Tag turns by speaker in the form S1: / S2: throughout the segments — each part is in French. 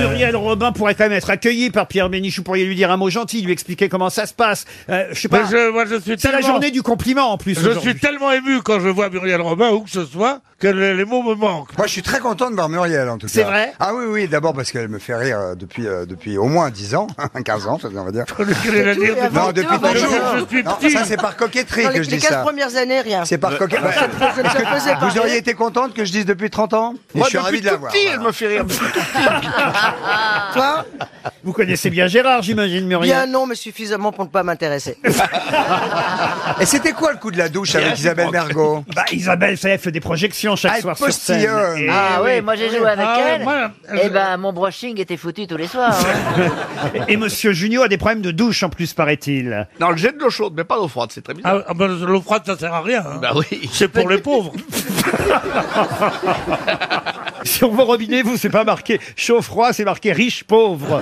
S1: Muriel Robin pourrait quand même être accueillie par Pierre Bénichou. Vous pourriez lui dire un mot gentil, lui expliquer comment ça se passe. Euh, je sais pas.
S2: Mais je- moi, je suis
S1: C'est la
S2: tellement-
S1: journée du compliment en plus.
S2: Je
S1: aujourd'hui.
S2: suis tellement ému quand je vois Muriel Robin, où que ce soit, que le- les mots me manquent.
S3: Moi, je suis très content de voir Muriel, en tout cas.
S1: C'est vrai
S3: Ah oui, oui, d'abord parce qu'elle me fait rire euh, depuis, euh, depuis au moins 10 ans, 15 ans, on va dire.
S2: Qu'est-ce que je vais dire de-
S3: Non, depuis
S4: avant
S3: toujours.
S2: que je suis
S3: Non,
S2: petit.
S3: ça, c'est par coquetterie
S4: Dans les,
S3: que je
S4: les
S3: dis
S4: 15
S3: ça.
S4: premières années, rien.
S3: C'est par coquetterie.
S4: Je ne te faisais pas
S3: Vous auriez été contente que je dise depuis 30 ans Et Je suis ravi de la voir. voilà.
S5: me fait rire.
S4: Toi
S1: Vous connaissez bien Gérard, j'imagine, Muriel.
S4: Bien non, mais suffisamment pour ne pas m'intéresser.
S3: Et c'était quoi le coup de la douche
S1: Ah,
S3: avec Isabelle Mergot
S1: Bah, Isabelle, ça elle fait des projections chaque
S3: Ah, elle
S1: soir sur scène.
S3: postillonne.
S1: Et-
S6: Ah oui, moi j'ai joué avec
S2: Ah ouais,
S6: elle.
S2: moi,
S6: Eh
S2: je-
S6: ben, mon brushing était foutu tous les soirs. hein.
S1: Et, et Monsieur Junio a des problèmes de douche en plus, paraît-il.
S5: Non, le jet de l'eau chaude, mais pas d'eau froide, c'est très bizarre.
S2: Ah, ah ben, l'eau froide, ça sert à rien. hein.
S5: Bah oui.
S2: C'est pour les pauvres.
S1: Sur vos robinets, vous, c'est pas marqué chaud-froid, c'est marqué riche-pauvre.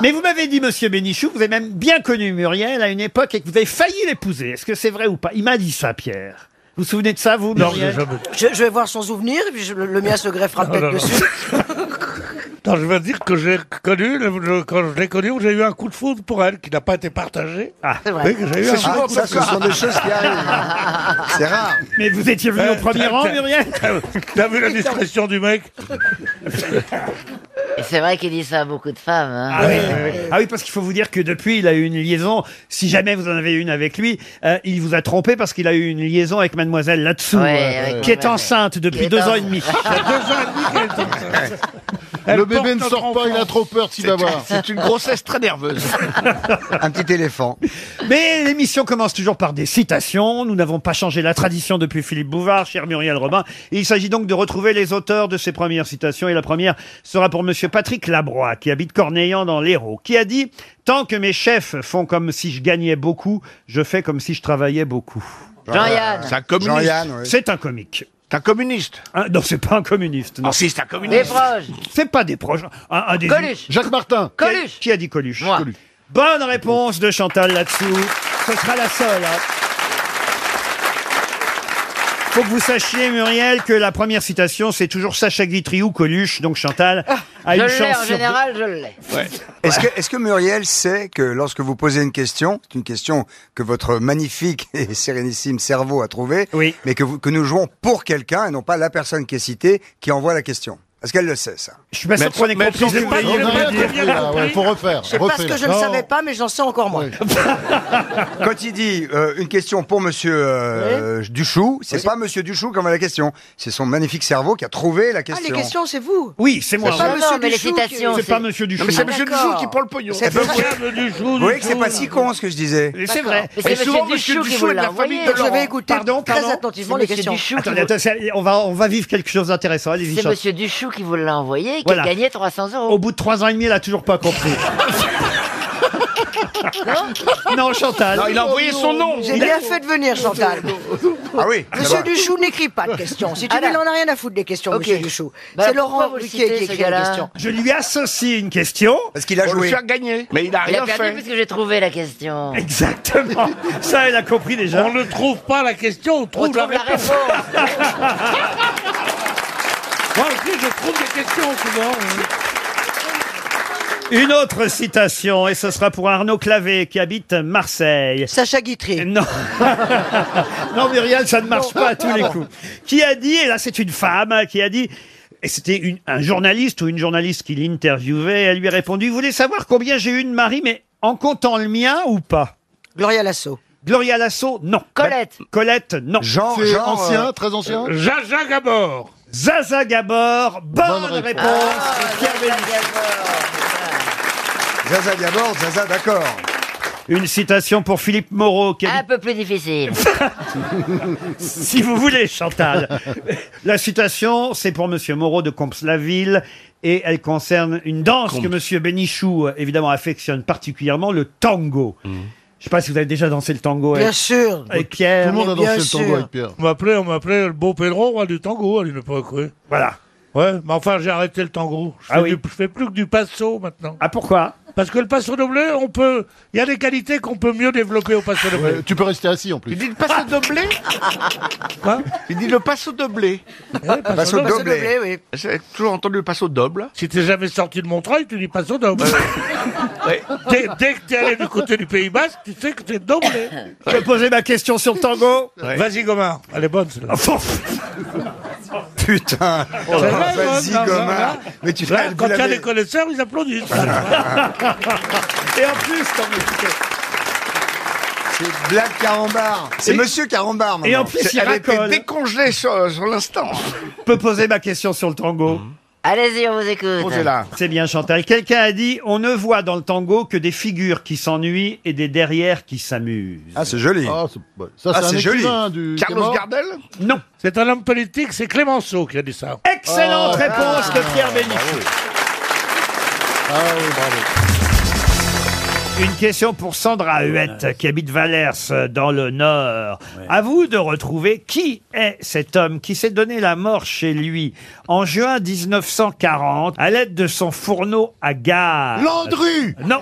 S1: Mais vous m'avez dit, monsieur Bénichou, que vous avez même bien connu Muriel à une époque et que vous avez failli l'épouser. Est-ce que c'est vrai ou pas Il m'a dit ça, Pierre. Vous vous souvenez de ça, vous,
S2: Non,
S1: Muriel
S2: j'ai jamais-
S4: Je, je vais voir son souvenir, et puis je- le, le mien se greffera
S2: non,
S5: Bah,
S4: peut-être
S2: non.
S4: dessus.
S2: Non, je veux dire que j'ai connu, le- le- quand je l'ai connue, j'ai eu un coup de foudre pour elle qui n'a pas été partagé.
S4: C'est
S2: Oui,
S4: vrai.
S2: que j'ai eu un
S3: Ah,
S2: coup de
S3: Ça, ce sont des choses qui arrivent. C'est rare.
S1: Mais vous étiez venu au premier
S2: Euh,
S1: rang,
S2: t'as-
S1: Muriel
S2: T'as vu la discrétion du mec
S6: Et c'est vrai qu'il dit ça à beaucoup de femmes. hein.
S1: Ah oui, oui, oui. Ah oui, parce qu'il faut vous dire que depuis, il a eu une liaison. Si jamais vous en avez une avec lui, euh, il vous a trompé parce qu'il a eu une liaison avec Mademoiselle là-dessous, euh,
S6: Ouais, avec
S1: qui est
S6: Mademoiselle.
S1: enceinte depuis
S6: Qui est
S1: deux ans
S6: enceinte.
S1: et demi.
S2: Elle
S7: Le bébé ne
S2: porte
S7: sort
S2: notre
S7: pas, il a trop peur s'il va voir.
S5: C'est une grossesse très nerveuse.
S3: Un petit éléphant.
S1: Mais l'émission commence toujours par des citations. Nous n'avons pas changé la tradition depuis Philippe Bouvard, cher Muriel Robin. Il s'agit donc de retrouver les auteurs de ces premières citations. Et la première sera pour Monsieur Patrick Labroix, qui habite Corneillan dans l'Hérault, qui a dit « Tant que mes chefs font comme si je gagnais beaucoup, je fais comme si je travaillais beaucoup.
S6: Jean-Yann.
S5: C'est un communiste.
S3: Jean-Yann, » oui.
S1: C'est un comique.
S5: C'est un communiste.
S1: Hein, non, c'est pas un communiste. Non,
S5: Non, Ah, si, c'est un
S6: Les
S5: communiste.
S6: proches.
S1: c'est pas des proches. Un, un des
S6: Coluche.
S7: Jacques Martin.
S1: Qui a-
S6: Coluche.
S1: Qui a dit Coluche
S6: Moi.
S1: Coluche. Bonne réponse de Chantal là-dessous. Ce sera la seule. hein. Faut que vous sachiez, Muriel, que la première citation, c'est toujours Sacha Guitry ou Coluche. Donc Chantal
S4: Ah,
S1: a
S6: Je
S1: Ah, une
S6: l'ai
S1: chance sur
S6: en
S1: deux.
S6: général, je l'ai.
S3: Est-ce que, est-ce que Muriel sait que lorsque vous posez une question, c'est une question que votre magnifique et sérénissime cerveau a trouvée,
S1: Oui.
S3: mais que, vous- que nous jouons pour quelqu'un et non pas la personne qui est citée qui envoie la question Est-ce qu'elle le sait, ça
S1: Je suis pas sûr
S5: elles
S1: qu'on ait
S5: sont- mais elles
S1: compris
S5: sont
S1: ce que vous
S2: pas-
S1: vouliez
S2: j'ai
S1: dire.
S2: pas-
S7: Ah,
S2: bien
S7: là,
S2: compris.
S7: ouais, Faut refaire.
S4: Je sais pas ce que je ne savais pas, mais j'en sais encore Ah, moins.
S3: Quand il dit euh, une question pour Monsieur euh, Duchou, c'est pas Monsieur Duchou qui envoie la question, c'est son magnifique cerveau qui a trouvé la
S4: Ah,
S3: question.
S4: les questions, c'est vous Ah,
S1: Oui, c'est moi.
S3: Ça
S4: Pas
S6: Non, non,
S4: Monsieur
S6: mais les
S4: Duchou qui-
S6: citations.
S1: C'est pas Monsieur Duchou.
S5: Non, mais c'est Monsieur
S4: D'accord.
S5: Duchou qui prend le pognon.
S4: C'est
S3: ben, vous-
S2: Diable du chou,
S3: Vous
S2: du
S3: voyez que c'est
S2: chou.
S3: pas si con ce que je disais.
S1: C'est vrai.
S6: Mais c'est
S5: Et souvent, Monsieur
S6: Monsieur Duchou qui
S5: Duchou
S6: vous
S5: est de
S6: l'a
S5: la famille
S6: envoyé.
S5: de
S4: Donc je
S5: Laurent.
S4: vais écouter
S1: Pardon, pardon.
S4: très attentivement les
S6: Monsieur
S4: questions.
S6: Duchou qui
S1: Attendez,
S6: vous-
S1: attendez, on va, on va vivre quelque chose d'intéressant. Allez-y,
S6: C'est
S1: Chantal.
S6: Monsieur Duchou qui vous l'a envoyé, qui
S1: Voilà.
S6: a gagné 300 euros.
S1: Au bout de trois ans et demi, elle a toujours pas compris.
S5: Oh.
S1: non, Chantal.
S5: Non, il a envoyé son nom.
S4: J'ai bien fait de venir, Chantal.
S3: Ah oui. ça
S4: Monsieur
S3: va.
S4: Duchou n'écrit pas de questions. Si tu
S6: Ah
S4: veux,
S6: là.
S4: il en a rien à foutre des questions,
S6: Ok.
S4: Monsieur Duchou.
S6: Bah,
S4: c'est
S6: pourquoi
S4: Laurent
S6: vous le
S4: Ruquier qui
S6: citez, ce
S4: écrit les
S6: gars-là
S4: questions.
S1: Je lui associe une question.
S3: Parce qu'il a
S5: On le
S3: joué.
S5: fait gagner. Mais il a
S6: Il
S5: rien
S6: a perdu
S5: fait.
S6: puisque j'ai trouvé la question.
S1: Exactement. Ça, elle a compris déjà.
S2: On ne trouve pas la question, on
S6: On
S2: trouve la
S6: trouve la
S2: réponse.
S6: réponse.
S2: Moi aussi, je trouve des questions souvent. hein.
S1: Une autre citation, et ce sera pour Arnaud Clavé, qui habite Marseille.
S4: Sacha Guitry.
S1: Non. non, Muriel, ça ne marche pas à tous les coups. Qui a dit, et là c'est une femme hein, qui a dit, et c'était une- un journaliste ou une journaliste qui l'interviewait, elle lui a répondu, vous voulez savoir combien j'ai eu de maris, mais en comptant le mien ou pas
S4: Gloria Lasso.
S1: Gloria Lasso, non.
S6: Colette.
S1: Ben, Colette, non.
S3: Genre,
S7: C'est
S3: genre,
S7: ancien,
S3: euh,
S7: très ancien.
S2: Jaja Gabor.
S1: Zaza Gabor, bonne,
S7: Bonne
S1: réponse.
S7: réponse.
S1: Pierre Bénichou.
S3: Zaza d'abord, Zaza d'accord.
S1: Une citation pour Philippe Moreau, qui a dit
S6: Un peu plus difficile.
S1: si vous voulez, Chantal. La citation, c'est pour Monsieur Moreau de Comps-la-Ville et elle concerne une danse que Monsieur Bénichou, euh, évidemment, affectionne particulièrement, le tango.
S7: Mmh.
S1: Je ne sais pas si vous avez déjà dansé le tango
S4: Bien
S1: avec,
S4: sûr.
S1: avec
S7: Tout
S1: Pierre.
S7: le monde a
S4: mais bien
S7: dansé le tango
S4: sûr.
S7: avec Pierre.
S2: On m'appelait, on m'appelait le beau Pedro, roi du tango à une époque, oui.
S1: Voilà.
S2: Ouais, mais enfin, j'ai arrêté le tango. Je fais,
S1: Ah oui.
S2: du- je fais plus que du passo maintenant.
S1: Ah pourquoi
S2: Parce que le passo bleu, on peut. Il y a des qualités qu'on peut mieux développer au passo bleu.
S7: Tu peux rester assis en
S5: Tu
S7: plus.
S5: dis le passo doblé
S2: Quoi
S5: Tu dis le passo Ah, doblé.
S3: Passo
S4: Passo
S3: doblé.
S4: doublé, oui.
S5: J'ai toujours entendu le passo doble.
S2: Si t'es jamais sorti de Montreuil, tu dis passo double.
S5: Ouais.
S2: dès, dès que t'es allé du côté du Pays Basque, tu sais que t'es doublé.
S1: Je vais poser ma question sur le tango.
S2: Vas-y, Gomard. Elle est bonne, celle-là.
S3: Oh,
S2: là,
S3: Putain. Vas-y,
S2: là, là,
S3: Gomard.
S2: là.
S3: Mais tu
S2: Là,
S3: l'as-
S2: quand il
S3: vous
S2: y a
S3: l'avez-
S2: des connaisseurs, ils applaudissent.
S3: Ah.
S1: Et en plus, tango.
S3: C'est Black Carambar. C'est
S1: Et-
S3: Monsieur Carambar.
S1: Et en
S3: maintenant.
S1: plus, il
S5: Elle a été
S1: racole.
S5: décongelée sur, sur l'instant.
S1: Je peux poser ma question sur le tango.
S7: Mmh.
S6: Allez-y, on vous écoute.
S5: Posez-la.
S1: C'est bien, Chantal. Quelqu'un a dit on ne voit dans le tango que des figures qui s'ennuient et des derrières qui s'amusent.
S3: Ah, c'est joli.
S7: Ah, c'est- ouais. ça,
S3: Ah,
S7: c'est
S3: c'est
S7: un
S3: joli.
S7: écrivain du. qui est
S5: Carlos
S7: mort.
S5: Gardel
S1: Non.
S2: C'est un homme politique, c'est Clémenceau qui a dit ça.
S1: Excellente
S7: Oh,
S1: réponse de Pierre Bénichou.
S7: Ah oui, bravo.
S1: Une question pour Sandra Huette, qui habite Valers, euh, dans le Nord. À vous de retrouver qui est cet homme qui s'est donné la mort chez lui en juin 1940 à l'aide de son fourneau à gaz.
S7: Landru
S1: Non.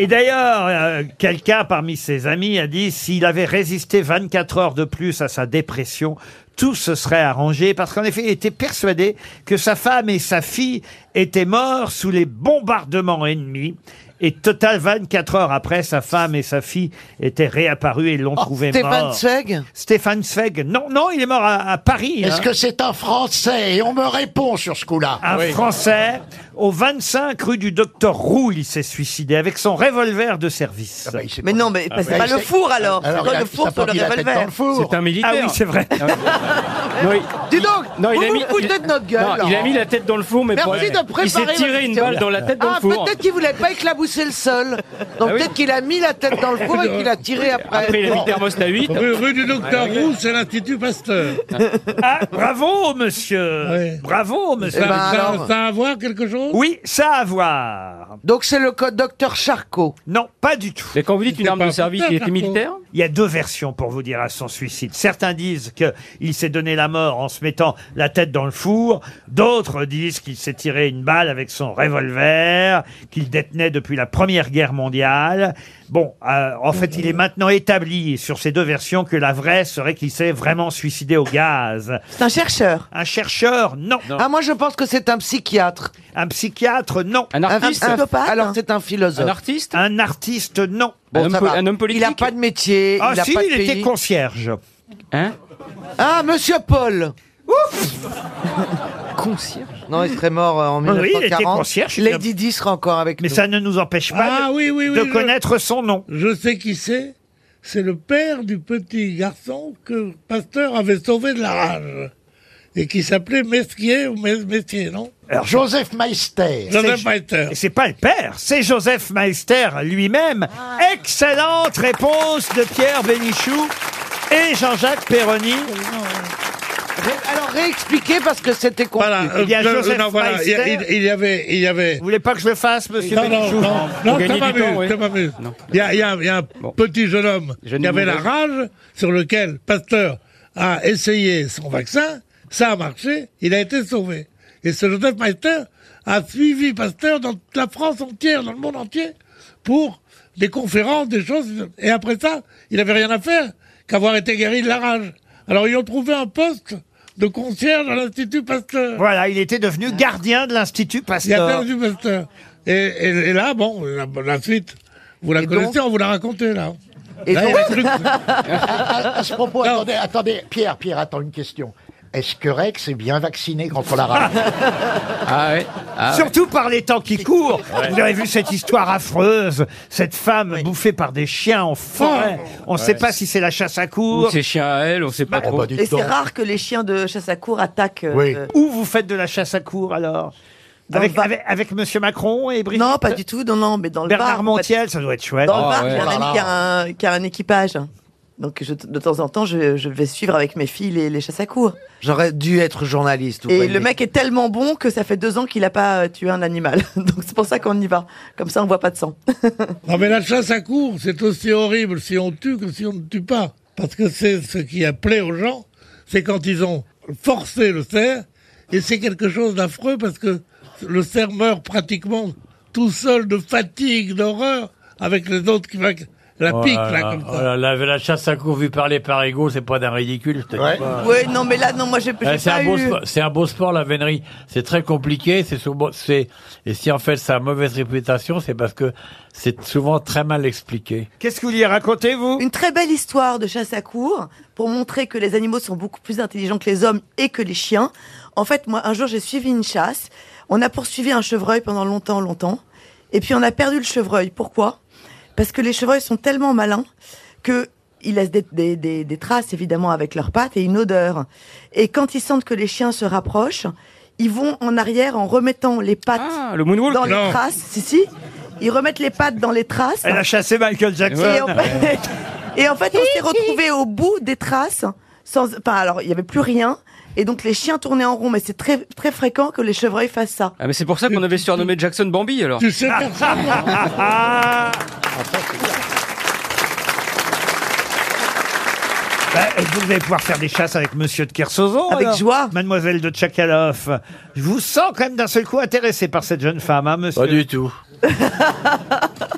S1: Et d'ailleurs, euh, quelqu'un parmi ses amis a dit s'il avait résisté 24 heures de plus à sa dépression, tout se serait arrangé parce qu'en effet, il était persuadé que sa femme et sa fille étaient morts sous les bombardements ennemis. Et total 24 heures après, sa femme et sa fille étaient réapparues et
S4: Oh,
S1: l'ont trouvé mort.
S4: Ah, Zweig
S1: Stéphane Zweig. Non, non, il est mort à, à Paris. hein.
S8: Est-ce que c'est un Français Et on me répond sur ce coup-là.
S1: Un Français, au 25 rue du Docteur Roux, il s'est suicidé avec son revolver de service.
S8: bah,
S1: Ah,
S9: Mais non, mais c'est pas le four alors.
S8: Alors, il
S9: c'est pas
S8: a-
S9: le four
S8: ça
S9: sur le
S8: porte- il a la tête dans
S9: revolver. Ah
S8: le four.
S10: Ah C'est un militaire.
S1: Ah
S10: Ah
S1: oui, c'est vrai.
S4: Dis donc
S10: Non, il
S4: Vous
S10: a
S4: vous
S10: mis-
S4: foutez de notre gueule,
S10: Non, il a
S4: Laurent.
S10: mis la tête dans le four, mais
S4: Merci
S10: pour-
S4: de préparer
S10: il s'est
S4: votre
S10: tiré une
S4: question.
S10: balle dans la tête dans
S4: Ah,
S10: le four. Ah
S4: peut-être qu'il voulait pas éclabousser le sol. Donc
S10: oui. Ah
S4: peut-être qu'il a mis la tête dans le four et qu'il a tiré
S10: Après,
S4: après.
S10: il a mis le thermostat 8.
S2: Rue, rue du Docteur Roux, c'est l'Institut Pasteur.
S1: Ah, bravo, monsieur.
S2: Oui.
S1: Bravo, monsieur.
S9: Eh
S2: Ça,
S4: ben
S2: ça-
S4: alors
S2: ça a à voir quelque chose
S1: Oui, ça à voir.
S4: Donc c'est le code docteur Charcot.
S1: Non, pas du tout.
S10: Mais quand vous dites une
S2: C'est
S10: arme
S2: pas
S10: de
S2: un
S10: service,
S2: putain,
S10: il était
S2: Marco.
S10: militaire
S1: Il y a deux versions pour vous dire à son suicide. Certains disent qu'il s'est donné la mort en se mettant la tête dans le four. D'autres disent qu'il s'est tiré une balle avec son revolver qu'il détenait depuis la Première Guerre mondiale. Bon, euh, en fait, il est maintenant établi sur ces deux versions que la vraie serait qu'il s'est vraiment suicidé au gaz.
S9: C'est un chercheur.
S1: Ah, bah. Un chercheur, non.
S4: Ah, moi je pense que c'est un psychiatre.
S1: Un psychiatre, non.
S10: Un
S4: Un-
S10: artiste
S4: un-
S9: Psychopathe
S4: alors c'est un philosophe.
S10: Un artiste
S1: Un artiste, non.
S10: un, homme
S4: ça
S10: po-
S4: va.
S10: un homme
S4: Il
S10: politique
S4: n'a pas de métier.
S1: Ah
S4: il a
S1: si,
S4: pas de
S1: il était
S4: pays.
S1: concierge.
S10: Hein
S4: Ah, monsieur Paul Ouf Concierge Non, il serait mort euh, en
S1: Oui, il était
S4: 1940.
S1: concierge, il a-
S4: Lady Di sera encore avec
S1: Mais
S4: nous.
S1: ça ne nous empêche pas
S2: Ah
S1: de,
S2: oui, oui, oui.
S1: de
S2: je-
S1: connaître son nom.
S2: Je sais qui c'est. C'est le père du petit garçon que Pasteur avait sauvé de la rage. Et qui s'appelait Mesquier ou Mes- Messier, non
S8: Joseph Meister.
S2: Joseph
S1: C'est-
S2: Meister.
S1: Et c'est pas le père, c'est Joseph Meister lui-même. Excellente réponse de Pierre Bénichou et Jean-Jacques Perroni.
S2: Oh,
S4: Ré- Alors réexpliquez parce que c'était con.
S2: Voilà.
S1: Il y a
S2: euh,
S1: Joseph
S2: non, voilà, il, y a-
S1: Meister.
S2: il- il y avait, il y avait.
S1: Vous voulez pas que je le fasse, monsieur
S2: Non, non,
S1: Bénichou
S2: non,
S10: Pour
S2: non,
S10: gagner
S2: ça
S10: du temps,
S2: m'amuse,
S10: oui.
S2: ça m'amuse.
S10: Non.
S2: Il y a, il y a- il y a un petit jeune homme
S10: Jeune
S2: qui avait la
S10: mauvaise.
S2: rage sur lequel Pasteur a essayé son vaccin, ça a marché, il a été sauvé. Et ce Joseph Meister a suivi Pasteur dans toute la France entière, dans le monde entier, pour des conférences, des choses. Et après ça, il n'avait rien à faire qu'avoir été guéri de la rage. Alors ils ont trouvé un poste de concierge à l'Institut Pasteur.
S1: Voilà, il était devenu gardien de l'Institut
S2: Il a
S1: Pasteur.
S2: perdu Pasteur. Et, et, et là, bon, la, la suite, vous la
S4: Et
S2: connaissez,
S4: donc
S2: on vous l'a racontée, là.
S4: Et
S2: Là, il y a des trucs-
S8: À, à ce propos, Ah, attendez, attendez, Pierre, Pierre, attends une question. Est-ce que Rex est bien vacciné contre la rage
S10: Ah ouais. Ah, ouais.
S1: Surtout par les temps qui courent. Vous avez vu cette histoire affreuse, cette femme bouffée par des chiens en forêt.
S9: Oh.
S1: On ne sait pas si c'est la chasse à
S10: Ou
S1: cours,
S10: ses chiens à elle, on sait pas
S8: Oh,
S10: trop.
S8: bah, dites
S9: Et c'est
S8: donc.
S9: rare que les chiens de chasse à cour attaquent. euh,
S8: Oui.
S9: euh,
S1: Où vous faites de la chasse à cours alors
S9: Dans
S1: avec,
S9: le Var.
S1: avec, avec Monsieur Macron et Brigitte
S9: Non, pas du tout. Non, non, mais dans le
S1: Bernard
S9: bar, en fait.
S1: Montiel, ça doit être chouette.
S9: Dans
S10: Ah,
S9: le bar, j'ai
S10: ouais.
S9: un ami qui a un, qui a un équipage. Donc, je- de temps en temps, je, je vais suivre avec mes filles les, les chasses à cour.
S4: J'aurais dû être journaliste. ou pas,
S9: Et
S4: il
S9: le
S4: est-
S9: mec est tellement bon que ça fait deux ans qu'il n'a pas euh, tué un animal. Donc, c'est pour ça qu'on y va. Comme ça, on voit pas de sang.
S2: Non, mais la chasse à cours, c'est aussi horrible si on tue que si on ne tue pas. Parce que c'est ce qui a plaît aux gens, c'est quand ils ont forcé le cerf, et c'est quelque chose d'affreux parce que le cerf meurt pratiquement tout seul de fatigue, d'horreur, avec les autres qui va- la
S11: Oh
S2: pique, là, comme ça.
S11: la chasse à course vue par les parigots, c'est pas d'un ridicule. je te dis pas.
S9: Ouais, non, mais là, non, moi, j'ai j'ai
S11: Euh,
S9: pas
S11: c'est un, beau
S9: eu-
S11: sport- c'est un beau sport, la vénerie. C'est très compliqué. C'est souvent, c'est, et si en fait ça a mauvaise réputation, c'est parce que c'est souvent très mal expliqué.
S1: Qu'est-ce que vous y racontez, vous
S9: Une très belle histoire de chasse à cour pour montrer que les animaux sont beaucoup plus intelligents que les hommes et que les chiens. En fait, moi, un jour, j'ai suivi une chasse. On a poursuivi un chevreuil pendant longtemps, longtemps. Et puis, on a perdu le chevreuil. Pourquoi Parce que les chevreuils sont tellement malins que ils laissent des, des- des- des traces, évidemment, avec leurs pattes et une odeur. Et quand ils sentent que les chiens se rapprochent, ils vont en arrière en remettant les pattes
S1: Ah,
S10: le moonwalk.
S9: dans
S10: Non.
S9: les traces. Si, si. Ils remettent les pattes dans les traces.
S1: Elle a chassé Michael Jackson.
S9: Et en fait, et en fait, on s'est retrouvés au bout des traces. Sans, enfin, alors, il n'y avait plus rien. Et donc, les chiens tournaient en rond. Mais c'est très, très fréquent que les chevreuils fassent ça.
S10: Ah, mais c'est pour ça qu'on avait surnommé Jackson Bambi alors.
S2: Tu sais
S1: Ah Bah, vous allez pouvoir faire des chasses avec Monsieur de Kersauzon.
S9: Avec
S1: joie. Mademoiselle de Tchakaloff. Je vous sens quand même d'un seul coup intéressé par cette jeune femme, hein, monsieur.
S11: Pas du tout.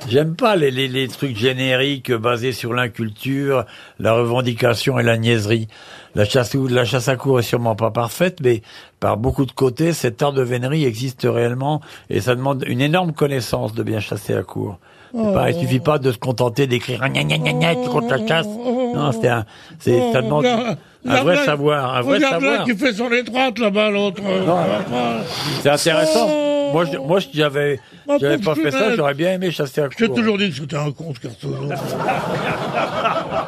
S11: J'aime pas les, les- les trucs génériques euh, basés sur l'inculture, la revendication et la niaiserie. La chasse, ou- la chasse à cours est sûrement pas parfaite, mais par beaucoup de côtés, cet art de vénerie existe réellement et ça demande une énorme connaissance de bien chasser à court. C'est Pas, il suffit pas de se contenter d'écrire gna gna gna gna contre la chasse. Non, c'est un, Oh, c'est, ça demande
S2: Oh, Regarde-
S11: un vrai
S2: regarde-
S11: savoir, un vrai
S2: regarde là
S11: savoir.
S2: qui fait son étroite là-bas, l'autre. euh,
S11: C'est intéressant. Moi, je, moi, si j'avais,
S2: Oh. Ma
S11: j'avais
S2: pauvre
S11: pas fait ça,
S2: Juliette.
S11: j'aurais bien aimé chasser à court.
S2: J'ai toujours dit que c'était un con, ce garçon.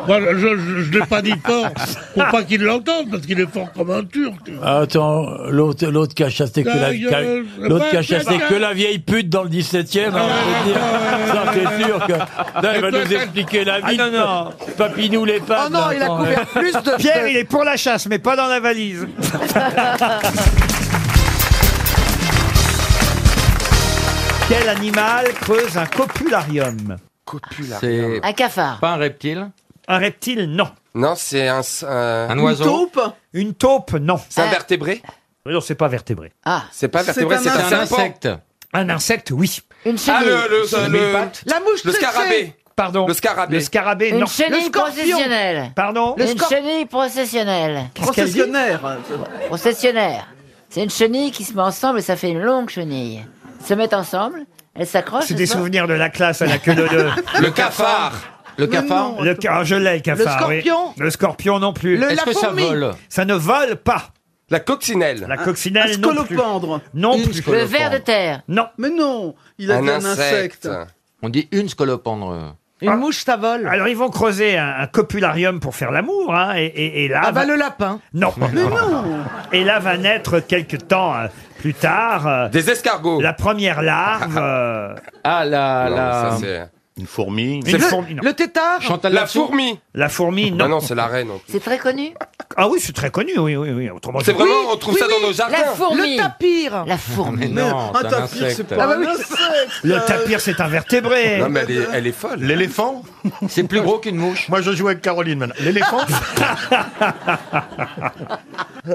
S2: Voilà, je je, je l'ai pas dit fort pour pas qu'il l'entende, parce qu'il est fort comme un turc.
S11: Ah, Attends, l'autre, l'autre qui a chassé que la,
S2: Ta
S11: qui a-
S2: gueule,
S11: l'autre qui a
S2: va te
S11: chassé
S2: faire-
S11: que la vieille pute dans le 17e, hein, je veux dire. Ça, c'est sûr que, non, il va
S1: Mais
S11: nous
S1: toi,
S11: expliquer la
S1: Ah,
S11: vie.
S1: non, non.
S11: de Papinou les
S12: Oh,
S11: pattes. là, attends, ouais.
S1: Pierre, il est pour la chasse, mais pas dans la valise. Quel animal creuse un copularium
S13: C'est
S6: Un cafard.
S13: pas un reptile
S1: Un reptile, non.
S13: Non, c'est un, s- un...
S1: Une taupe, non.
S13: C'est
S4: Ah.
S13: un vertébré
S1: Mais Euh, Non, c'est pas vertébré.
S6: Ah.
S13: C'est pas vertébré, c'est un, insecte.
S1: Un insecte, oui.
S6: Une
S13: Ah, le- le- le- le-
S6: La mouche
S13: le scarabée.
S1: Pardon.
S13: Le scarabée.
S1: Le scarabée, non.
S6: Une chenille processionnelle.
S1: Pardon
S6: Une chenille processionnelle.
S1: Qu'est-ce qu'elle dit
S6: Processionnaire. C'est une chenille qui se met ensemble et ça fait une longue chenille. Elles se mettent ensemble, elles s'accrochent.
S1: C'est
S6: elles
S1: des
S6: se mettent-
S1: souvenirs de la classe à la queue de le.
S13: Le cafard. Le cafard
S1: Le ca- ah, je l'ai, le cafard.
S13: Le
S1: oui.
S13: scorpion
S1: Le scorpion non plus.
S13: Le- Est-ce la que ça fourmi vole
S1: Ça ne vole pas.
S13: La coccinelle.
S1: La coccinelle
S14: un
S1: non plus.
S14: scolopendre.
S1: Non
S14: Une
S1: plus.
S14: scolopendre. Le ver de
S6: terre.
S1: Non.
S14: Mais non, il a dit un insecte.
S13: On dit une scolopendre.
S1: Une mouche, ça vole. Ah. Alors, ils vont creuser un, un copularium pour faire l'amour, hein, et, et- et là...
S13: Ah bah,
S1: le lapin Non. Mais non Et là va naître, quelque temps euh, plus tard... euh,
S13: Des escargots.
S1: La première larve... euh,
S13: Ah, la...
S1: Non,
S13: la...
S1: ça,
S13: Une fourmi.
S1: une fourmi, non.
S13: tétard Chantal
S1: La
S13: Latsou
S1: fourmi. La fourmi, non.
S13: Ah non, c'est la reine. en plus.
S6: C'est très connu.
S1: Ah oui, c'est très connu, oui, oui, oui. Autrement,
S13: C'est
S1: je-
S13: vraiment, on trouve ça dans nos jardins.
S6: fourmi.
S13: Le
S6: tapir. La fourmi.
S13: Mais non,
S6: Un
S13: c'est un
S6: tapir,
S13: insecte.
S6: c'est pas Ah bah un oui. insecte.
S1: Le tapir, c'est un vertébré.
S13: Non, mais elle est, elle est folle.
S7: L'éléphant
S13: C'est plus gros qu'une mouche.
S7: Moi, je joue avec Caroline maintenant. L'éléphant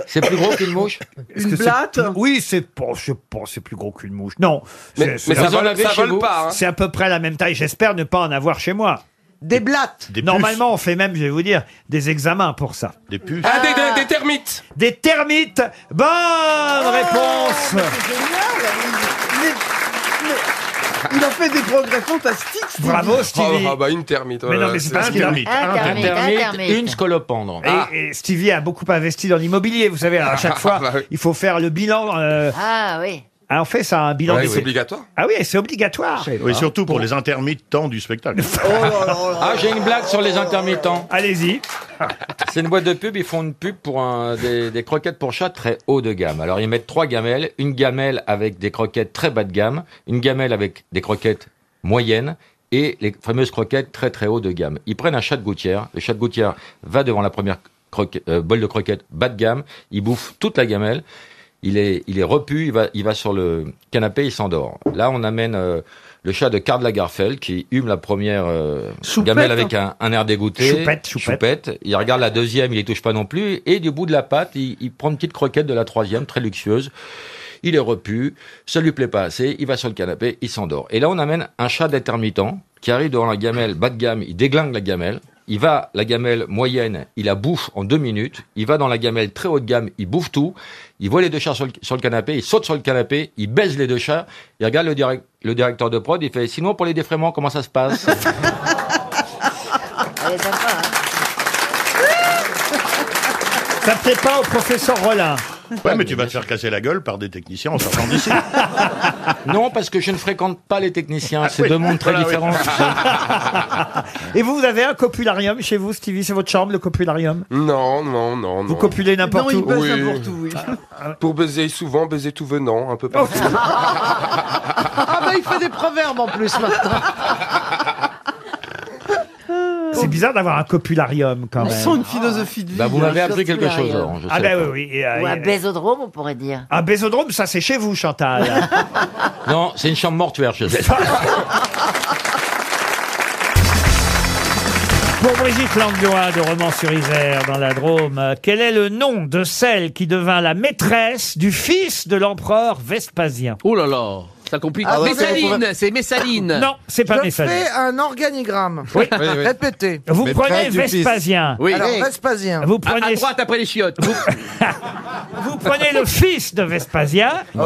S13: C'est plus gros qu'une mouche
S1: Est-ce que c'est plus- Oui, c'est pas, je pense, c'est plus gros qu'une mouche. Non.
S13: Mais- mais ça Vous en vole- avez ça chez vole vous pas, hein.
S1: C'est à peu près la même taille. J'espère ne pas en avoir chez moi. Des blattes. Normalement, on fait même, je vais vous dire, des examens pour ça. Des puces.
S13: Ah, des, des- des termites
S1: Des termites. Bonne
S4: Oh,
S1: réponse.
S14: Mais- mais il a fait des progrès fantastiques. Stevie.
S1: Bravo, Stevie.
S13: Ah bah une termite.
S1: Mais non, mais c'est parce qu'il a- Un termite, un termite.
S13: Une scolopendre. Ah.
S1: Et, et Stevie a beaucoup investi dans l'immobilier, vous savez. alors à chaque fois,
S13: Bah oui.
S1: il faut faire le bilan. euh,
S6: Ah oui.
S1: ah, on fait ça, un bilan.
S7: Ouais,
S1: des-
S7: c'est obligatoire.
S1: Ah oui, c'est obligatoire.
S7: Oui, surtout pour les intermittents du spectacle.
S13: Ah, j'ai une blague sur les intermittents.
S1: Allez-y.
S13: C'est une boîte de pub, ils font une pub pour un- des, des croquettes pour chat très haut de gamme. Alors ils mettent trois gamelles, une gamelle avec des croquettes très bas de gamme, une gamelle avec des croquettes moyennes et les fameuses croquettes très très haut de gamme. Ils prennent un chat de gouttière, le chat de gouttière va devant la première croque- euh, bol de croquettes bas de gamme, il bouffe toute la gamelle, il est, il est repu, il va, il va sur le canapé, il s'endort. Là on amène... euh, le chat de Karl Lagerfeld qui hume la première euh, gamelle avec un, un air dégoûté.
S1: Choupette, choupette.
S13: Choupette. Il regarde la deuxième, il ne touche pas non plus. Et du bout de la patte, il, il prend une petite croquette de la troisième, très luxueuse. il est repu, ça lui plaît pas assez, il va sur le canapé, il s'endort. Et là, on amène un chat d'intermittent qui arrive devant la gamelle bas de gamme, il déglingue la gamelle. Il va, la gamelle moyenne, il la bouffe en deux minutes. Il va dans la gamelle très haut de gamme, il bouffe tout. Il voit les deux chats sur le, sur le canapé, il saute sur le canapé, il baise les deux chats. Il regarde le, direct- le directeur de prod, il fait Sinon, pour les défraiements, comment ça se passe
S6: Elle est sympa,
S1: Ah,
S6: hein
S1: Ça plaît pas au professeur Rollin.
S15: Ouais, mais tu vas te faire casser la gueule par des techniciens en sortant d'ici.
S13: Non, parce que je ne fréquente pas les techniciens. C'est
S15: oui.
S13: deux mondes très
S15: Voilà, oui.
S13: différents.
S1: Et vous, vous avez un copularium chez vous, Stevie C'est votre chambre, le copularium
S16: Non, non, non.
S1: Vous copulez n'importe où Ah,
S16: Oui. Pour baiser souvent, baiser tout venant, un peu partout.
S5: Ah bah il fait des proverbes en plus maintenant.
S1: C'est bizarre d'avoir un copularium quand
S17: Ils
S1: même.
S17: sont une philosophie de vie.
S13: Bah, vous
S17: hein,
S13: m'avez
S17: je
S13: appris
S17: suis
S13: quelque
S17: resté
S13: chose,
S17: derrière.
S13: Laurent, je
S1: ben Ah
S13: sais
S1: ben
S13: pas.
S1: oui, oui. et, euh,
S6: Ou un
S1: et-
S6: bésodrome, on pourrait dire.
S1: un bésodrome, ça c'est chez vous, Chantal.
S13: Non, c'est une chambre mortuaire chez elle.
S1: Pour Brigitte Langlois de Romans-sur-Isère, dans la Drôme, euh, quel est le nom de celle qui devint la maîtresse du fils de l'empereur Vespasien Oh là là, ça complique.
S5: Ah, Messaline, c'est Messaline.
S1: Non, c'est pas
S5: Je
S1: Messaline.
S5: fais un organigramme.
S1: Oui. Oui, oui.
S5: Répétez.
S1: Vous prenez Vespasien.
S5: Oui. Alors, Vespasien.
S1: Vous prenez...
S18: après les chiottes.
S1: Vous prenez le fils de Vespasien.
S5: Ouais.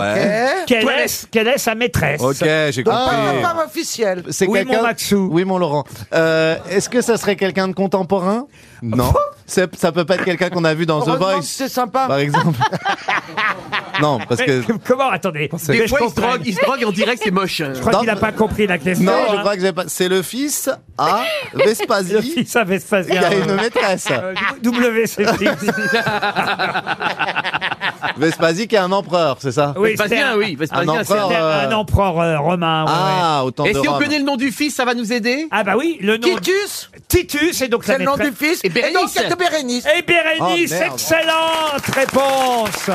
S5: Ok.
S1: Quelle, est, quelle est sa maîtresse
S4: Ok, j'ai
S5: Donc, pas la femme officielle.
S1: Oui, mon Maxou.
S4: Oui, mon Laurent. Euh, Est-ce que ça serait quelqu'un de contemporain
S1: Ah
S4: Non. C'est- ça peut pas être quelqu'un qu'on a vu dans The
S5: Heureusement que
S4: Voice.
S5: c'est sympa.
S4: Par exemple. non, parce
S1: Mais
S4: que.
S1: Comment Attendez.
S4: Des
S1: que je
S4: fois, il se
S1: comprenne.
S4: drogue, il se drogue et on dirait que c'est moche.
S1: Je crois qu'il n'a pas compris la question.
S4: Non, je
S1: hein.
S4: crois que j'ai pas. C'est le fils à Vespasien.
S1: Le fils à Vespasien.
S4: Il y a une maîtresse.
S1: Euh, W, c'est fils.
S4: Vespasien qui est un empereur, c'est ça
S1: c'était un-
S4: un empereur.
S1: c'était
S4: euh,
S1: un empereur euh, romain. ouais,
S4: Ah,
S1: ouais.
S4: autant de Rome.
S5: le nom du fils, ça va nous aider
S1: Ah bah oui, le nom.
S5: Titus
S1: Titus, et donc
S5: C'est
S1: la
S5: le nom
S1: maîtresse-
S5: du fils. Et Bérénice. donc, c'est de Bérénice.
S1: Et Bérénice,
S5: Ah. Oh, merde.
S1: excellente réponse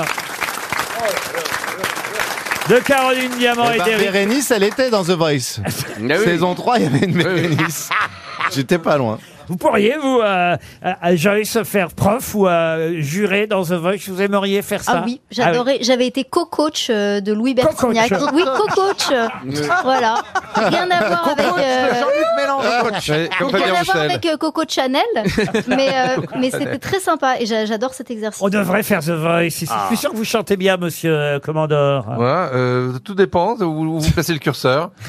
S1: de Caroline Diamant
S4: Eh
S1: et
S4: ben,
S1: d'Éric
S4: Bérénice, elle était dans The Voice. Saison 3, il y avait une Bérénice. J'étais pas loin.
S1: Vous pourriez, vous, euh, euh, euh, Joyce, faire prof ou euh, jurer dans The Voice Vous aimeriez faire ça
S19: Ah oui, j'adorais. J'avais été co-coach euh, de Louis Bertignac.
S1: Co-coach.
S19: Oui, co-coach. euh, voilà. Rien à voir avec. euh, Rien à voir avec euh, Coco Chanel, mais, euh, mais c'était très sympa et j'a- j'adore cet exercice.
S1: On devrait faire The Voice. ici.
S5: Ah.
S1: Je suis sûr que vous chantez bien, monsieur euh, Commandeur.
S4: Ouais, euh, tout dépend de où où vous placez le curseur.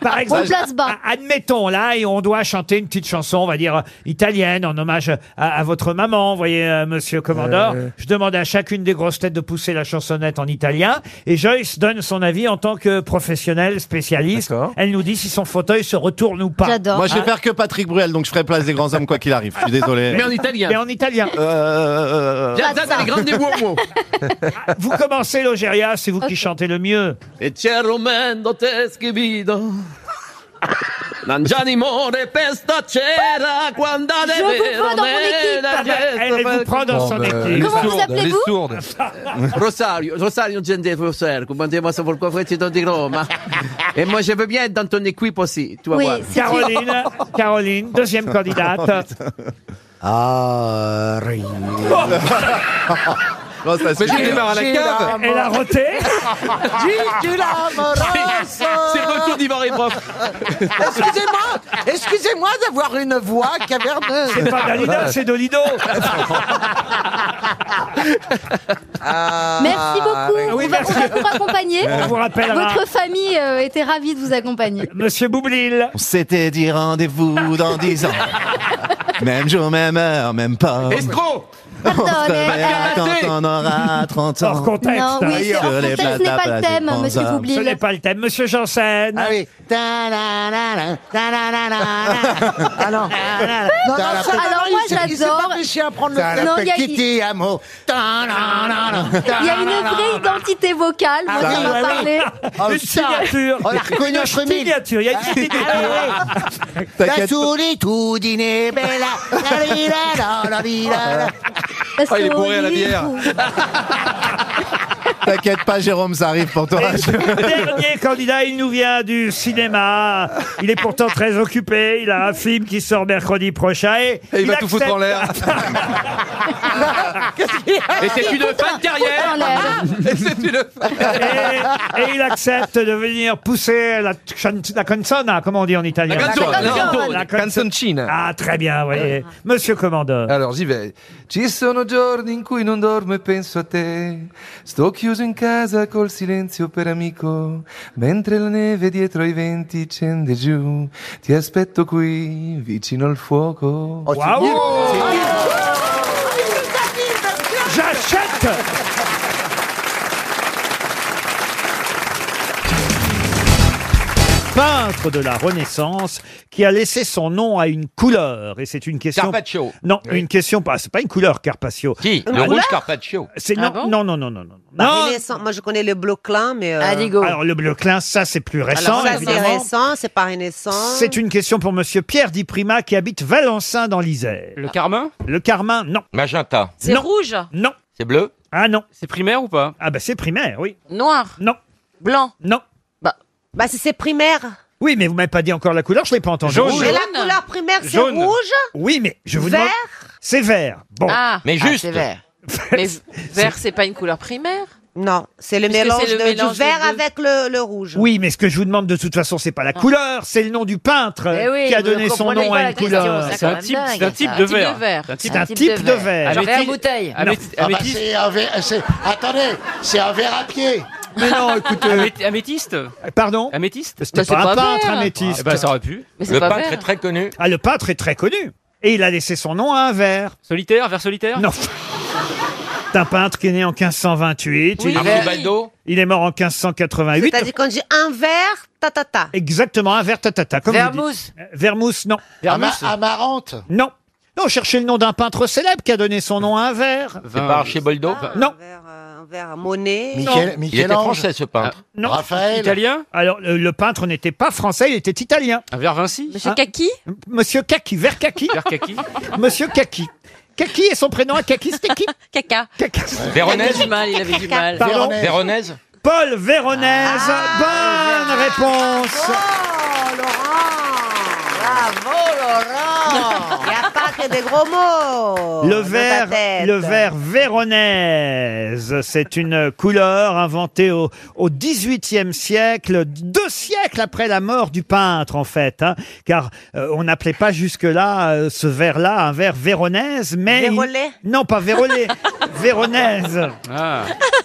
S1: Par
S19: On place bas.
S1: a- admettons là, et on doit chanter une petite chanson, on va dire euh, italienne, en hommage à, à votre maman, vous voyez, euh, monsieur Commandeur.
S5: Euh.
S1: Je demande à chacune des grosses têtes de pousser la chansonnette en italien, et Joyce donne son avis en tant que professionnelle spécialiste. Elle nous dit si son fauteuil se retourne ou pas.
S4: Moi, je vais
S1: Ah,
S4: faire que Patrick Bruel, donc je ferai place des grands hommes quoi qu'il arrive. Je suis désolé.
S1: Mais en italien. Ah, Mais en italien.
S4: Euh,
S1: ah, Vous commencez l'Ogéria, c'est vous qui chantez le mieux.
S20: E c'è romendo te schivido. Nangiani more pesta c'era quando
S19: Je vous veux dans mon équipe. Ah bah,
S1: elle vous prend dans
S21: ben,
S1: son équipe.
S19: Comment vous appelez-vous
S20: Rosario, Rosario gente Rosario, come andiamo a San Francesco di Roma. E moi je veux bien être dans ton équipe aussi, tu vas
S1: Oui,
S20: voir.
S1: c'est Caroline, Caroline, deuxième candidate.
S22: Oh, Ah, rien.
S4: Non, ça,
S22: Mais
S4: c'est-
S22: je démarre à la cave.
S1: Elle a roté.
S5: Gigi l'amoroso.
S20: C'est le retour d'Ivan Rebrov.
S5: Excusez-moi, excusez-moi d'avoir une voix caverneuse.
S1: C'est pas Dalida, c'est Dolido.
S5: Ah,
S19: Merci beaucoup.
S1: oui,
S19: on, va, on va vous accompagner.
S1: On vous rappellera.
S19: Votre famille euh, était ravie de vous accompagner.
S1: Monsieur Boublil.
S4: On s'était dit rendez-vous dans 10 ans. Même jour, même heure, même pas.
S20: Escroc
S4: On se
S19: Pardonnez.
S4: reverra quand on aura 30 ans.
S1: Hors contexte.
S19: Non, oui, c'est- hors contexte, ce n'est pas le thème, monsieur Boublil.
S1: Ce n'est pas le thème. Monsieur Janssen. Ah oui.
S5: Ah non. Non, non, ça, non,
S19: Alors
S5: il
S19: moi
S5: s'est- il s'est pas
S19: j'adore.
S5: péché à prendre le
S19: T'as la
S5: Non, il y a-
S19: petite
S5: il-
S19: Il y a une vraie identité vocale. Moi,
S5: Ah
S19: ça
S5: oui,
S19: m'a
S5: oui,
S19: parlé.
S1: une signature.
S5: Oh, On l'a reconnu
S1: une
S5: entre mille. Ah,
S1: signature. Il y a une signature.
S5: La solitudine bella, la villa, la, la villa, la.
S19: Parce
S5: Ah, il est
S19: que
S5: bourré à la
S19: au lit,
S5: bière.
S19: vous-
S16: T'inquiète pas, Jérôme, ça arrive pour toi.
S1: Dernier candidat, il nous vient du cinéma. Il est pourtant très occupé. Il a un film qui sort mercredi prochain. Et,
S22: Et il va tout foutre
S1: accepte-
S22: en l'air.
S1: Et c'est une fin de carrière.
S22: Et c'est une
S1: Et, et il accepte de venir pousser la, chan- la canzona, comment on dit en italien
S22: La canzone, la canzone.
S1: canzoncina. Ah, très bien, vous voyez. Monsieur Commandeur.
S22: Alors j'y vais. Ci sono giorni in cui non dormo e penso a te. Sto chiuso in casa col silenzio per amico. Mentre la neve dietro ai venti scende giù. Ti aspetto qui, vicino al fuoco.
S5: Oh,
S1: J'achète Peintre de la Renaissance qui a laissé son nom à une couleur. Et c'est une question.
S13: Carpaccio.
S1: Non, une question pas. C'est pas une couleur, Carpaccio.
S13: Qui Le
S1: Ah,
S13: rouge
S1: couleur
S13: Carpaccio.
S1: C'est non, non, non, non, non, non.
S23: La Renaissance. Moi, je connais le Bloclin, mais. euh,
S1: Alors le bleu clin, ça c'est plus récent.
S23: Alors, ça, c'est
S1: évidemment.
S23: récent, c'est pas Renaissance.
S1: C'est une question pour Monsieur Pierre Di Prima qui habite Valencin dans l'Isère. Le Carmin Le Carmin, non.
S13: Magenta.
S1: C'est rouge Non.
S13: C'est bleu
S1: Ah non.
S13: C'est primaire ou pas
S1: Ah bah c'est primaire, oui.
S23: Noir.
S1: Non.
S23: Blanc.
S1: Non.
S23: Bah, bah si c'est primaire.
S1: Oui, mais vous m'avez pas dit encore la couleur, je l'ai pas entendu.
S23: Et la couleur primaire, c'est rouge
S1: Oui, mais je vous
S23: Vert
S1: demande. C'est vert. Bon.
S24: Ah. Mais Ah, juste. c'est vert. Mais vert,
S1: C'est-
S24: c'est pas une couleur primaire
S23: Non, c'est le
S24: Puisque
S23: mélange,
S24: c'est le
S23: de-
S24: mélange
S23: du vert
S24: des deux.
S23: avec le, le rouge.
S1: Oui, mais ce que je vous demande de toute façon, c'est pas la couleur, c'est le nom du peintre
S23: Ah. Eh oui,
S1: qui a
S23: vous
S1: donné son
S23: comprenez
S1: nom
S23: pas
S1: à
S23: la
S1: une
S23: question,
S1: couleur.
S23: c'est quand même dingue, ça. Un type de verre.
S1: C'est un type de verre.
S5: Genre
S1: Avait-il-
S5: verre bouteille.
S1: Non.
S5: Ah bah, c'est un verre. c'est- Attendez, c'est un verre à pied.
S1: Mais non, écoute.
S5: euh,
S10: euh, améthyste
S1: Pardon
S10: Améthyste
S23: Bah,
S4: Bah,
S1: C'était pas, un peintre, un métis.
S10: Eh ben, ça aurait pu.
S13: Le peintre est très connu.
S1: Ah, le peintre est très connu. Et il a laissé son nom à un verre.
S10: Solitaire, vers solitaire
S1: Non. C'est un peintre qui est né en 1528.
S23: Oui,
S1: il, est...
S23: Archibald.
S1: il est mort en 1588.
S23: C'est-à-dire qu'on dit un verre, ta ta ta.
S1: Exactement, un verre tatata. Comme vous dites.
S23: Vermouth.
S1: Euh, Vermouth, non.
S23: Vermouth. Ama-
S1: amarante. Non. Non, cherchez le nom d'un peintre célèbre qui a donné son nom à un verre.
S13: C'est pas Archibaldo
S1: Non.
S23: Un verre à monnaie.
S1: Michel-
S13: Il était
S1: Michel-Ange.
S13: français ce peintre.
S1: Ah, Non.
S13: Raphaël. Italien
S1: Alors, le, le peintre n'était pas français, il était italien.
S10: Un verre Vinci
S1: Monsieur Kaki Monsieur Kaki, vers Kaki. Monsieur Kaki. Kaki et son prénom à Kaki, c'était qui Kaka.
S13: Véronèse
S24: Il avait du mal, il avait du mal. Ah,
S1: Pardon
S13: Véronèse
S1: Paul Véronèse. Bonne réponse.
S23: Bravo, Laurent Il n'y a pas que des gros mots
S1: Le
S23: Oh, dans ta
S1: vert,
S23: tête.
S1: le vert véronaise, c'est une couleur inventée au, au 18e siècle, deux siècles après la mort du peintre en fait, hein, car euh, on n'appelait pas jusque-là euh, ce vert-là un vert véronaise, mais... il- Non, pas vérolé, véronaise.
S10: Ah,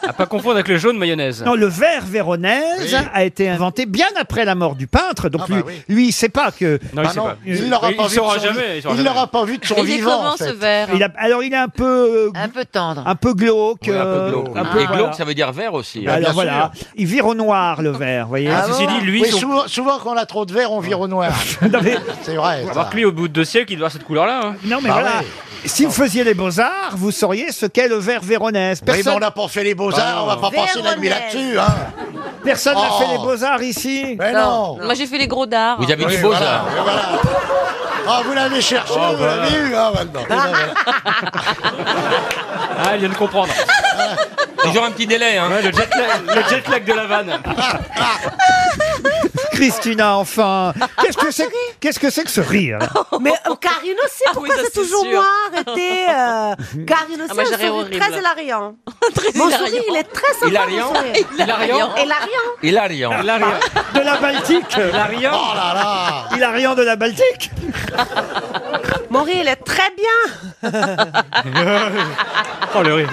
S10: à pas confondre avec le jaune mayonnaise.
S1: Non, le vert véronaise a été inventé bien après la mort du peintre, donc lui, lui, il sait pas que...
S10: Non, il sait pas.
S1: il
S10: Il
S1: l'aura
S10: il
S1: pas vu de
S10: saura
S1: son-
S10: jamais.
S1: il
S10: jamais.
S1: l'aura pas vu de son Mais il est vivant, comment, en fait. ce verre Il a- alors il est un peu euh,
S6: un peu tendre.
S1: Un peu glauque.
S13: Ouais, un peu
S1: euh,
S13: glauque.
S1: un peu,
S13: Et
S1: voilà.
S13: glauque, ça veut dire vert aussi. hein.
S1: Alors voilà, il vire au noir le verre, vous voyez.
S5: Ah bon Oui, souvent, souvent, quand on a trop de verre, on vire au noir. C'est vrai. ça.
S10: Alors que lui, au bout de deux siècles, il doit avoir cette couleur-là. hein.
S1: Non mais
S4: Bah
S1: voilà, si vous faisiez les beaux-arts, vous sauriez ce qu'est le verre véronèse.
S5: Oui, mais on n'a pas fait les beaux-arts,
S1: Ah.
S5: on va pas passer la nuit
S1: Véronèse.
S5: là-dessus. Hein.
S1: Personne n'a
S5: Oh.
S1: fait les beaux-arts ici.
S5: Mais non.
S24: Moi, j'ai fait les gros dards.
S13: Vous avez
S5: Oui,
S13: du beau ça.
S5: Ah, vous l'avez cherché,
S10: Oh,
S4: Bah,
S5: vous
S10: voilà.
S5: l'avez eu, hein, maintenant.
S10: Ah, il vient de comprendre.
S13: Toujours un petit délai. Hein.
S10: le, jet lag, le jet lag de la vanne.
S1: Christina, enfin, qu'est-ce que c'est Qu'est-ce que c'est que ce rire
S23: Mais euh, Karine aussi,
S24: Ah
S23: pourquoi c'est toujours moi Arrêtez euh, Karine aussi,
S24: Ah, moi, j'ai rire
S23: un sourire
S24: horrible.
S23: très hilariant.
S24: Très
S23: Mon
S24: hilariant.
S23: sourire, il est très sympa.
S13: Hilariant.
S23: mon sourire.
S13: Hilariant.
S23: Hilariant.
S13: Il a rien.
S10: Il a rien.
S1: De la Baltique
S10: Il a rien.
S5: Oh là là
S1: Il a rien de la Baltique
S23: Mon rire, il est très bien.
S10: Oh, le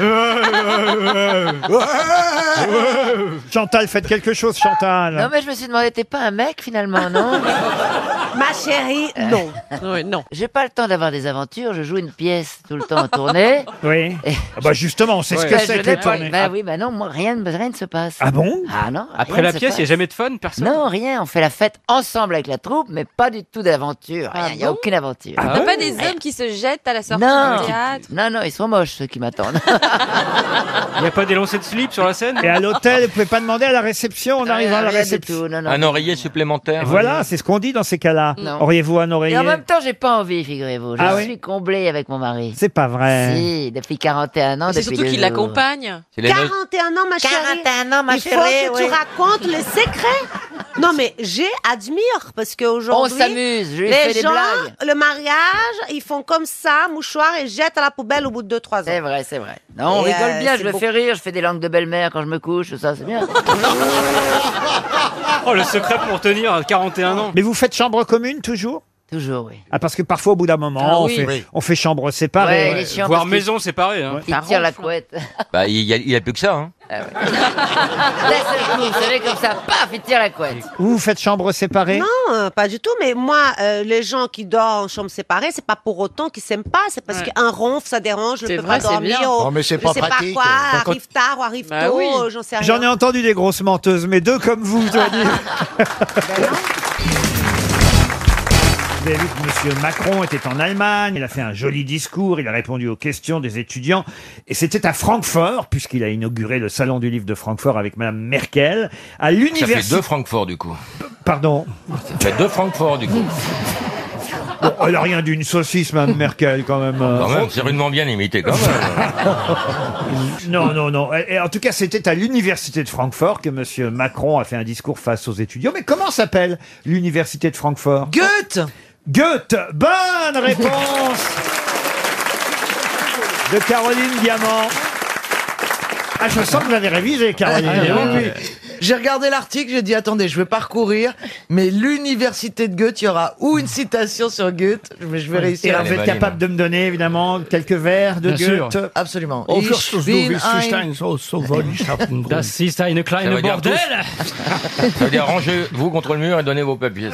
S10: rire.
S1: Chantal, faites quelque chose, Chantal.
S6: Non, Ah, mais je me suis demandé, t'es pas un mec finalement, non
S23: Ma chérie, non.
S6: non. J'ai pas le temps d'avoir des aventures, je joue une pièce tout le temps en tournée.
S1: Oui. Ah bah justement, c'est ce que
S6: Bah,
S1: c'est
S6: je
S1: que les
S6: n'ai pas-
S1: tournées.
S6: Bah oui, bah non, moi, rien, ne- rien ne se passe.
S1: Ah bon
S6: Ah non.
S10: Après la pièce, il n'y a
S6: jamais
S10: jamais de fun, personne.
S6: Non, rien. On fait la fête ensemble avec la troupe, mais pas du tout d'aventure.
S10: Ah
S6: Il n'y a aucune aventure. Eh,
S24: Il n'y a Ah bah, pas des hommes qui se jettent à la sortie
S6: Non.
S24: du théâtre
S6: non, non, ils sont moches ceux qui m'attendent.
S10: Il n'y a pas des lancers de slip sur la scène
S1: Et à l'hôtel, vous pouvez pas demander à la réception, on arrive à la
S6: Ah, rien du
S1: réception.
S6: tout, non, non.
S13: Un oreiller supplémentaire.
S1: Voilà, c'est ce qu'on dit dans ces cas-là.
S6: Non.
S1: Auriez-vous un oreiller
S6: Et en même temps, j'ai pas envie, figurez-vous. Je
S1: Ah oui
S6: suis comblé avec mon mari.
S1: C'est pas vrai.
S6: Si, depuis 41 ans,
S21: Ah, C'est
S6: depuis
S21: surtout
S6: deux
S21: qu'il
S6: jours.
S21: l'accompagne.
S6: C'est les noces-
S24: 41 ans, ma chérie.
S6: 41 ans, ma
S24: Il faut
S6: chérie,
S24: que
S6: oui.
S24: tu racontes le secret. Non, mais j'ai admire parce qu'aujourd'hui.
S6: On s'amuse, je lui
S24: Les
S6: fais des
S24: gens,
S6: blagues.
S24: le mariage, ils font comme ça, mouchoir, et jettent à la poubelle au bout de 2-3 ans. C'est
S6: vrai, c'est vrai. Non, on
S24: Et,
S6: rigole
S24: euh,
S6: bien,
S24: c'est
S6: je le
S24: beau.
S6: fais rire, je fais des langues de belle-mère quand je me couche, tout ça, c'est bien.
S10: Oh, le secret pour tenir à 41 ans.
S1: Mais vous faites chambre commune toujours
S6: Toujours, oui.
S1: Ah, parce que parfois, au bout d'un moment,
S10: Ah
S1: on,
S10: oui.
S1: fait,
S10: Oui.
S1: on fait chambre séparée.
S10: Voire maison séparée. Hein.
S6: Il tire la couette.
S13: Bah, il y a, il y a plus que ça. Hein.
S6: D'un seul coup, vous savez, comme ça, paf, il tire la couette.
S1: Vous, vous faites chambre séparée
S24: Non, euh, pas du tout. Mais moi, euh, les gens qui dorment en chambre séparée, c'est pas pour autant qu'ils s'aiment pas. C'est parce
S21: Ouais.
S24: qu'un ronfle, ça dérange. Je
S21: C'est
S24: peux
S21: vrai,
S24: pas
S21: c'est
S24: dormir.
S21: bien.
S24: oh,
S21: Non, mais c'est
S24: je
S21: pas
S24: sais
S21: pratique.
S24: pas quoi.
S21: Bah, quand-
S24: Arrive tard ou arrive
S21: Bah
S24: tôt.
S21: oui.
S24: euh, J'en sais rien.
S1: J'en ai entendu des grosses menteuses, mais deux comme vous, je dois dire.
S5: Oh
S24: Ben
S1: Vous avez vu que M. Macron était en Allemagne, il a fait un joli discours, il a répondu aux questions des étudiants, et c'était à Francfort, puisqu'il a inauguré le Salon du Livre de Francfort avec Mme Merkel, à
S13: Ça fait
S1: l'université...
S13: deux Francfort du coup.
S1: Bah, Pardon
S13: Ça fait deux Francfort du coup.
S1: Bon, Elle a rien d'une saucisse, Mme Merkel, quand même. euh.
S13: Quand même, c'est rudement bien imité quand même.
S1: Non, non, non. Et- et en tout cas, c'était à l'université de Francfort que M. Macron a fait un discours face aux étudiants. Mais comment s'appelle l'université de Francfort Goethe Goethe Bonne réponse de Caroline Diamant. Ah, je sens que vous avez révisé, Caroline.
S4: Ah,
S1: Diamant.
S4: oui, oui. J'ai regardé l'article, j'ai dit attendez, je vais parcourir, mais l'université de Goethe, il y aura ou une citation sur Goethe, mais je vais
S1: Et
S4: réussir à
S1: alors, vous êtes capable de me donner, évidemment, quelques vers de
S4: Bien sûr.
S1: Goethe
S4: Absolument.
S1: Au
S4: Ich
S1: Fürsthaus, du
S4: bin
S1: bist
S6: Ah,
S4: ein-
S1: Stein,
S10: Das ist eine
S13: Ça
S10: kleine
S13: veut dire
S10: bordel.
S13: Ça veut dire rangez-vous contre le mur et donnez vos papiers.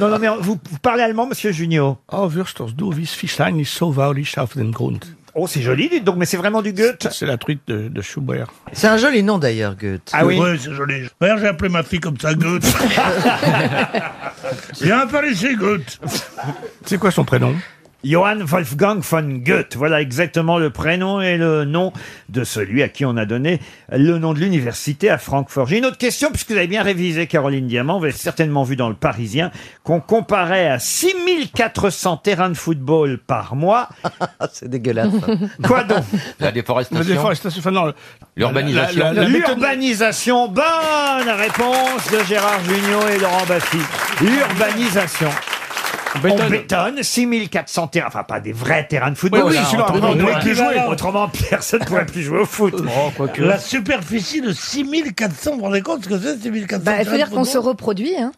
S1: Non, non, mais vous, vous parlez allemand, monsieur Junio
S25: Oh, wirst du, wie Fischlein ist so waulich auf den Grund.
S1: Oh, c'est joli, dites donc, mais c'est vraiment du Goethe
S25: C'est la truite de, de Schubert.
S4: C'est un joli nom d'ailleurs, Goethe.
S1: Ah
S25: Ouais, c'est joli. D'ailleurs, j'ai appelé ma fille comme ça, Goethe. Viens par ici, Goethe.
S1: C'est quoi son prénom Johann Wolfgang von Goethe. Voilà exactement le prénom et le nom de celui à qui on a donné le nom de l'université à Francfort. J'ai une autre question, puisque vous avez bien révisé, Caroline Diamant. Vous avez certainement vu dans le Parisien qu'on comparait à 6400 terrains de football par mois.
S4: C'est dégueulasse.
S1: Quoi donc
S13: La déforestation. L'urbanisation.
S1: La- la- la- L'urbanisation. Bonne réponse de Gérard Junior et Laurent Baffy. L'urbanisation. On bétonne 6400 terrains, enfin pas des vrais terrains de football.
S25: Oui, oui,
S1: là,
S25: celui-là,
S1: autrement,
S25: on
S1: on
S25: pourrait
S1: pourrait
S25: plus jouer.
S1: Autrement, personne ne pourrait plus jouer au foot.
S25: Oh,
S2: La superficie de 6400, vous vous rendez compte ce que c'est 6400
S26: Bah, il faut dire qu'on se reproduit. hein.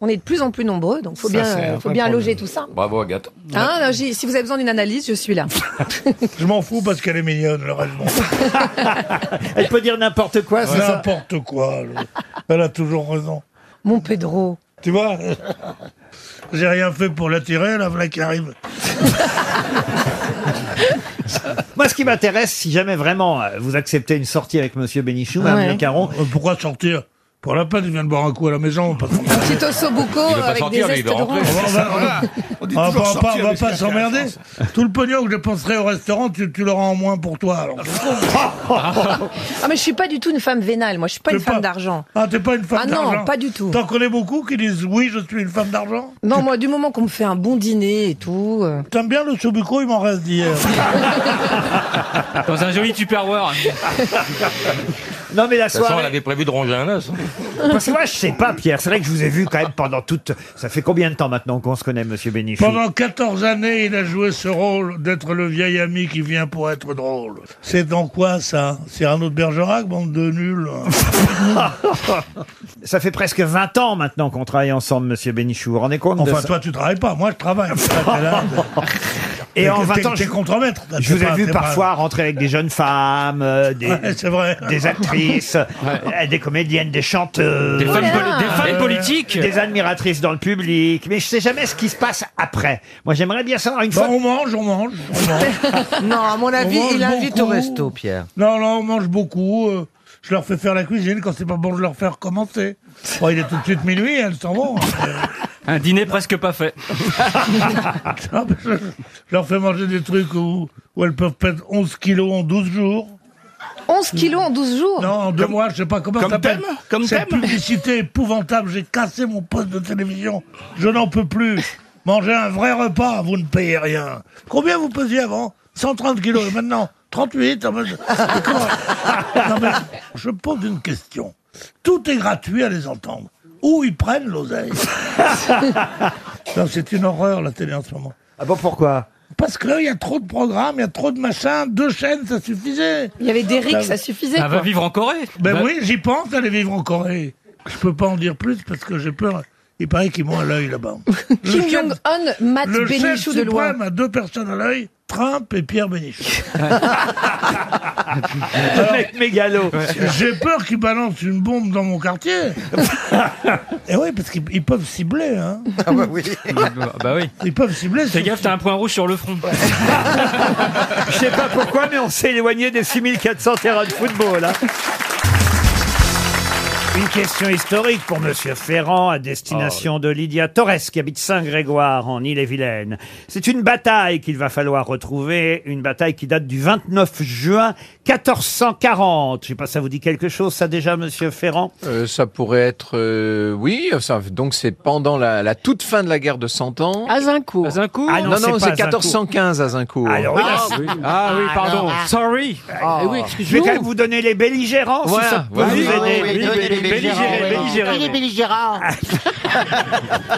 S26: On est de plus en plus nombreux, donc faut
S13: Ça,
S26: bien,
S13: c'est un
S26: euh, faut
S13: vrai
S26: bien
S13: problème.
S26: loger tout ça.
S13: Bravo Agathe.
S26: Hein, non, j'ai- si vous avez besoin d'une analyse, je suis là.
S2: Je m'en fous parce qu'elle est mignonne, le reste, je m'en fous.
S1: Elle peut dire n'importe quoi,
S2: c'est ça N'importe quoi. Elle a toujours raison.
S26: Mon Pedro.
S2: Tu vois J'ai rien fait pour l'attirer, la voilà qui arrive.
S25: Ah,
S1: Moi, ce qui m'intéresse, si jamais vraiment euh, vous acceptez une sortie avec Monsieur Bénichou, Madame
S26: Ouais.
S1: Lecarron,
S2: Euh, Pourquoi sortir Pour la peine, il vient de boire un coup à la maison. Pas trop.
S26: Un petit osso buco
S2: Il veut pas
S26: avec
S2: sortir,
S26: des
S2: lui, il
S26: zestes
S2: veut
S26: de
S2: rentrer.
S26: rhum.
S2: On va- on va-
S25: On dit
S2: on va
S25: toujours
S2: pas-
S25: sortir,
S2: on va
S25: mais
S2: pas
S25: c'est
S2: s'emmerder. Tout le pognon que je penserai au restaurant, tu, tu l'auras en moins pour toi. alors.
S26: Ah, mais je suis pas du tout une femme vénale, moi, je suis pas une femme d'argent.
S2: Ah, t'es pas une femme
S26: Ah non,
S2: d'argent
S26: pas du tout.
S2: T'en connais beaucoup qui disent oui, je suis une femme d'argent
S26: Non, moi, du moment qu'on me fait un bon dîner et tout. euh,
S2: T'aimes bien le sobuco, il m'en reste d'hier.
S10: Dans un joli tupperware.
S1: non mais la
S13: De toute façon,
S1: soirée.
S13: elle avait prévu de ronger un os. hein.
S1: Parce que moi, je sais pas, Pierre. C'est vrai que je vous ai vu quand même pendant toute. Ça fait combien de temps maintenant qu'on se connaît, Monsieur Bénichou
S2: Pendant 14 années, il a joué ce rôle d'être le vieil ami qui vient pour être drôle. C'est dans quoi ça C'est Arnaud de Bergerac, bande de nuls.
S1: Ça fait presque 20 ans maintenant qu'on travaille ensemble, Monsieur Bénichou. Vous vous rendez compte de
S2: Enfin,
S1: ça
S2: toi, tu travailles pas. Moi, je travaille. T'es là, t'es-
S1: Et en
S2: t'es-
S1: 20 ans,
S2: t'es
S1: je-
S2: contremaître.
S1: Je vous
S2: T'es
S1: ai
S2: pas-
S1: vu
S2: t'es pas-
S1: parfois rentrer avec des jeunes femmes, euh, des,
S2: Ouais, c'est vrai.
S1: des actrices, euh, des comédiennes, des chanteuses, Euh,
S10: Des femmes Oula. poli- des femmes politiques.
S1: des admiratrices dans le public. Mais je sais jamais ce qui se passe après. Moi, j'aimerais bien savoir une
S2: Bon,
S1: fois.
S2: on mange, on mange.
S4: non, à mon avis,
S2: mange
S4: il invite au
S2: beaucoup.
S4: resto, Pierre.
S2: Non, non, on mange beaucoup. euh, je leur fais faire la cuisine. Quand c'est pas bon, je leur fais recommencer. Bon, il est tout de suite minuit, elles s'en vont.
S10: Un dîner presque pas fait.
S2: Non, parce que je leur fais manger des trucs où, où elles peuvent perdre 11 kilos en 12 jours.
S23: 11 kilos en 12 jours
S2: Non, deux mois, je sais pas comment
S27: Comme
S2: ça s'appelle.
S27: thème Comme
S2: Cette
S27: thème
S2: publicité épouvantable, j'ai cassé mon poste de télévision. Je n'en peux plus. Mangez un vrai repas, vous ne payez rien. Combien vous pesiez avant 130 kilos, et maintenant 38. Ah ben, je- mais comment- Non, mais je pose une question. Tout est gratuit à les entendre. Où ils prennent l'oseille Non, C'est une horreur la télé en ce moment.
S28: Ah bon, pourquoi
S2: Parce que là, il y a trop de programmes, il y a trop de machins, deux chaînes, ça suffisait. Bah,
S23: Il y avait des ricks, ça suffisait,
S10: Ah, va quoi. vivre en Corée.
S2: Ben
S10: Va-
S2: oui, j'y pense d'aller vivre en Corée. Je peux pas en dire plus parce que j'ai peur. Il paraît qu'ils m'ont à l'œil là-bas. Le
S23: Kim
S2: chef-
S23: Jong-un mate
S2: le chef
S23: Bénichou de loin.
S2: suprême a deux personnes à l'œil, Trump et Pierre Bénichou.
S1: mec mégalo.
S2: J'ai peur qu'ils balancent une bombe dans mon quartier. et oui, parce qu'ils ils peuvent cibler. Hein.
S10: Ah bah oui. bah oui.
S2: Ils peuvent cibler.
S10: Fais gaffe, t'as un point rouge sur le front.
S1: Je sais pas pourquoi, mais on s'est éloigné des 6400 terrains de football. hein. Une question historique pour Monsieur Ferrand à destination de Lydia Torres qui habite Saint-Grégoire en Ille-et-Vilaine. C'est une bataille qu'il va falloir retrouver, une bataille qui date du 29 juin 1440. Je sais pas, ça vous dit quelque chose ça déjà, Monsieur Ferrand
S4: Euh, ça pourrait être... euh, oui, ça- donc c'est pendant la, la toute fin de la guerre de 100 Ans.
S1: Azincourt. Azincourt
S4: non, non, c'est 1415 à Zincourt.
S1: Alors oui, Ah, là, oui.
S4: Ah oui, pardon.
S1: Ah.
S4: Sorry.
S1: Ah,
S4: Eh oui,
S1: je vais
S4: excuse-nous.
S1: quand même vous donner les belligérants si
S4: Voilà,
S1: ça peut
S4: voilà.
S1: vous
S4: Oui, oui,
S1: aider.
S4: oui, oui, donnez les belligérants, oui. Donnez les
S1: belligérants.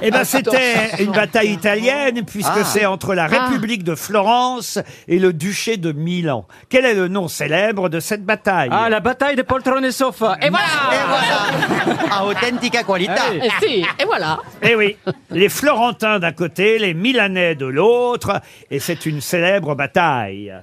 S1: Eh ben c'était une bataille italienne puisque
S4: Ah.
S1: c'est entre la
S4: Ah.
S1: République de Florence et le duché de Milan. Quel est le nom célèbre de cette bataille
S10: Ah, la bataille des poltrons et sofas. Et voilà
S1: Ah, authentica qualità.
S21: Eh si, et voilà.
S1: Eh oui, les Florentins d'un côté, les Milanais de l'autre, et c'est une célèbre bataille.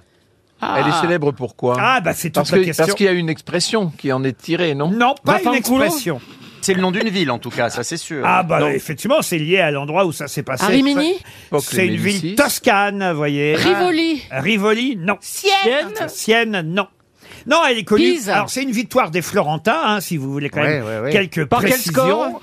S4: Elle est célèbre pourquoi
S1: Ah, bah, c'est toute
S4: parce
S1: la
S4: que-
S1: question.
S4: Parce qu'il y a une expression qui en est tirée, non
S1: Non, pas une expression.
S5: C'est le nom d'une ville, en tout cas, ça c'est sûr.
S1: Ah bah
S5: Non.
S1: effectivement, c'est lié à l'endroit où ça s'est passé.
S5: À Rimini
S4: Oh,
S1: C'est une
S5: Époque Médicis.
S1: ville toscane, vous voyez.
S21: Rivoli.
S1: Ah. Rivoli, non. Sienne Sienne, non. Non, elle est connue.
S21: Pise.
S1: Alors c'est une victoire des Florentins, hein, si vous voulez quand même
S5: Ouais, ouais, ouais.
S1: quelques
S5: Par quel
S1: précisions.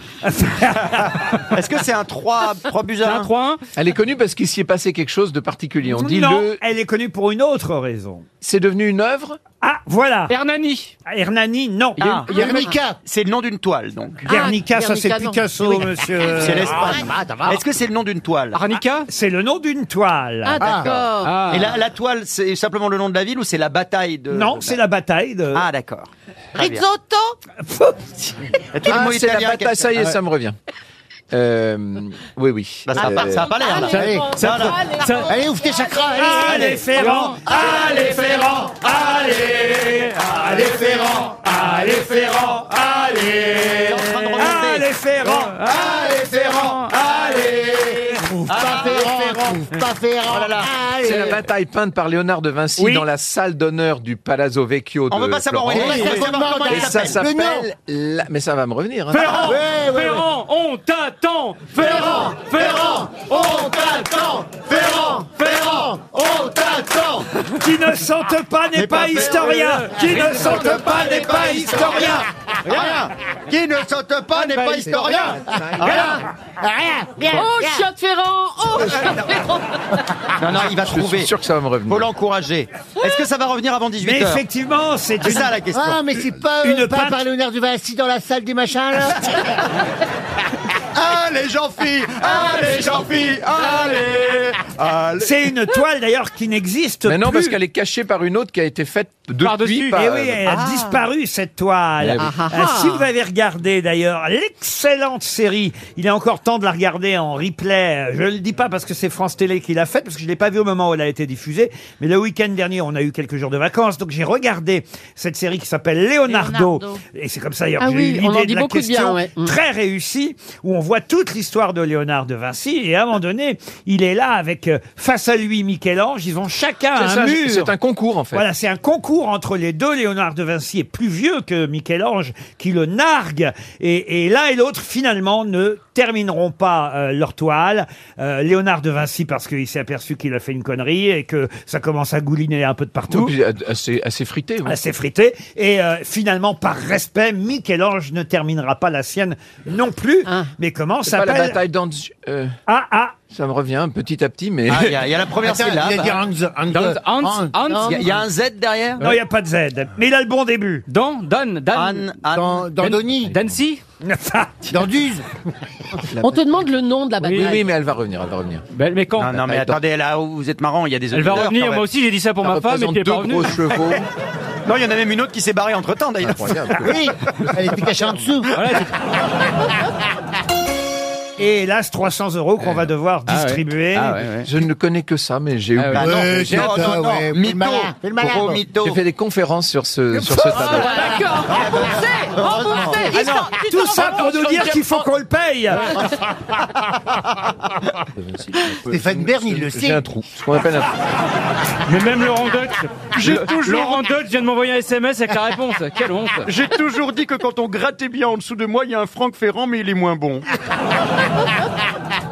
S4: Est-ce que c'est un 3, 3 buts
S1: à un
S4: 3 Elle est connue parce qu'il s'y est passé quelque chose de particulier. On dit
S1: non,
S4: le.
S1: elle est connue pour une autre raison.
S4: C'est devenu une œuvre
S1: Ah, voilà.
S4: Hernani.
S1: Hernani, non. Ah.
S4: Il y a- il y a-
S5: C'est le nom d'une toile, donc.
S1: Guernica, ça c'est
S5: Guernica, non.
S1: Picasso,
S5: Oui.
S1: monsieur.
S5: C'est l'Espagne. Ah, ça va. Est-ce que c'est le nom d'une toile
S1: Arnica C'est le nom d'une toile.
S5: Et la, la toile, c'est simplement le nom de la ville ou c'est la bataille de.
S1: Non, c'est la bataille de.
S5: Ah, d'accord. Très bien.
S1: Risotto
S5: Et tous les
S4: Ah,
S5: mots
S4: c'est la
S5: italiens,
S4: bataille, ça y est,
S5: quelqu'un-
S4: ça me revient. Euh, oui, oui.
S5: Bah, ça a pas- ça a pas l'air, là. Allez,
S4: Ça-
S5: bon,
S4: ça-
S5: allez,
S4: ça-
S5: bon.
S4: Allez, ouvre tes chakras.
S5: Allez, Ferrand,
S4: allez,
S5: Ferrand,
S4: allez,
S5: allez, Ferrand,
S4: allez, Ferrand,
S5: allez.
S1: Allez, Ferrand,
S5: allez, Ferrand, allez. Ah,
S16: Pas Ferrand, trouve pas
S5: Oh
S16: Ferrand. Allez.
S4: C'est la bataille peinte par Léonard de Vinci dans la salle d'honneur du Palazzo Vecchio de
S5: On veut pas savoir,
S4: Florence.
S5: on veut pas savoir comment
S4: Et
S5: il
S4: ça
S5: s'appelle.
S4: s'appelle... la- Mais ça va me revenir. hein.
S5: Ferrand,
S4: Ouais, ouais, ouais.
S10: Ferrand, on t'attend Ferrand, Ferrand, on t'attend Ferrand, Ferrand, on t'attend
S1: Qui ne sente pas n'est pas, historien Qui ne sente pas n'est pas historien
S5: Euh, Rien Qui ne saute pas n'est pas historien Rien Euh,
S29: Rien, rien.
S21: Oh, chien de Ferrand Oh, chien de Ferrand
S5: Non, non, il va trouver. Je suis sûr
S4: que ça va me revenir.
S5: Faut l'encourager. Est-ce que ça va revenir avant 18h
S1: Mais effectivement, c'est
S5: C'est
S1: une-
S5: ça la question.
S16: Ah, mais c'est pas, euh,
S1: Une
S16: pas
S1: pinte-
S16: par Léonard du Vinci dans la salle des machins, là
S5: Allez, Jean-Phi Allez, Jean-Phi Allez
S1: Ah, C'est une toile d'ailleurs qui n'existe
S4: Mais non,
S1: plus.
S4: parce qu'elle est cachée par une autre qui a été faite depuis. Ah.
S1: Eh oui, elle
S16: Ah.
S1: a disparu cette toile.
S4: Eh oui. Ah,
S1: Euh,
S4: ah.
S1: si vous avez regardé d'ailleurs l'excellente série, il est encore temps de la regarder en replay. Je le dis pas parce que c'est France Télé qui l'a faite, parce que je l'ai pas vue au moment où elle a été diffusée. Mais le week-end dernier, on a eu quelques jours de vacances, donc j'ai regardé cette série qui s'appelle Leonardo.
S21: Leonardo.
S1: Et c'est comme ça d'ailleurs
S21: Ah
S1: que j'ai
S21: oui,
S1: eu
S21: on en
S1: l'idée
S21: dit
S1: de la
S21: beaucoup de bien,
S1: question
S21: ouais. Mm.
S1: très réussie, où on voit toute l'histoire de Léonard de Vinci. Et à un moment donné, il est là avec euh, face à lui Michel-Ange. Ils ont chacun
S4: C'est
S1: un
S4: ça,
S1: mur.
S4: c'est un concours, en fait.
S1: Voilà, c'est un concours entre les deux. Léonard de Vinci est plus vieux que Michel-Ange, qui le nargue. Et, et l'un et l'autre, finalement, ne termineront pas euh, leur toile. Euh, Léonard de Vinci, parce qu'il s'est aperçu qu'il a fait une connerie et que ça commence à gouliner un peu de partout.
S4: Oui, puis, euh, assez, assez frité. oui.
S1: Assez frité. Et euh, finalement, par respect, Michel-Ange ne terminera pas la sienne non plus. Mais Et comment
S21: C'est pas la
S1: s'appelle
S21: bataille d'Anz... euh,
S1: Ah, ah
S21: Ça me revient petit à petit, mais...
S1: Ah, il y a- il y a la première Attends, syllabe. il a dit Hans, Hans, Dans- Hans, Hans. Hans. Il y a- il y a un Z
S10: derrière
S1: Non, il n'y a pas de Z. Mais il a le bon début.
S10: Don, Don, Dan. Dans,
S1: dans
S10: Donny. Dancy.
S1: Dans Duse.
S10: On te demande le nom de la
S21: Oui, oui, mais elle va revenir, elle va revenir.
S10: Ben, mais quand
S21: Non, non, mais
S10: attendez,
S4: là, vous êtes marrant, il y a des
S10: Elle va revenir, moi aussi, j'ai dit ça pour ma femme, et puis elle est pas revenue.
S4: Non, il y en a même une autre qui s'est barrée entre temps d'ailleurs.
S1: Oui, elle était cachée en dessous. Et hélas, 300 euros qu'on va devoir
S21: Ah ouais.
S1: distribuer.
S21: Ah ouais, ouais. Je ne connais que ça, mais
S10: Ah
S21: j'ai oublié.
S1: Bah non, Ouais,
S21: j'ai
S1: j'ai- attends, attends, ouais, fais le
S21: mytho,
S1: malin, fais le malin.
S21: gros mytho. J'ai fait des conférences sur ce, sur
S4: Ah,
S21: ce tabac.
S5: D'accord, remboursé, remboursé.
S1: Ah
S5: il
S1: non,
S5: sort- tu
S1: tout
S5: t'en
S1: ça
S5: vas
S1: pour
S10: Ah,
S5: dans
S1: nous
S5: le
S1: dire qu'il faut
S5: Japon.
S1: qu'on le paye.
S21: Stéphane Bern, il le sait. J'ai un trou, ce qu'on appelle un trou.
S10: Mais même Laurent Dutch.
S4: J'ai
S10: Le-
S4: toujours-
S10: Laurent Dutch vient de m'envoyer un SMS avec la réponse. Quelle honte.
S4: J'ai toujours dit que quand on grattait bien en dessous de moi, il y a un Franck Ferrand, mais il est moins bon.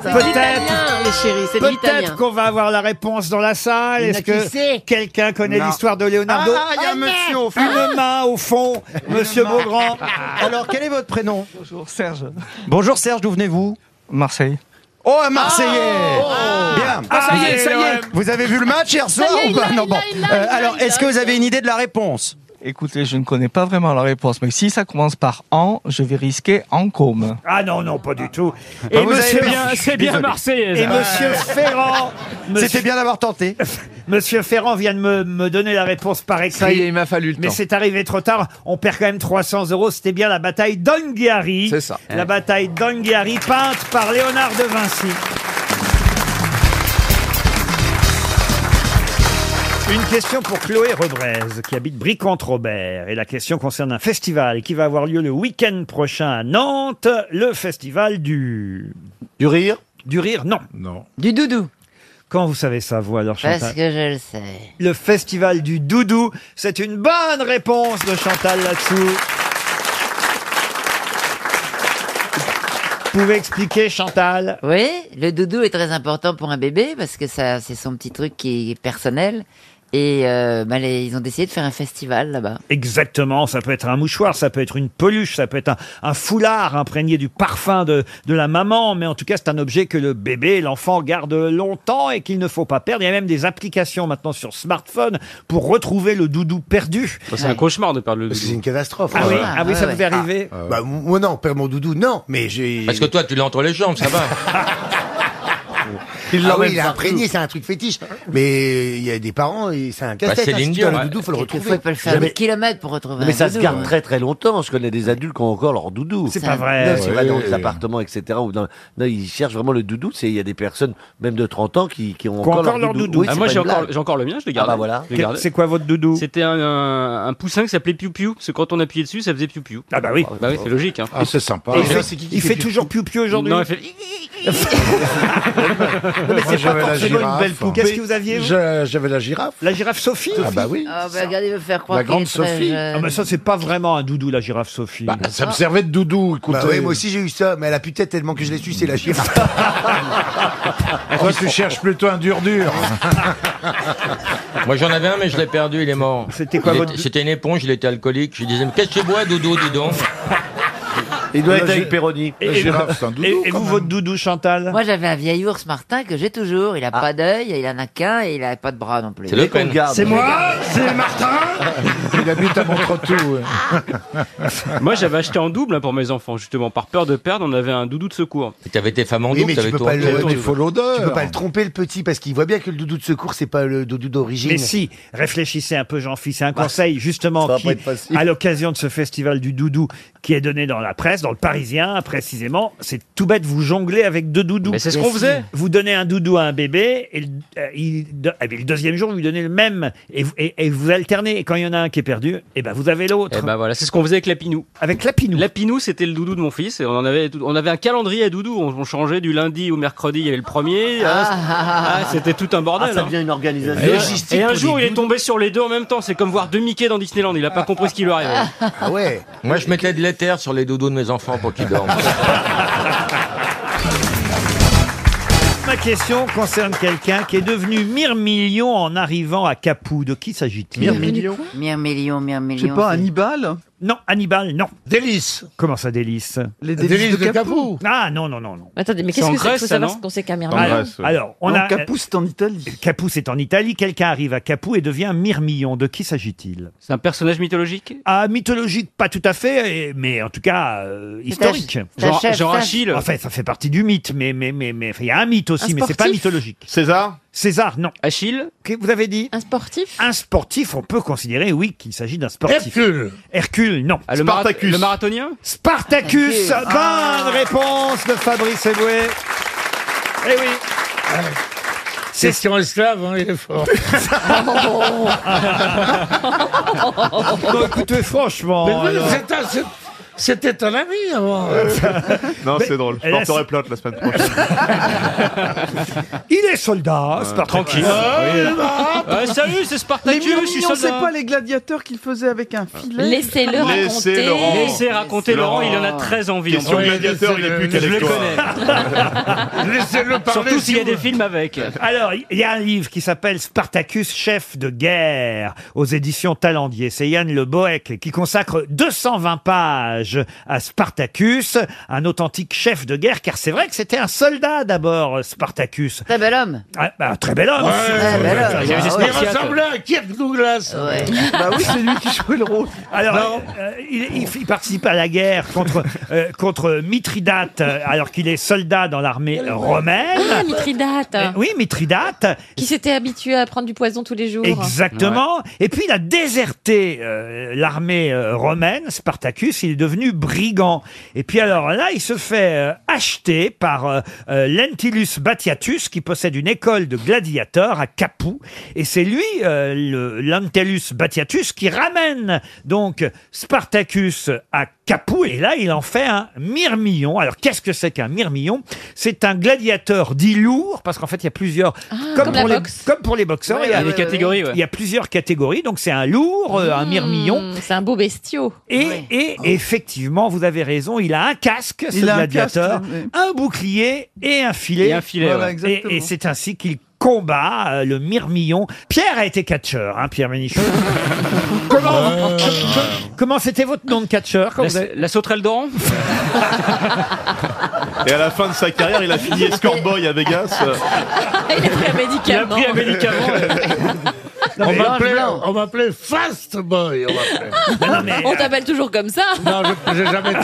S10: C'est
S1: Peut-être-
S10: l'italien, les chéris, c'est de l'italien.
S1: Peut-être qu'on va avoir la réponse dans la salle.
S4: Il y en a
S1: Est-ce
S4: qui
S1: que quelqu'un connaît
S4: Non.
S1: l'histoire de Leonardo
S4: Ah, il y a un monsieur au fond.
S1: Une main au fond, monsieur Beaugrand.
S4: Alors, quel est votre prénom
S16: Bonjour Serge.
S4: Bonjour Serge, d'où venez-vous
S16: Marseille.
S4: Oh, un Marseillais Bien
S16: Ah,
S4: Oh. Ça y est,
S16: et
S4: ça y est
S16: l'OM.
S4: Vous avez vu le match hier
S16: Ça
S4: soir
S16: y est,
S4: ou
S16: il
S4: pas
S16: l'a,
S4: Non,
S16: il
S4: bon.
S16: l'a, il l'a,
S4: Euh,
S16: il l'a,
S4: Alors,
S16: il
S4: est-ce que
S16: l'a.
S4: vous avez une idée de la réponse
S16: Écoutez, je ne connais pas vraiment la réponse, mais si ça commence par en, je vais risquer en com.
S1: Ah non, non, pas du tout.
S16: Et Bah, vous monsieur- avez bien- c'est bien
S1: Marseille.
S16: Marseillais,
S1: Et
S16: ça.
S1: monsieur Ferrand. C'était bien d'avoir tenté. Monsieur Ferrand vient de me, me donner la réponse par écrit.
S21: Ça y est, il m'a fallu le
S1: Mais
S21: temps.
S1: c'est arrivé trop tard. On perd quand même 300 euros. C'était bien la bataille d'Anghiari. C'est
S21: ça.
S1: La bataille d'Anghiari, peinte par Léonard de Vinci. Une question pour Chloé Rebrez, qui habite Bricante-Robert. Et la question concerne un festival qui va avoir lieu le week-end prochain à Nantes, le festival du... Du rire Du rire, non. Non. Du doudou. Quand vous savez ça, vous, alors, Chantal
S6: Parce que je le sais.
S1: Le festival du doudou, c'est une bonne réponse de Chantal là-dessous. Vous pouvez expliquer, Chantal
S6: Oui, le doudou est très important pour un bébé parce que ça, c'est son petit truc qui est personnel. Et euh, bah, les- ils ont décidé de faire un festival
S8: Bah,
S6: là-bas.
S1: Exactement, ça peut être un mouchoir, ça peut être une peluche, ça peut être un, un foulard imprégné du parfum de, de la maman, mais en tout cas c'est un objet que le bébé, l'enfant garde longtemps et qu'il ne faut pas perdre. Il y a même des applications maintenant sur smartphone pour retrouver le doudou perdu.
S8: C'est un cauchemar de perdre le doudou.
S1: C'est une
S8: catastrophe.
S1: Ah oui, ah oui, ça vous est arrivé
S8: Bah, moi non, perdre mon doudou, non, mais j'ai.
S13: Parce que toi, tu l'as entre les jambes, ça va.
S8: Il
S13: l'emmène
S8: ah oui, il est
S13: partout.
S8: imprégné, c'est un truc fétiche. Mais il y a des parents, et c'est un casse-tête.
S1: Bah,
S8: hein.
S13: Céline
S8: Si tu
S13: Dion,
S8: as
S13: ouais.
S8: le doudou, faut le retrouver.
S6: Il faut pas le faire
S8: Mais-
S6: des kilomètres pour retrouver
S30: Mais
S6: un
S30: ça se
S6: doudou,
S30: garde
S6: hein.
S30: très très longtemps. Je connais des adultes qui ont encore leur doudou.
S6: C'est pas vrai.
S30: Non, c'est vrai,
S6: Ouais.
S30: dans les appartements, etc. Ou dans- non, ils cherchent vraiment le doudou. C'est- Il y a des personnes, même de 30 ans, qui, qui ont
S1: Qui ont
S30: encore,
S1: encore leur doudou.
S30: Oui,
S1: Ah,
S30: c'est
S1: moi,
S30: pas
S1: j'ai
S30: une
S1: encore-
S30: blague.
S1: j'ai encore le mien, je l'ai gardé.
S30: Ah bah voilà.
S1: Je l'ai gardé. C'est quoi votre doudou
S8: C'était un, un- un poussin qui s'appelait Piu Piu. Parce que quand on appuyait dessus, ça faisait Piu Piu.
S1: Ah bah oui.
S8: Bah oui, c'est logique. Ah, c'est sympa.
S1: Et il fait, il fait toujours piou piou aujourd'hui
S8: Non, il fait-
S1: Non, mais
S8: Moi,
S1: c'est pas
S8: j'avais la
S1: forcément une
S8: girafe. Euh,
S1: belle poupée. Qu'est-ce que vous aviez vous
S8: J'avais la girafe.
S1: La girafe Sophie
S8: Ah bah oui.
S6: Ah, bah, regardez, il veut faire croire
S8: La
S6: qu'il est
S8: grande
S6: très
S8: Sophie. Bah,
S6: jeune.
S1: Ah bah ça c'est pas vraiment un doudou la girafe Sophie.
S8: euh, ça me servait
S1: de doudou, écoutez.
S8: Bah oui, moi aussi j'ai eu ça, mais elle a pu tête tellement que je l'ai su, c'est la girafe.
S13: Ah, Toi, tu cherches
S8: plutôt un dur-dur.
S13: Moi, j'en avais un, mais je l'ai perdu, il est mort. C'était
S1: quoi votre-
S13: C'était une éponge, il était alcoolique. Je lui disais, mais qu'est-ce que tu bois, doudou, dis donc
S30: Il doit être avec Péroni.
S1: Et- et- et- et vous, votre doudou, Chantal Ah.
S6: Moi, j'avais un vieil ours martin que j'ai toujours. Il a pas d'œil, il en a qu'un et il a pas de bras non plus. Ah.
S13: C'est Le Pen.
S6: C'est moi,
S8: c'est Martin.
S16: Il habite à Montretout.
S8: Moi,
S10: j'avais acheté en double hein, pour mes enfants, justement. Par peur de perdre, on avait un doudou de secours.
S13: Et t'avais tes femmes en
S8: Oui,
S13: double,
S8: mais tu
S13: t'avais
S8: peux,
S13: ton-
S8: pas le,
S13: ton-
S8: tu, tu peux pas le tromper le petit parce qu'il voit bien que le doudou de secours c'est pas le doudou d'origine. Bah,
S1: Mais si, réfléchissez un peu, Jean-Philippe. C'est un conseil, justement, qui, à l'occasion de ce festival du doudou qui est donné dans la presse, dans le Parisien, précisément, c'est tout bête, vous jonglez avec deux doudous.
S8: Mais c'est ce qu'on faisait.
S1: Vous donnez un doudou à un bébé, et le, euh, il do- eh bien, le deuxième jour, vous lui donnez le même, et, vous- et- et vous alternez. Et quand il y en a un qui est perdu, eh ben, vous avez l'autre.
S8: Eh ben
S10: Voilà, c'est ce qu'on faisait avec Lapinou.
S1: Avec Lapinou.
S10: Lapinou, c'était le doudou de mon fils. Et on en avait, on avait un calendrier à doudou. On, on changeait du lundi au mercredi. Il y avait le premier.
S30: Ah,
S10: hein,
S30: ah,
S10: ah, c'était tout un bordel.
S30: Ah, ça
S10: hein.
S30: devient une organisation.
S10: Et,
S30: Logistique
S10: et un
S30: pour
S10: jour,
S30: les
S10: il est tombé sur les deux en même temps. C'est comme voir deux Mickey dans Disneyland. Il a pas compris ce qui lui arrivait.
S8: Ah ouais.
S13: Moi, je mettais de l'éther sur les doudous de mes enfants pour qu'ils dorment.
S1: Ma question concerne quelqu'un qui est devenu mirmillion en arrivant à Capou. De qui s'agit-il
S6: Mire million, mire million.
S16: Je sais pas, Hannibal
S1: Non, Hannibal, non. Délices. Comment ça, délices Les
S2: délices Délices de de Capoue.
S1: Ah non, non, non, non.
S7: Attendez, mais
S1: C'est
S7: qu'est-ce
S1: en
S7: que c'est Il
S1: Grèce,
S7: faut
S1: ça,
S7: savoir
S1: non
S7: ce qu'on sait
S1: En
S7: qu'Amerlin.
S1: Grèce, ouais. Alors, on a-
S7: c'est en Italie.
S1: Capou, c'est en Italie. Quelqu'un arrive à Capou et devient Myrmillon. De qui s'agit-il
S9: C'est un personnage mythologique
S1: Ah, mythologique, pas tout à fait, et- mais en tout cas euh, historique.
S9: c'est un Genre- chef, genre c'est un- Achille.
S1: Enfin, ça fait partie du mythe, mais mais mais mais enfin, il y a un mythe aussi,
S9: Un
S1: mais c'est pas
S9: sportif
S1: mythologique. César. César, non.
S9: Achille.
S1: vous avez dit
S7: Un sportif.
S1: Un sportif, on peut considérer, oui, qu'il s'agit d'un sportif.
S2: Hercule.
S1: Hercule, non.
S9: Ah, le mara- Spartacus. le marathonien
S1: Spartacus.
S9: Spartacus. Ah.
S1: Bonne réponse de Fabrice Eboué. Eh oui.
S2: C'est sur esclave, hein, il est fort.
S5: Ah,
S2: Bah,
S1: Non, écoutez, franchement.
S2: Mais oui,
S1: alors.
S2: c'est un- c'est- C'était ton ami avant.
S31: Non,
S1: Mais-
S31: c'est drôle. Je
S1: elle a-
S31: porterai plate la semaine prochaine. Euh,
S1: Il est soldat,
S9: Tranquille.
S16: Ah,
S1: Ah,
S9: Ouais, Ah, salut, c'est
S14: Les
S9: Spartacus, je suis
S14: Myrmillons,
S9: soldat.
S14: c'est pas les gladiateurs qu'ils faisaient avec un filet.
S7: Laissez-le raconter. Laissez Laurent.
S9: Laissez raconter Laurent, il en a très envie.
S31: Question
S9: Oui,
S31: gladiateur, il
S9: laissez-le.
S31: est plus
S9: Je
S31: qu'avec
S9: le
S31: toi.
S9: connais.
S2: Laissez-le parler,
S9: Surtout s'il y a
S2: si
S9: des
S2: vous-
S9: films avec.
S1: Alors, il y a un livre qui s'appelle Spartacus, chef de guerre, aux éditions Talandier. C'est Yann Le Boec qui consacre 220 pages à Spartacus, un authentique chef de guerre, car c'est vrai que c'était un soldat d'abord, Spartacus.
S6: Très bel homme.
S1: Ah, bah, un très Ah, bel homme.
S2: Ouais,
S1: surtout.
S2: ouais,
S1: Il y avait des
S2: Il
S1: spartiates.
S2: ressemblait à Kirk Douglas.
S1: Bah oui, c'est
S2: lui qui jouait le rôle. Bah,
S1: Alors, euh, il, il- il participe à la guerre contre, euh, contre Mithridate, euh, alors qu'il est soldat dans l'armée romaine.
S7: Ah, Mithridate.
S1: Euh, oui, Mithridate.
S7: Qui s'était habitué à prendre du poison tous les jours.
S1: Exactement. Et puis il a déserté euh, l'armée euh, romaine, Spartacus, il est devenu brigand. Et puis alors là, il se fait euh, acheter par euh, euh, Lentulus Batiatus, qui possède une école de gladiateurs à Capoue. Et c'est lui, euh, le Lentulus Batiatus, qui ramène donc Spartacus à Capoue. Et là, il en fait un myrmillon. Alors qu'est-ce que c'est qu'un myrmillon C'est un gladiateur dit lourd, parce qu'en fait, il y a plusieurs...
S7: Ah, comme la
S1: pour les,
S7: boxe.
S1: comme pour les boxeurs,
S7: Ouais,
S1: il y a
S7: ouais, ouais,
S9: catégories, ouais.
S1: il y a plusieurs catégories, donc c'est un lourd, euh, un mirmillon.
S7: Mmh, C'est un beau bestiau.
S1: Et, et effectivement, vous avez raison, il a un casque, ce
S7: Il a un
S1: gladiateur,
S7: casque,
S1: un bouclier et un filet.
S9: Et un filet, Voilà, ouais.
S1: Et- et c'est ainsi qu'il combat euh, le mirmillon. Pierre a été catcheur, hein, Pierre Ménichon. comment comment c'était votre nom de catcheur quand
S9: La,
S1: vous avez-
S9: la sauterelle d'Oran
S31: Et à la fin de sa carrière, il a fini escort boy à Vegas.
S7: Il a pris un médicament.
S9: Il a pris un médicament.
S2: On
S31: mais-
S2: m'appelait-
S7: Blanc.
S2: on m'appelait Fast Boy. On m'appelait.
S5: euh,
S7: On t'appelle toujours comme ça.
S2: Non, je- j'ai jamais été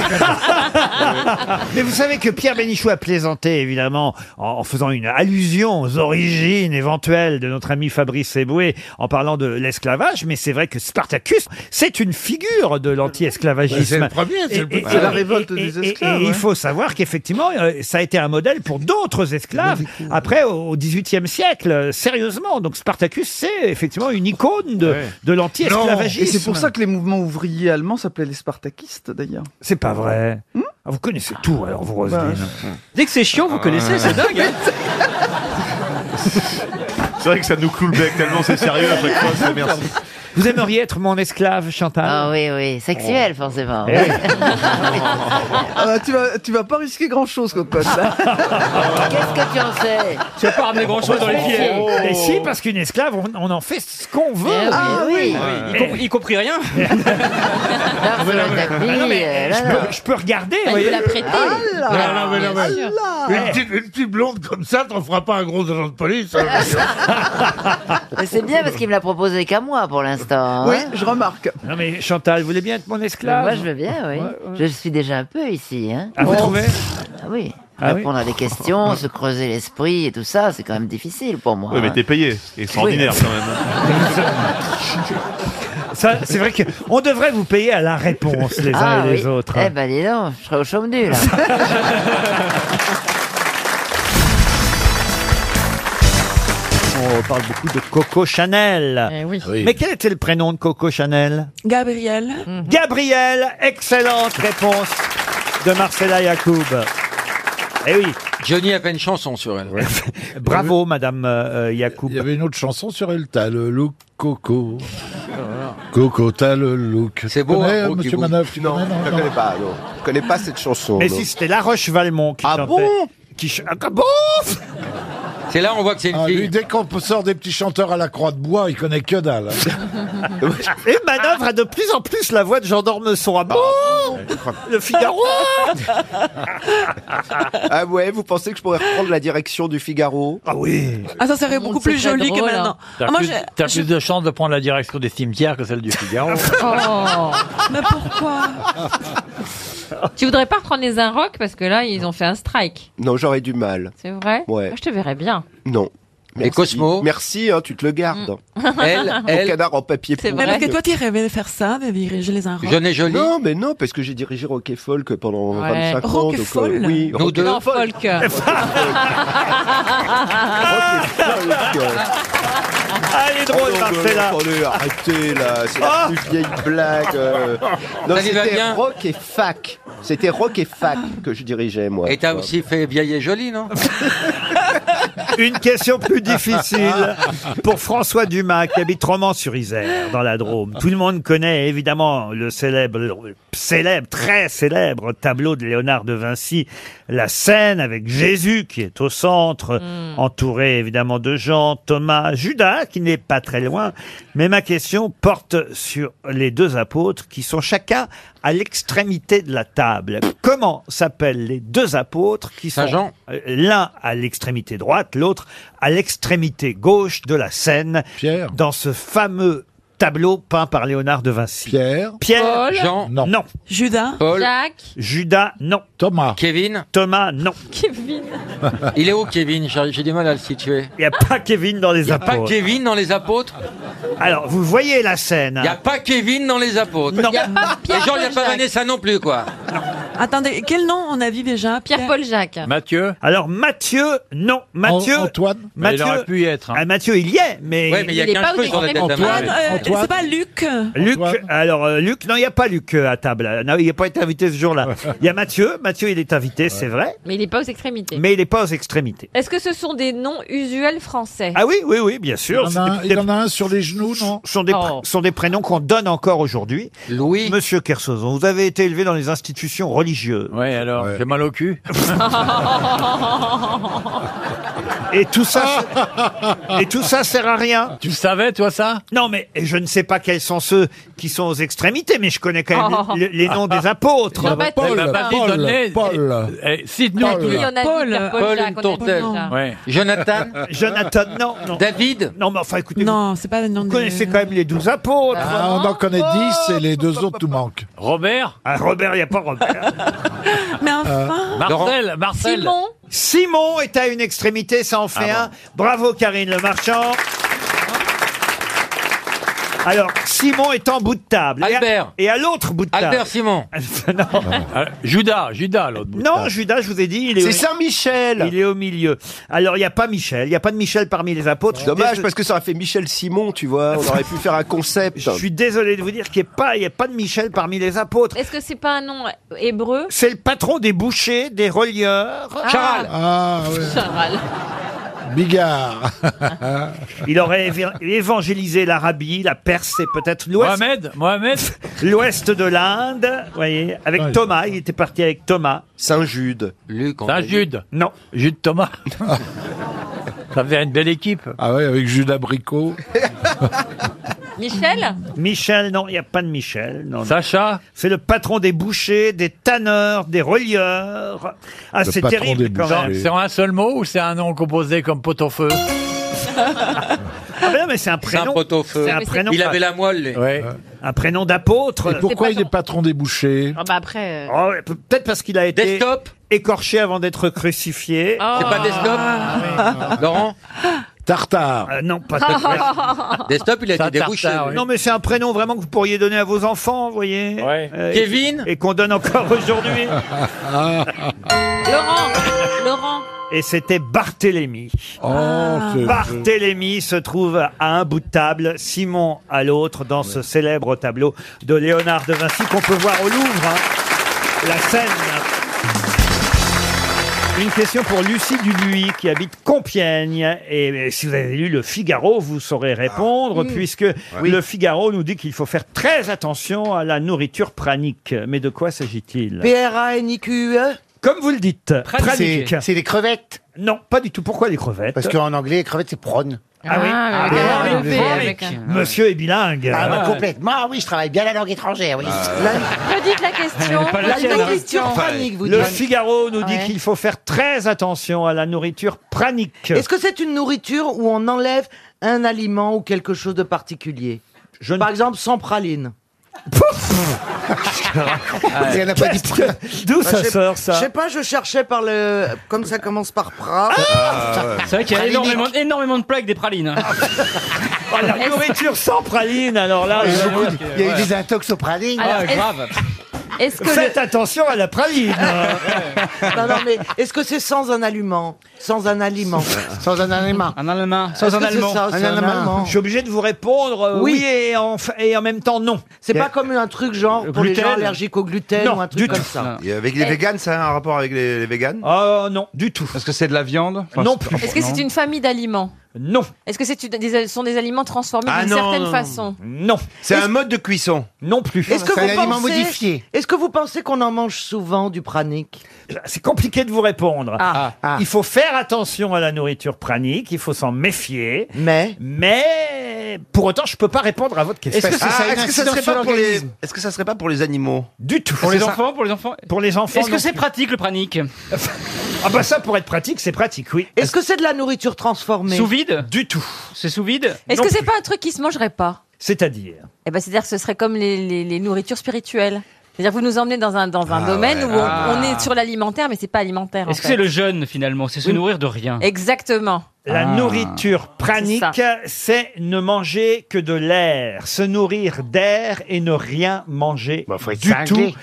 S1: Mais vous savez que Pierre Bénichou a plaisanté, évidemment, en, en faisant une allusion aux origines éventuelles de notre ami Fabrice Eboué, en parlant de l'esclavage, mais c'est vrai que Spartacus, c'est une figure de l'anti-esclavagisme.
S2: Ouais, c'est le premier, c'est le
S1: Et- et-
S2: premier. C'est la
S1: et-
S2: révolte
S1: et-
S2: des
S1: et- et-
S2: esclaves,
S1: Et, il
S2: ouais.
S1: faut savoir qu'effectivement, euh, ça a été un modèle pour d'autres esclaves, après, au au XVIIIe siècle, euh, sérieusement. Donc Spartacus, c'est effectivement une icône de, de l'anti-esclavagisme.
S14: Et c'est pour ça que les mouvements ouvriers allemands s'appelaient les Spartakistes, d'ailleurs.
S1: C'est pas vrai. Ah, vous connaissez tout, alors, vous, Roselyne.
S9: Dès que Hmm Bah, c'est chiant,
S1: Ah,
S9: vous connaissez, c'est dingue. hein.
S31: C'est vrai que ça nous cloue le bec tellement c'est sérieux à chaque fois. C'est merci.
S1: Vous aimeriez être mon esclave, Chantal
S6: Ah oui, oui, sexuel forcément.
S1: Eh oui.
S14: Ah, tu, vas, tu vas pas risquer grand-chose, cocotte. là.
S6: Qu'est-ce que tu en sais
S9: Tu vas pas ramener grand chose dans les hein. filets.
S1: Et si, parce qu'une esclave, on, on en fait ce qu'on veut.
S6: Eh oui, Ah oui. oui.
S9: Y, compris, y compris rien.
S6: Là, c'est la
S1: Ah non, mais, je,
S6: tapis, là, là.
S1: peux, je peux regarder.
S7: Elle
S1: voyez.
S7: nous l'a prêté.
S2: non, mais non, mais-
S7: Bien sûr.
S2: Ah, Une petite, une petite blonde comme ça, t'en feras pas un gros agent de police. hein.
S6: Mais c'est bien parce qu'il me l'a proposé qu'à moi pour l'instant.
S14: Oui,
S6: hein.
S14: je remarque.
S1: Non, mais Chantal, vous voulez bien être mon
S6: Mais
S1: esclave
S6: Moi, je veux bien, oui. Je suis déjà un peu ici. Hein.
S1: Ah, vous
S19: Oh.
S1: trouvez
S6: Ah oui.
S1: Ah oui.
S6: Répondre à des questions, se creuser l'esprit et tout ça, c'est quand même difficile pour moi.
S31: Oui, mais
S6: hein.
S31: t'es payé. Extraordinaire
S6: Oui.
S31: quand même.
S1: Ça, C'est vrai qu'on devrait vous payer à la réponse, les uns
S6: ah,
S1: et les
S6: oui.
S1: autres.
S6: Eh ben dis donc, je serais au chaume nu là.
S1: On parle beaucoup de Coco Chanel.
S7: Eh oui.
S1: Mais quel était le prénom de Coco Chanel
S7: Gabriel.
S32: Mmh.
S1: Gabriel, excellente réponse de Marcella Yacoub. Eh oui,
S13: Johnny a fait une chanson sur elle.
S1: bravo Madame euh, euh, Yacoub.
S19: Il y avait une autre chanson sur elle, t'as le look coco. Coco, t'as le look.
S13: C'est
S19: Tu
S13: beau,
S8: euh,
S19: connais,
S13: hein, Brooke
S19: monsieur
S13: Hughes.
S19: Manœuvre, tu connais, non, non.
S12: pas, non. Je connais pas cette chanson.
S1: Mais
S12: non.
S14: Ah
S1: si c'était La Roche Valmont qui chantait.
S12: bon
S1: qui ch- Ah bon
S13: C'est là on voit que c'est une
S2: Ah,
S13: fille.
S2: lui, dès qu'on sort des petits chanteurs à la croix de bois, il connaît que dalle.
S8: hein.
S1: Et manœuvre a de plus en plus la voix de Jean d'Ormesson. Ah
S31: Bah,
S1: bon
S31: Oh
S30: Oh
S1: Le Figaro
S4: Ah ouais, vous pensez que je pourrais reprendre la direction du Figaro
S1: Ah oui
S12: Ah, ça serait beaucoup plus joli que maintenant.
S32: hein. T'as
S12: Ah, moi,
S32: plus,
S12: j'ai-
S32: t'as
S12: je-
S32: plus de chances de prendre la direction des cimetières que celle du Figaro.
S12: Oh.
S24: Mais pourquoi Tu voudrais pas reprendre les Inrocks parce que là, ils ont fait un strike.
S30: Non, j'aurais du mal.
S24: C'est vrai
S30: Ouais.
S24: Moi, je te verrais bien.
S30: Non. Merci. Et Cosmo Merci, hein, tu te le gardes.
S24: Elle,
S30: Mon
S24: elle-
S30: canard en papier
S24: Mm. C'est
S30: pourri.
S24: vrai.
S12: Mais parce que toi, tu rêvais de faire ça, de diriger les Inrocks.
S30: Non, mais non, parce que j'ai dirigé Roquefolk pendant
S12: Ouais.
S30: 25 ans. donc, euh,
S12: Roquefol
S30: Oui,
S12: Nous deux.
S24: Non,
S30: Roquefol.
S24: folk.
S1: Ah, elle est drôle,
S31: Oh,
S1: Marcella. Ah.
S30: Attendez, arrêtez, là, c'est la plus vieille blague. euh. Non,
S13: Ça lui va
S30: c'était
S13: bien
S30: rock et fac. C'était rock et fac que je dirigeais, moi.
S13: Et t'as
S30: Ouais.
S13: aussi fait vieille et jolie, non
S1: Une question plus difficile pour François Dumas qui habite Romans-sur-Isère dans la Drôme. Tout le monde connaît évidemment le célèbre, le célèbre, très célèbre tableau de Léonard de Vinci, la scène avec Jésus qui est au centre, entouré évidemment de Jean, Thomas, Judas qui n'est pas très loin. Mais ma question porte sur les deux apôtres qui sont chacun à l'extrémité de la table. Comment s'appellent les deux apôtres qui sont
S13: Jean.
S1: euh, l'un à l'extrémité droite, l'autre à l'extrémité gauche de la scène, dans ce fameux tableau peint par Léonard de Vinci. Pierre. Pierre.
S24: Paul. Jean.
S1: Non. Judas.
S24: Paul. Jacques.
S1: Judas. Non.
S2: Thomas.
S13: Kevin.
S1: Thomas. Non.
S24: Kevin.
S13: Il est où, Kevin J'ai j'ai du mal à le situer.
S1: Il n'y a pas Kevin dans les
S13: Il n'y a pas
S1: apôtres.
S13: Kevin dans les apôtres
S1: Alors, vous voyez la scène.
S13: Il n'y a Ah, pas Kevin dans les apôtres.
S24: Non. Y a pas Pierre
S13: Et genre, il n'y a
S24: Paul
S13: pas
S24: Jacques.
S13: Vanessa non plus, quoi.
S12: Attendez, quel nom on a vu déjà
S24: Pierre-Paul Jacques.
S1: Mathieu. Alors, Mathieu. Non. Mathieu. Antoine.
S32: Mais il aurait pu y être. hein.
S1: Ah, Mathieu, il y est, mais.
S32: Ouais, mais il y a Il est 15 pas au cheveux sur la tête d'Amel.
S12: Ah, non, euh, C'est pas Luc.
S32: Ah,
S1: Luc, alors euh, Luc, non, il n'y a pas Luc euh, à table. Euh, Non, il n'a pas été invité ce jour-là. Il y a Mathieu. Mathieu, il est invité, c'est vrai,
S24: Mais il est pas aux extrémités.
S1: mais il n'est pas aux extrémités.
S24: Est-ce que ce sont des noms usuels français
S1: Ah ben, oui, oui, oui, bien sûr.
S2: Il y en a un-
S1: il en a un sur les genoux, non sont des,
S32: Oh.
S1: pr- sont des prénoms qu'on donne encore aujourd'hui.
S13: Louis.
S1: Monsieur Kersozon, vous avez été élevé dans les institutions religieuses.
S32: Oui, alors, j'ai mal au cul.
S1: Et tout ça, c'est- et tout ça sert à rien.
S32: Tu savais, toi, ça
S1: Non, mais je ne sais pas quels sont ceux qui sont aux extrémités, mais je connais quand même
S32: Oh.
S1: le- les noms des apôtres.
S32: Non, bah, Paul, Paul, bah, Paul, donne-les. Paul. Eh, cite-nous Paul. tous les-
S24: Oui, on a
S32: Paul,
S24: dit Pierre Paul,
S32: Paul,
S24: Jacques,
S32: une
S24: on a dit
S32: tourtelle.
S24: ça.
S32: Ouais.
S13: Jonathan
S1: Jonathan, non, non.
S13: David
S1: Non, mais enfin, écoutez. Non, c'est pas le nom Vous connaissez quand même les douze apôtres. Oh,
S2: Ah, on en connaît 10 et les deux autres, tout manque.
S32: Robert
S1: Ah, Robert, il n'y a pas Robert.
S12: Mais
S30: Euh,
S12: enfin.
S32: Marcel, Marcel.
S12: Simon.
S1: Simon est à une extrémité, ça en
S30: Ah
S1: fait un. Bravo Karine Le Marchand. Alors, Simon est en bout de table. Et à-
S32: Albert.
S1: Et à, l'autre bout de table.
S32: Albert
S13: Simon.
S32: Ah, Judas, Judas, l'autre bout.
S1: Non, Judas, je vous ai dit, il est.
S32: C'est
S1: Saint-Michel. Il est au milieu. Alors, il n'y a pas Michel. Il n'y a pas de Michel parmi les apôtres.
S30: Dommage, parce que ça aurait fait Michel Simon, tu vois. On aurait pu faire un concept.
S1: Je suis désolé de vous dire qu'il n'y a, pas- il y a pas de Michel parmi les apôtres.
S24: Est-ce que c'est pas un nom hébreu
S1: C'est le patron des bouchers, des relieurs.
S24: Ah. Charal.
S2: Ah,
S24: Charal.
S2: Bigard.
S1: Il aurait évi- évangélisé l'Arabie, la Perse et peut-être l'Ouest.
S32: Mohamed, Mohamed.
S1: L'Ouest de l'Inde, vous voyez, avec Thomas, il était parti avec Thomas.
S30: Saint-Jude.
S13: Luc.
S32: Saint-Jude.
S1: Non.
S32: Jude Thomas. Ça fait une belle équipe.
S2: Ah ouais, avec jus d'abricot.
S24: Michel
S1: Michel, non, il n'y a pas de Michel. Non, non.
S32: Sacha
S1: C'est le patron des bouchers, des tanneurs, des relieurs. Ah, c'est terrible quand même.
S32: C'est en un seul mot ou c'est un nom composé comme pot-au-feu
S1: Ah ben non, mais c'est un prénom.
S32: un pot-au-feu.
S1: C'est un
S32: Mais c'est-
S1: prénom.
S32: Il avait la
S13: moelle,
S1: Un prénom d'apôtre.
S2: Et pourquoi il est patron des bouchers
S24: Ah bah après. euh,
S1: Oh, ouais, peut- Peut-être parce qu'il a été écorché avant d'être crucifié. Ah
S24: Oh. C'est pas Desktop
S13: Laurent
S2: Tartare.
S1: Euh, non, pas
S4: Ah
S1: Tartare.
S13: Desktop, il a été débouché. lui.
S1: Non, mais c'est un prénom vraiment que vous pourriez donner à vos enfants, vous voyez. Euh, et-
S13: Kevin
S1: Et qu'on donne encore aujourd'hui.
S24: Laurent. Laurent.
S1: Et c'était Barthélemy.
S2: c'est-
S1: Barthélemy se trouve à un bout de table, Simon à l'autre, dans ce célèbre tableau de Léonard de Vinci qu'on peut voir au Louvre. hein. La scène. Une question pour Lucie Dubuis qui habite Compiègne. Et euh, si vous avez lu Le Figaro, vous saurez répondre
S5: Ah.
S32: Mmh.
S1: puisque Le Figaro nous dit qu'il faut faire très attention à la nourriture pranique. Mais de quoi s'agit-il
S14: P-R-A-N-I-Q-E
S1: Comme vous le dites.
S5: C'est-
S1: Pranique.
S5: C'est des crevettes
S1: Non, pas du tout. Pourquoi les crevettes
S5: Parce qu'en anglais, les crevettes, c'est prône.
S1: Ah oui. Ah, mais
S5: Ah,
S1: alors,
S5: le
S1: le
S5: V avec
S1: avec-
S5: un-
S1: Monsieur est bilingue.
S5: Ah, bah, complètement. Ah oui, je travaille bien la langue étrangère, oui.
S1: Ah. Redites la question.
S5: Pas la La tienne, hein. nourriture pranique, vous
S1: Le
S5: dites.
S1: Figaro nous dit
S4: Ouais.
S1: qu'il faut faire très attention à la nourriture pranique.
S4: Est-ce que c'est une nourriture où on enlève un aliment ou quelque chose de particulier Par exemple, sans praline.
S5: Et elle n'a pas dit
S1: Qu'est-ce que- D'où
S4: Bah,
S1: ça
S4: je sais-
S1: sort ça
S4: Je sais pas, je cherchais par le. Comme ça commence par pra.
S1: Ah
S10: C'est vrai qu'il y a
S4: Pralinique.
S10: énormément, énormément de plaques des pralines. hein.
S1: Oh, la nourriture sans praline, alors là.
S10: Il y a
S1: euh,
S10: beaucoup de-
S5: Il y a eu des intox au
S1: Ah,
S5: praline.
S4: Alors, est-ce-
S24: Est-ce que
S1: Faites attention à la praline.
S4: non, non, mais est-ce que c'est sans un aliment Sans un aliment
S5: Sans un aliment.
S10: Un allemand.
S4: Sans un allemand. Un allemand.
S1: Je suis obligé de vous répondre euh, oui,
S4: Oui.
S1: et, en, f- et en même temps non.
S4: C'est pas comme un truc genre pour les gens allergiques au gluten
S1: Non,
S4: ou un
S1: du
S4: truc comme
S1: tout.
S4: ça.
S16: Et avec les
S1: Eh.
S16: véganes, ça a un rapport avec les, les véganes
S1: Ah non, du tout.
S16: Parce que c'est de la viande
S1: Non plus.
S24: Est-ce que c'est une famille d'aliments
S1: Non.
S24: Est-ce que c'est une- des, sont des aliments transformés
S16: Ah
S24: d'une
S16: non,
S24: certaine
S16: non,
S24: façon
S1: Non.
S16: C'est un mode de cuisson
S1: Non plus.
S4: Est-ce que, vous pensez, est-ce que vous pensez qu'on en mange souvent du pranique
S1: C'est compliqué de vous répondre.
S4: Ah. Ah.
S1: Il faut faire attention à la nourriture pranique, il faut s'en méfier.
S4: Mais
S1: Mais pour autant, je peux pas répondre à votre question.
S16: Est-ce que, ça, Ah, est-ce que ça serait pas pour les Est-ce que ça serait pas pour les animaux
S1: Du tout.
S10: Pour les enfants, pour les enfants.
S1: Pour les enfants.
S10: Est-ce que
S1: non
S10: c'est
S1: plus.
S10: pratique le pranique
S1: Ah bah ça pour être pratique, c'est pratique, oui.
S4: Est-ce que c'est de la nourriture transformée
S10: Sous vide
S1: Du tout.
S10: C'est sous vide
S24: Est-ce
S1: Non
S24: que c'est
S1: plus.
S24: pas un truc qui se mangerait pas
S1: C'est-à-dire
S24: Eh ben, c'est-à-dire que ce serait comme les, les- les nourritures spirituelles. C'est-à-dire que vous nous emmenez dans un, dans un
S10: Ah
S24: domaine
S10: ouais.
S24: où on,
S10: Ah.
S24: on est sur l'alimentaire, mais c'est pas alimentaire. en
S10: Est-ce que
S24: fait.
S10: c'est le jeûne finalement C'est se nourrir de rien.
S24: Exactement.
S1: La
S10: Ah.
S1: nourriture pranique, c'est ne manger que de l'air, se nourrir d'air et ne rien manger du
S5: Bah, cinglé.
S1: tout.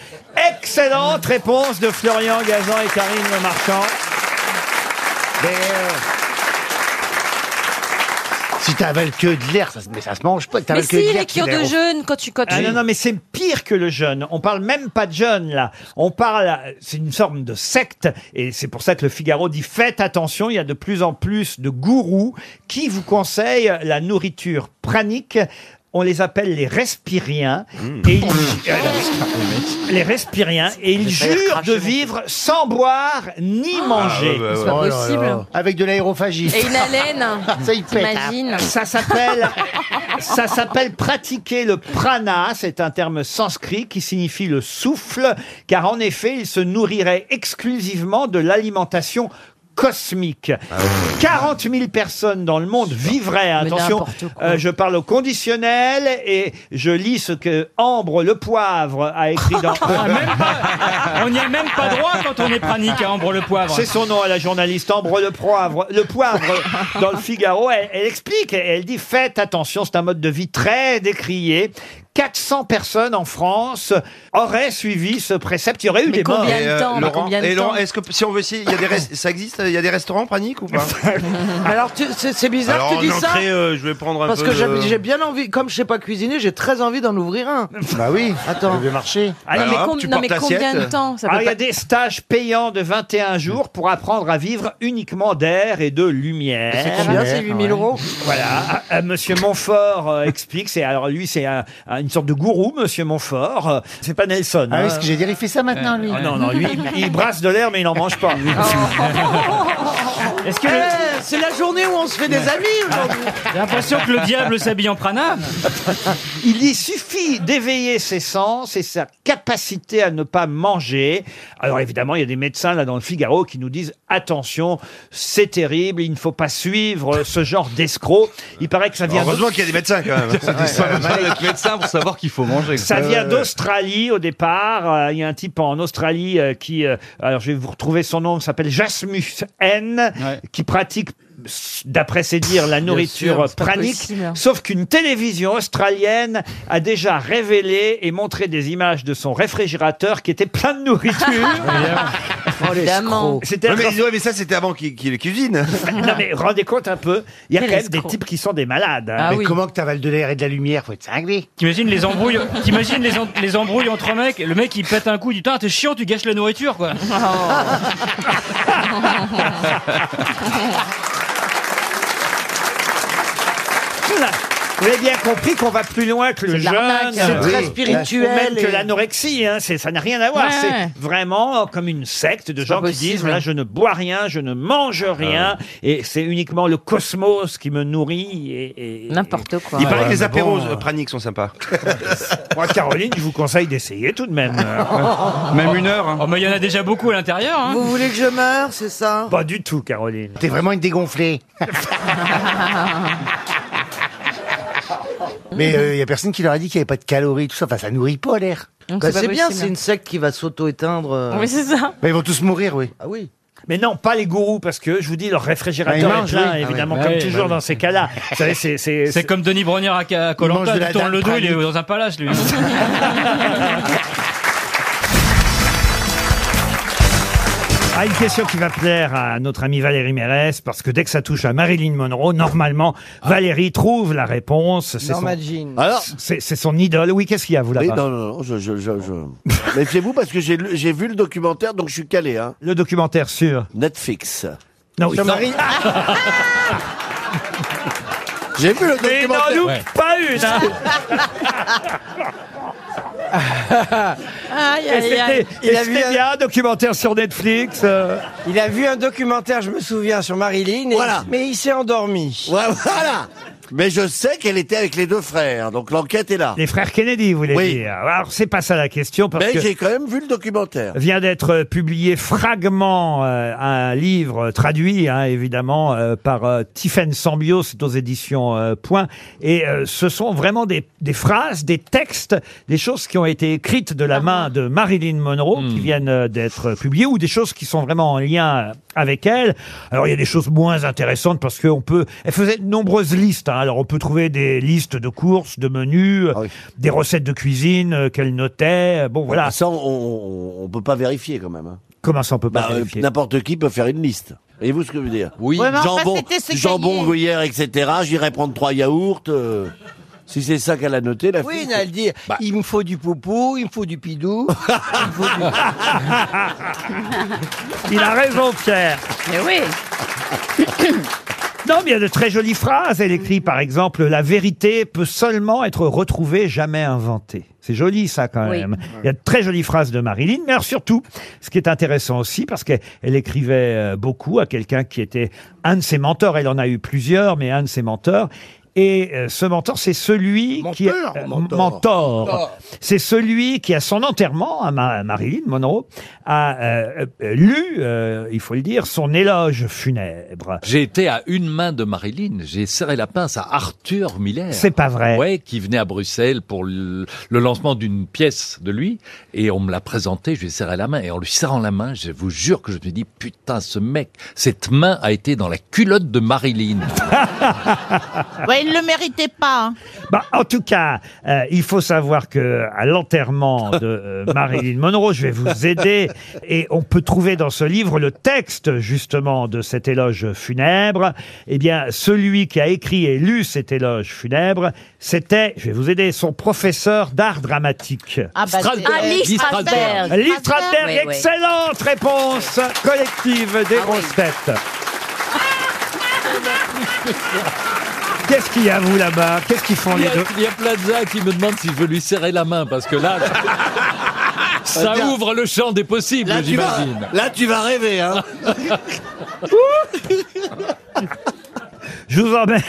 S1: Excellente réponse de Florian Gazan et Karine Le Marchand.
S5: Si t'avales que de l'air, ça, se- mais ça se mange pas.
S24: Mais
S5: t'avales que
S24: si,
S5: l'air
S24: les
S5: qui
S24: cures de
S5: est-
S24: jeûne, quand tu... Quand tu...
S1: Ah non, non, mais c'est pire que le jeûne. On parle même pas de jeûne, là. On parle, c'est une forme de secte, et c'est pour ça que le Figaro dit faites attention, il y a de plus en plus de gourous qui vous conseillent la nourriture pranique. On les appelle les respiriens.
S5: Hmm.
S1: Et ils- les respiriens. Et ils
S5: Ça a l'air
S1: jurent
S5: craché,
S1: de
S5: mon fils.
S1: vivre sans boire ni
S16: Ah,
S1: manger.
S5: ouais, C'est pas ouais. possible. Oh là là. Avec de l'aérophagie.
S24: Et une haleine.
S5: Ça, il pète. hein.
S24: T'imagines
S1: Ça s'appelle, ça s'appelle pratiquer le prana. C'est un terme sanskrit qui signifie le souffle, car en effet, il se nourrirait exclusivement de l'alimentation cosmique. 40 000 personnes dans le monde vivraient, attention,
S33: n'importe quoi.
S1: euh, je parle au conditionnel et je lis ce que Ambre le Poivre a écrit dans...
S10: On n'y a même pas droit quand on est pranique à Ambre le Poivre.
S1: C'est son nom à la journaliste Ambre Le Poivre. Le Poivre, dans le Figaro, elle, elle explique, elle, elle dit faites attention, c'est un mode de vie très décrié. 400 personnes en France auraient suivi ce précepte. Il y aurait eu des morts.
S16: Et, euh, Laurent, et Laurent, est-ce que si on veut essayer, il y a des res- ça existe Il y a des restaurants praniques ou pas
S4: Alors, tu- c'est c'est bizarre
S16: Alors,
S4: que tu dis
S16: en
S4: ça
S16: entrée, euh, je vais prendre un
S4: Parce
S16: peu
S4: que
S16: de-
S4: j'ai- j'ai bien envie, comme je sais pas cuisiner, j'ai très envie d'en ouvrir un.
S5: Bah oui.
S4: Attends.
S5: Ça devait marcher.
S1: Ah, non, mais
S16: Alors,
S1: com-
S16: Bah tu
S1: non,
S16: portes
S1: mais combien
S16: l'assiette.
S1: de
S24: temps
S1: Ah, il y a des stages payants de 21 jours pour apprendre à vivre uniquement d'air et de lumière.
S4: C'est combien, c'est 8000 euros
S1: Voilà, Ah, ah, Monsieur Montfort euh, explique. C'est alors lui, c'est un- un- une sorte de gourou, Monsieur Montfort. Euh, C'est pas Nelson.
S5: Ah
S1: hein.
S5: oui, ce que j'ai dit, il fait ça maintenant, lui.
S1: Ah non, non, lui, il- il brasse de l'air, mais il n'en mange pas.
S5: Oh.
S1: Est-ce que le-
S4: Eh, C'est la journée où on se fait des amis aujourd'hui.
S10: J'ai l'impression que le diable s'habille en prana.
S1: Il y suffit d'éveiller ses sens et sa capacité à ne pas manger. Alors évidemment, il y a des médecins là dans le Figaro qui nous disent attention, c'est terrible, il ne faut pas suivre euh, ce genre d'escroc. Il paraît que ça vient
S16: Heureusement qu'il y a des médecins quand même.
S1: Ça dit pas mal
S16: d'être médecin pour savoir qu'il faut manger.
S1: Ça vient d'Australie au départ. Euh, Il y a un type en Australie euh, qui, euh, alors je vais vous retrouver son nom, il s'appelle Jasmus N, qui pratique d'après ses dires, la nourriture
S33: sûr, c'est pas
S1: pranique.
S33: possible.
S1: Sauf qu'une télévision australienne a déjà révélé et montré des images de son réfrigérateur qui était plein de nourriture.
S24: Évidemment.
S1: C'était
S16: Ouais, mais, ouais, mais ça, c'était avant qu'il qu'il les cuisine.
S1: non mais rendez compte un peu, il y a
S5: Quel
S1: quand même des
S5: escroc. Ah
S1: types qui sont des malades. hein.
S5: mais comment que t'avales de l'air et de la lumière Faut être cinglé.
S10: T'imagines les embrouilles, t'imagines les, en- les embrouilles entre mecs. Le mec il pète un coup, il dit Putain, t'es chiant, tu gâches la nourriture quoi.
S1: Oh. Vous avez bien compris qu'on va plus loin que le
S5: C'est de l'arnaque. hein.
S1: jeûne.
S5: C'est très
S1: Oui.
S5: spirituel
S1: Ou même que
S5: et-
S1: l'anorexie, hein, c'est- ça n'a rien à voir.
S5: Ouais, ouais.
S1: C'est vraiment comme une secte de gens qui disent, voilà, je ne bois rien, je ne mange rien, et c'est uniquement le cosmos qui me nourrit. Et, N'importe
S6: quoi.
S8: Il paraît que les apéros
S1: apéroses
S8: euh, praniques sont sympas.
S1: Moi, Caroline, je vous conseille d'essayer tout de même.
S9: Même une heure. Oh, mais il y en a déjà beaucoup à l'intérieur. hein.
S5: Vous voulez que je meure, c'est ça
S1: Pas du tout, Caroline.
S34: T'es vraiment une dégonflée. Mais
S5: euh,
S34: il n'y a personne qui leur a dit qu'il n'y avait pas de calories, tout ça. Enfin, ça nourrit pas l'air.
S5: Bah, c'est bien, c'est une secte qui va s'auto-éteindre. euh.
S34: Mais ils vont tous mourir, oui.
S5: Ah oui.
S1: Mais non, pas les gourous, parce que je vous dis, leur
S34: Ah, ils
S1: réfrigérateur
S34: mangent,
S1: est plein,
S34: oui.
S1: évidemment,
S34: Ah oui, bah
S1: comme
S34: oui,
S1: toujours
S34: bah oui.
S1: dans ces cas-là. Vous savez, c'est- c'est
S9: C'est comme Denis Brogniart à Ca- à
S1: mange de
S9: Colanta,
S1: la
S9: tu tournes le dos,
S1: date
S9: il est dans un palace lui.
S1: Ah, une question qui va plaire à notre amie Valérie Mérès, parce que dès que ça touche à Marilyn Monroe, normalement, Valérie trouve la réponse. C'est
S30: Ah. Norma
S1: son...
S30: Jean. Alors
S1: C'est c'est son idole. Oui, qu'est-ce qu'il y a, vous,
S30: Oui,
S1: là-bas
S30: non, non, non, je, je, je, je- Méfiez-vous parce que j'ai lu- j'ai vu le documentaire, donc je suis calé. Hein.
S1: Le documentaire sur
S30: Netflix.
S1: Non,
S30: Sur
S1: oui.
S30: Marie- J'ai vu le
S1: Mais
S30: documentaire.
S1: n'en loupe pas une hein.
S11: Ah
S10: Aïe, aïe,
S1: Et
S10: aïe.
S1: c'était- et c'était bien, un documentaire sur Netflix. euh.
S11: Il a vu un documentaire, je me souviens, sur Marilyn, et-
S30: Voilà.
S11: mais il s'est endormi.
S30: Ouais, voilà. Mais je sais qu'elle était avec les deux frères, donc l'enquête est là.
S1: Les frères Kennedy, vous voulez
S30: Oui.
S1: dire. Alors, c'est pas ça la question. Parce
S30: Mais
S1: que...
S30: j'ai quand même vu le documentaire.
S1: Vient d'être euh, publié Fragment, euh, un livre euh, traduit hein, évidemment euh, par euh, Tiffaine Sambio, c'est aux éditions euh, Point. Et euh, ce sont vraiment des, des phrases, des textes, des choses qui ont été écrites de la main de Marilyn Monroe, qui viennent euh, d'être euh, publiées, ou des choses qui sont vraiment en lien euh, avec elle. Alors il y a des choses moins intéressantes parce qu'on peut... Elle faisait de nombreuses listes. hein. Alors on peut trouver des listes de courses, de menus, euh, des recettes de cuisine euh, qu'elle notait. Bon voilà.
S30: Ça, on, on, on peut pas vérifier quand même. hein.
S1: Comment ça on peut pas
S30: Bah, euh,
S1: vérifier
S30: N'importe qui peut faire une liste. Voyez-vous ce que je veux dire Oui,
S1: Ouais, mais enfin,
S30: jambon,
S1: c'était ce
S30: jambon
S1: cahier.
S30: gruyère, etc. J'irai prendre trois yaourts. euh, si c'est ça qu'elle a noté, la Bah.
S11: Oui,
S30: fille.
S11: elle dit,
S21: Bah,
S11: il me faut du poupou, il me faut du pidou. il me faut du-
S1: Il a raison, Pierre.
S11: Mais oui.
S1: Non, mais il y a de très jolies phrases. Elle écrit, par exemple, la vérité peut seulement être retrouvée, jamais inventée. C'est joli, ça, quand
S16: Oui.
S1: même. Il y a de très jolies phrases de Marilyn. Mais alors, surtout, ce qui est intéressant aussi, parce qu'elle elle écrivait euh, beaucoup à quelqu'un qui était un de ses mentors. Elle en a eu plusieurs, mais un de ses mentors. Et euh, ce mentor, c'est celui qui est euh, mentor.
S10: Mentor.
S1: C'est celui qui, à son enterrement, à Ma- à Marilyn Monroe, a euh, euh, lu, euh, il faut le dire, son éloge funèbre.
S21: J'ai été à une main de Marilyn. J'ai serré la pince à Arthur Miller.
S1: C'est pas vrai.
S21: Ouais, qui venait à Bruxelles pour le le lancement d'une pièce de lui. Et on me l'a présenté, je lui ai serré la main. Et en lui serrant la main, je vous jure que je me suis dit, putain, ce mec, cette main a été dans la culotte de Marilyn.
S25: Ouais, il le méritait pas. hein.
S1: Bah, en tout cas, euh, il faut savoir que à l'enterrement de euh, Marilyn Monroe, je vais vous aider, et on peut trouver dans ce livre le texte justement de cet éloge funèbre. Eh bien, celui qui a écrit et lu cet éloge funèbre, c'était, je vais vous aider, son professeur d'art dramatique.
S25: Ah bah, Strasberg. c'est- Alice
S1: Lee
S25: Strasberg.
S1: Lee
S25: Strasberg,
S1: Strasberg,
S25: oui, Ah oui.
S1: excellente réponse collective des grosses têtes.
S25: Ah,
S1: Qu'est-ce qu'il y a, vous, là-bas Qu'est-ce qu'ils font,
S21: Il y,
S1: les
S21: a,
S1: deux
S21: il y a Plaza qui me demande si je veux lui serrer la main parce que là, ça
S30: Tiens.
S21: ouvre le champ des possibles,
S30: Là, tu vas,
S21: j'imagine.
S30: là, tu vas rêver. Hein.
S1: Je vous emmène.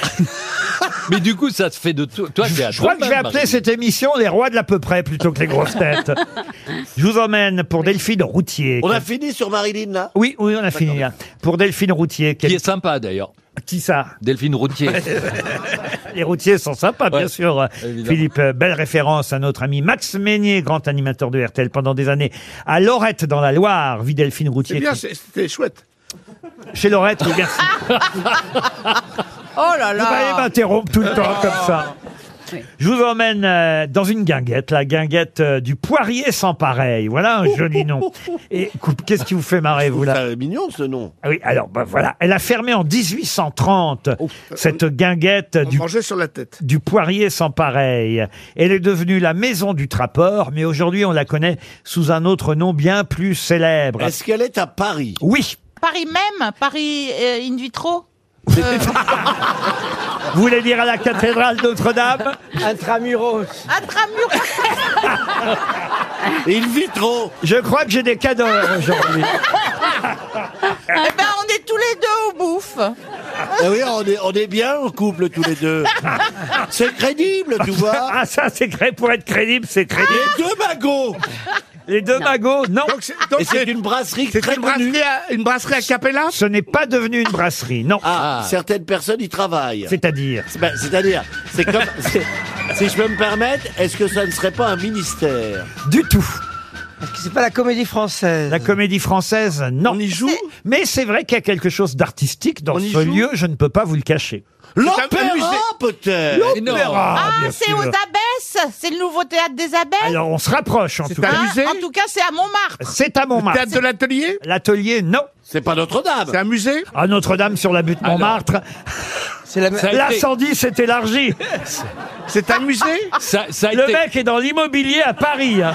S21: Mais du coup, ça se fait de tout. Toi,
S1: Je crois que je vais appeler cette émission Les Rois de l'à peu près plutôt que les grosses têtes. Je vous emmène pour Delphine Routier.
S30: On a fini sur Marilyn là.
S1: Oui, oui, on a fini là. Pour Delphine Routier. Qui
S21: est sympa d'ailleurs.
S1: Qui ça
S21: Delphine Routier.
S1: Les routiers sont sympas, bien
S21: Ouais,
S1: sûr.
S21: évidemment.
S1: Philippe, euh, belle référence à notre ami Max Meignier, grand animateur de RTL pendant des années, à Lorette dans la Loire, vit Delphine Routier.
S30: Eh
S10: C'est bien,
S1: qui-
S10: c'est- c'était chouette.
S1: Chez Lorette, oui, merci.
S25: Oh là Oh. là.
S1: Vous allez m'interrompre tout le temps comme ça. Je vous emmène euh, dans une guinguette, la guinguette euh, du poirier sans pareil. Voilà un joli nom. Et coupe- qu'est-ce qui vous fait marrer, vous là
S30: C'est mignon ce nom.
S1: Ah oui, alors bah, voilà, elle a fermé en 1830
S30: Oh, euh,
S1: cette guinguette du
S30: sur la tête.
S1: du poirier sans pareil. Elle est devenue la maison du trappeur, mais aujourd'hui on la connaît sous un autre nom bien plus célèbre.
S30: Est-ce qu'elle est à Paris
S1: Oui.
S25: Paris même, Paris euh, in vitro. Euh,
S1: Vous voulez dire à la cathédrale Notre-Dame
S14: Intramuros.
S1: Il vit trop. Je crois que j'ai des cadeaux euh, aujourd'hui.
S25: Eh ben, on est tous les deux au bouffe.
S3: Eh oui, on est, on est bien en couple tous les deux. C'est crédible, tu vois.
S1: Ah, ça, c'est crédible. Pour être crédible, c'est crédible.
S3: Les deux magots.
S1: Les deux magots, non.
S3: Et c'est une brasserie très connue.
S1: une brasserie à Capella Ce n'est pas devenu une brasserie, non.
S3: Ah, certaines personnes y travaillent.
S1: C'est-à-dire
S3: C'est- ben, C'est-à-dire, c'est comme. c'est- Si je peux me permettre, est-ce que ça ne serait pas un ministère
S1: Du tout.
S14: Parce que c'est pas la comédie française.
S1: La comédie française, non. On y joue Mais c'est vrai qu'il y a quelque chose d'artistique dans ce lieu, je ne peux pas vous le cacher.
S3: L'opéra, peut-être
S1: L'opéra,
S25: Ah,
S1: bien
S25: c'est
S1: sûr.
S25: aux abbesses C'est le nouveau théâtre des Ah, abbesses
S1: Alors, on se rapproche, en tout cas.
S25: Ah, En tout cas, c'est à Montmartre.
S1: C'est à Montmartre.
S25: théâtre de
S1: l'atelier L'atelier, non.
S3: C'est pas Notre-Dame.
S1: C'est un musée Ah, Notre-Dame sur la butte Montmartre.
S3: Ça a été-
S1: L'incendie s'est élargi. C'est un musée
S21: Ça- ça a
S1: Le
S21: été-
S1: mec est dans l'immobilier à Paris. hein.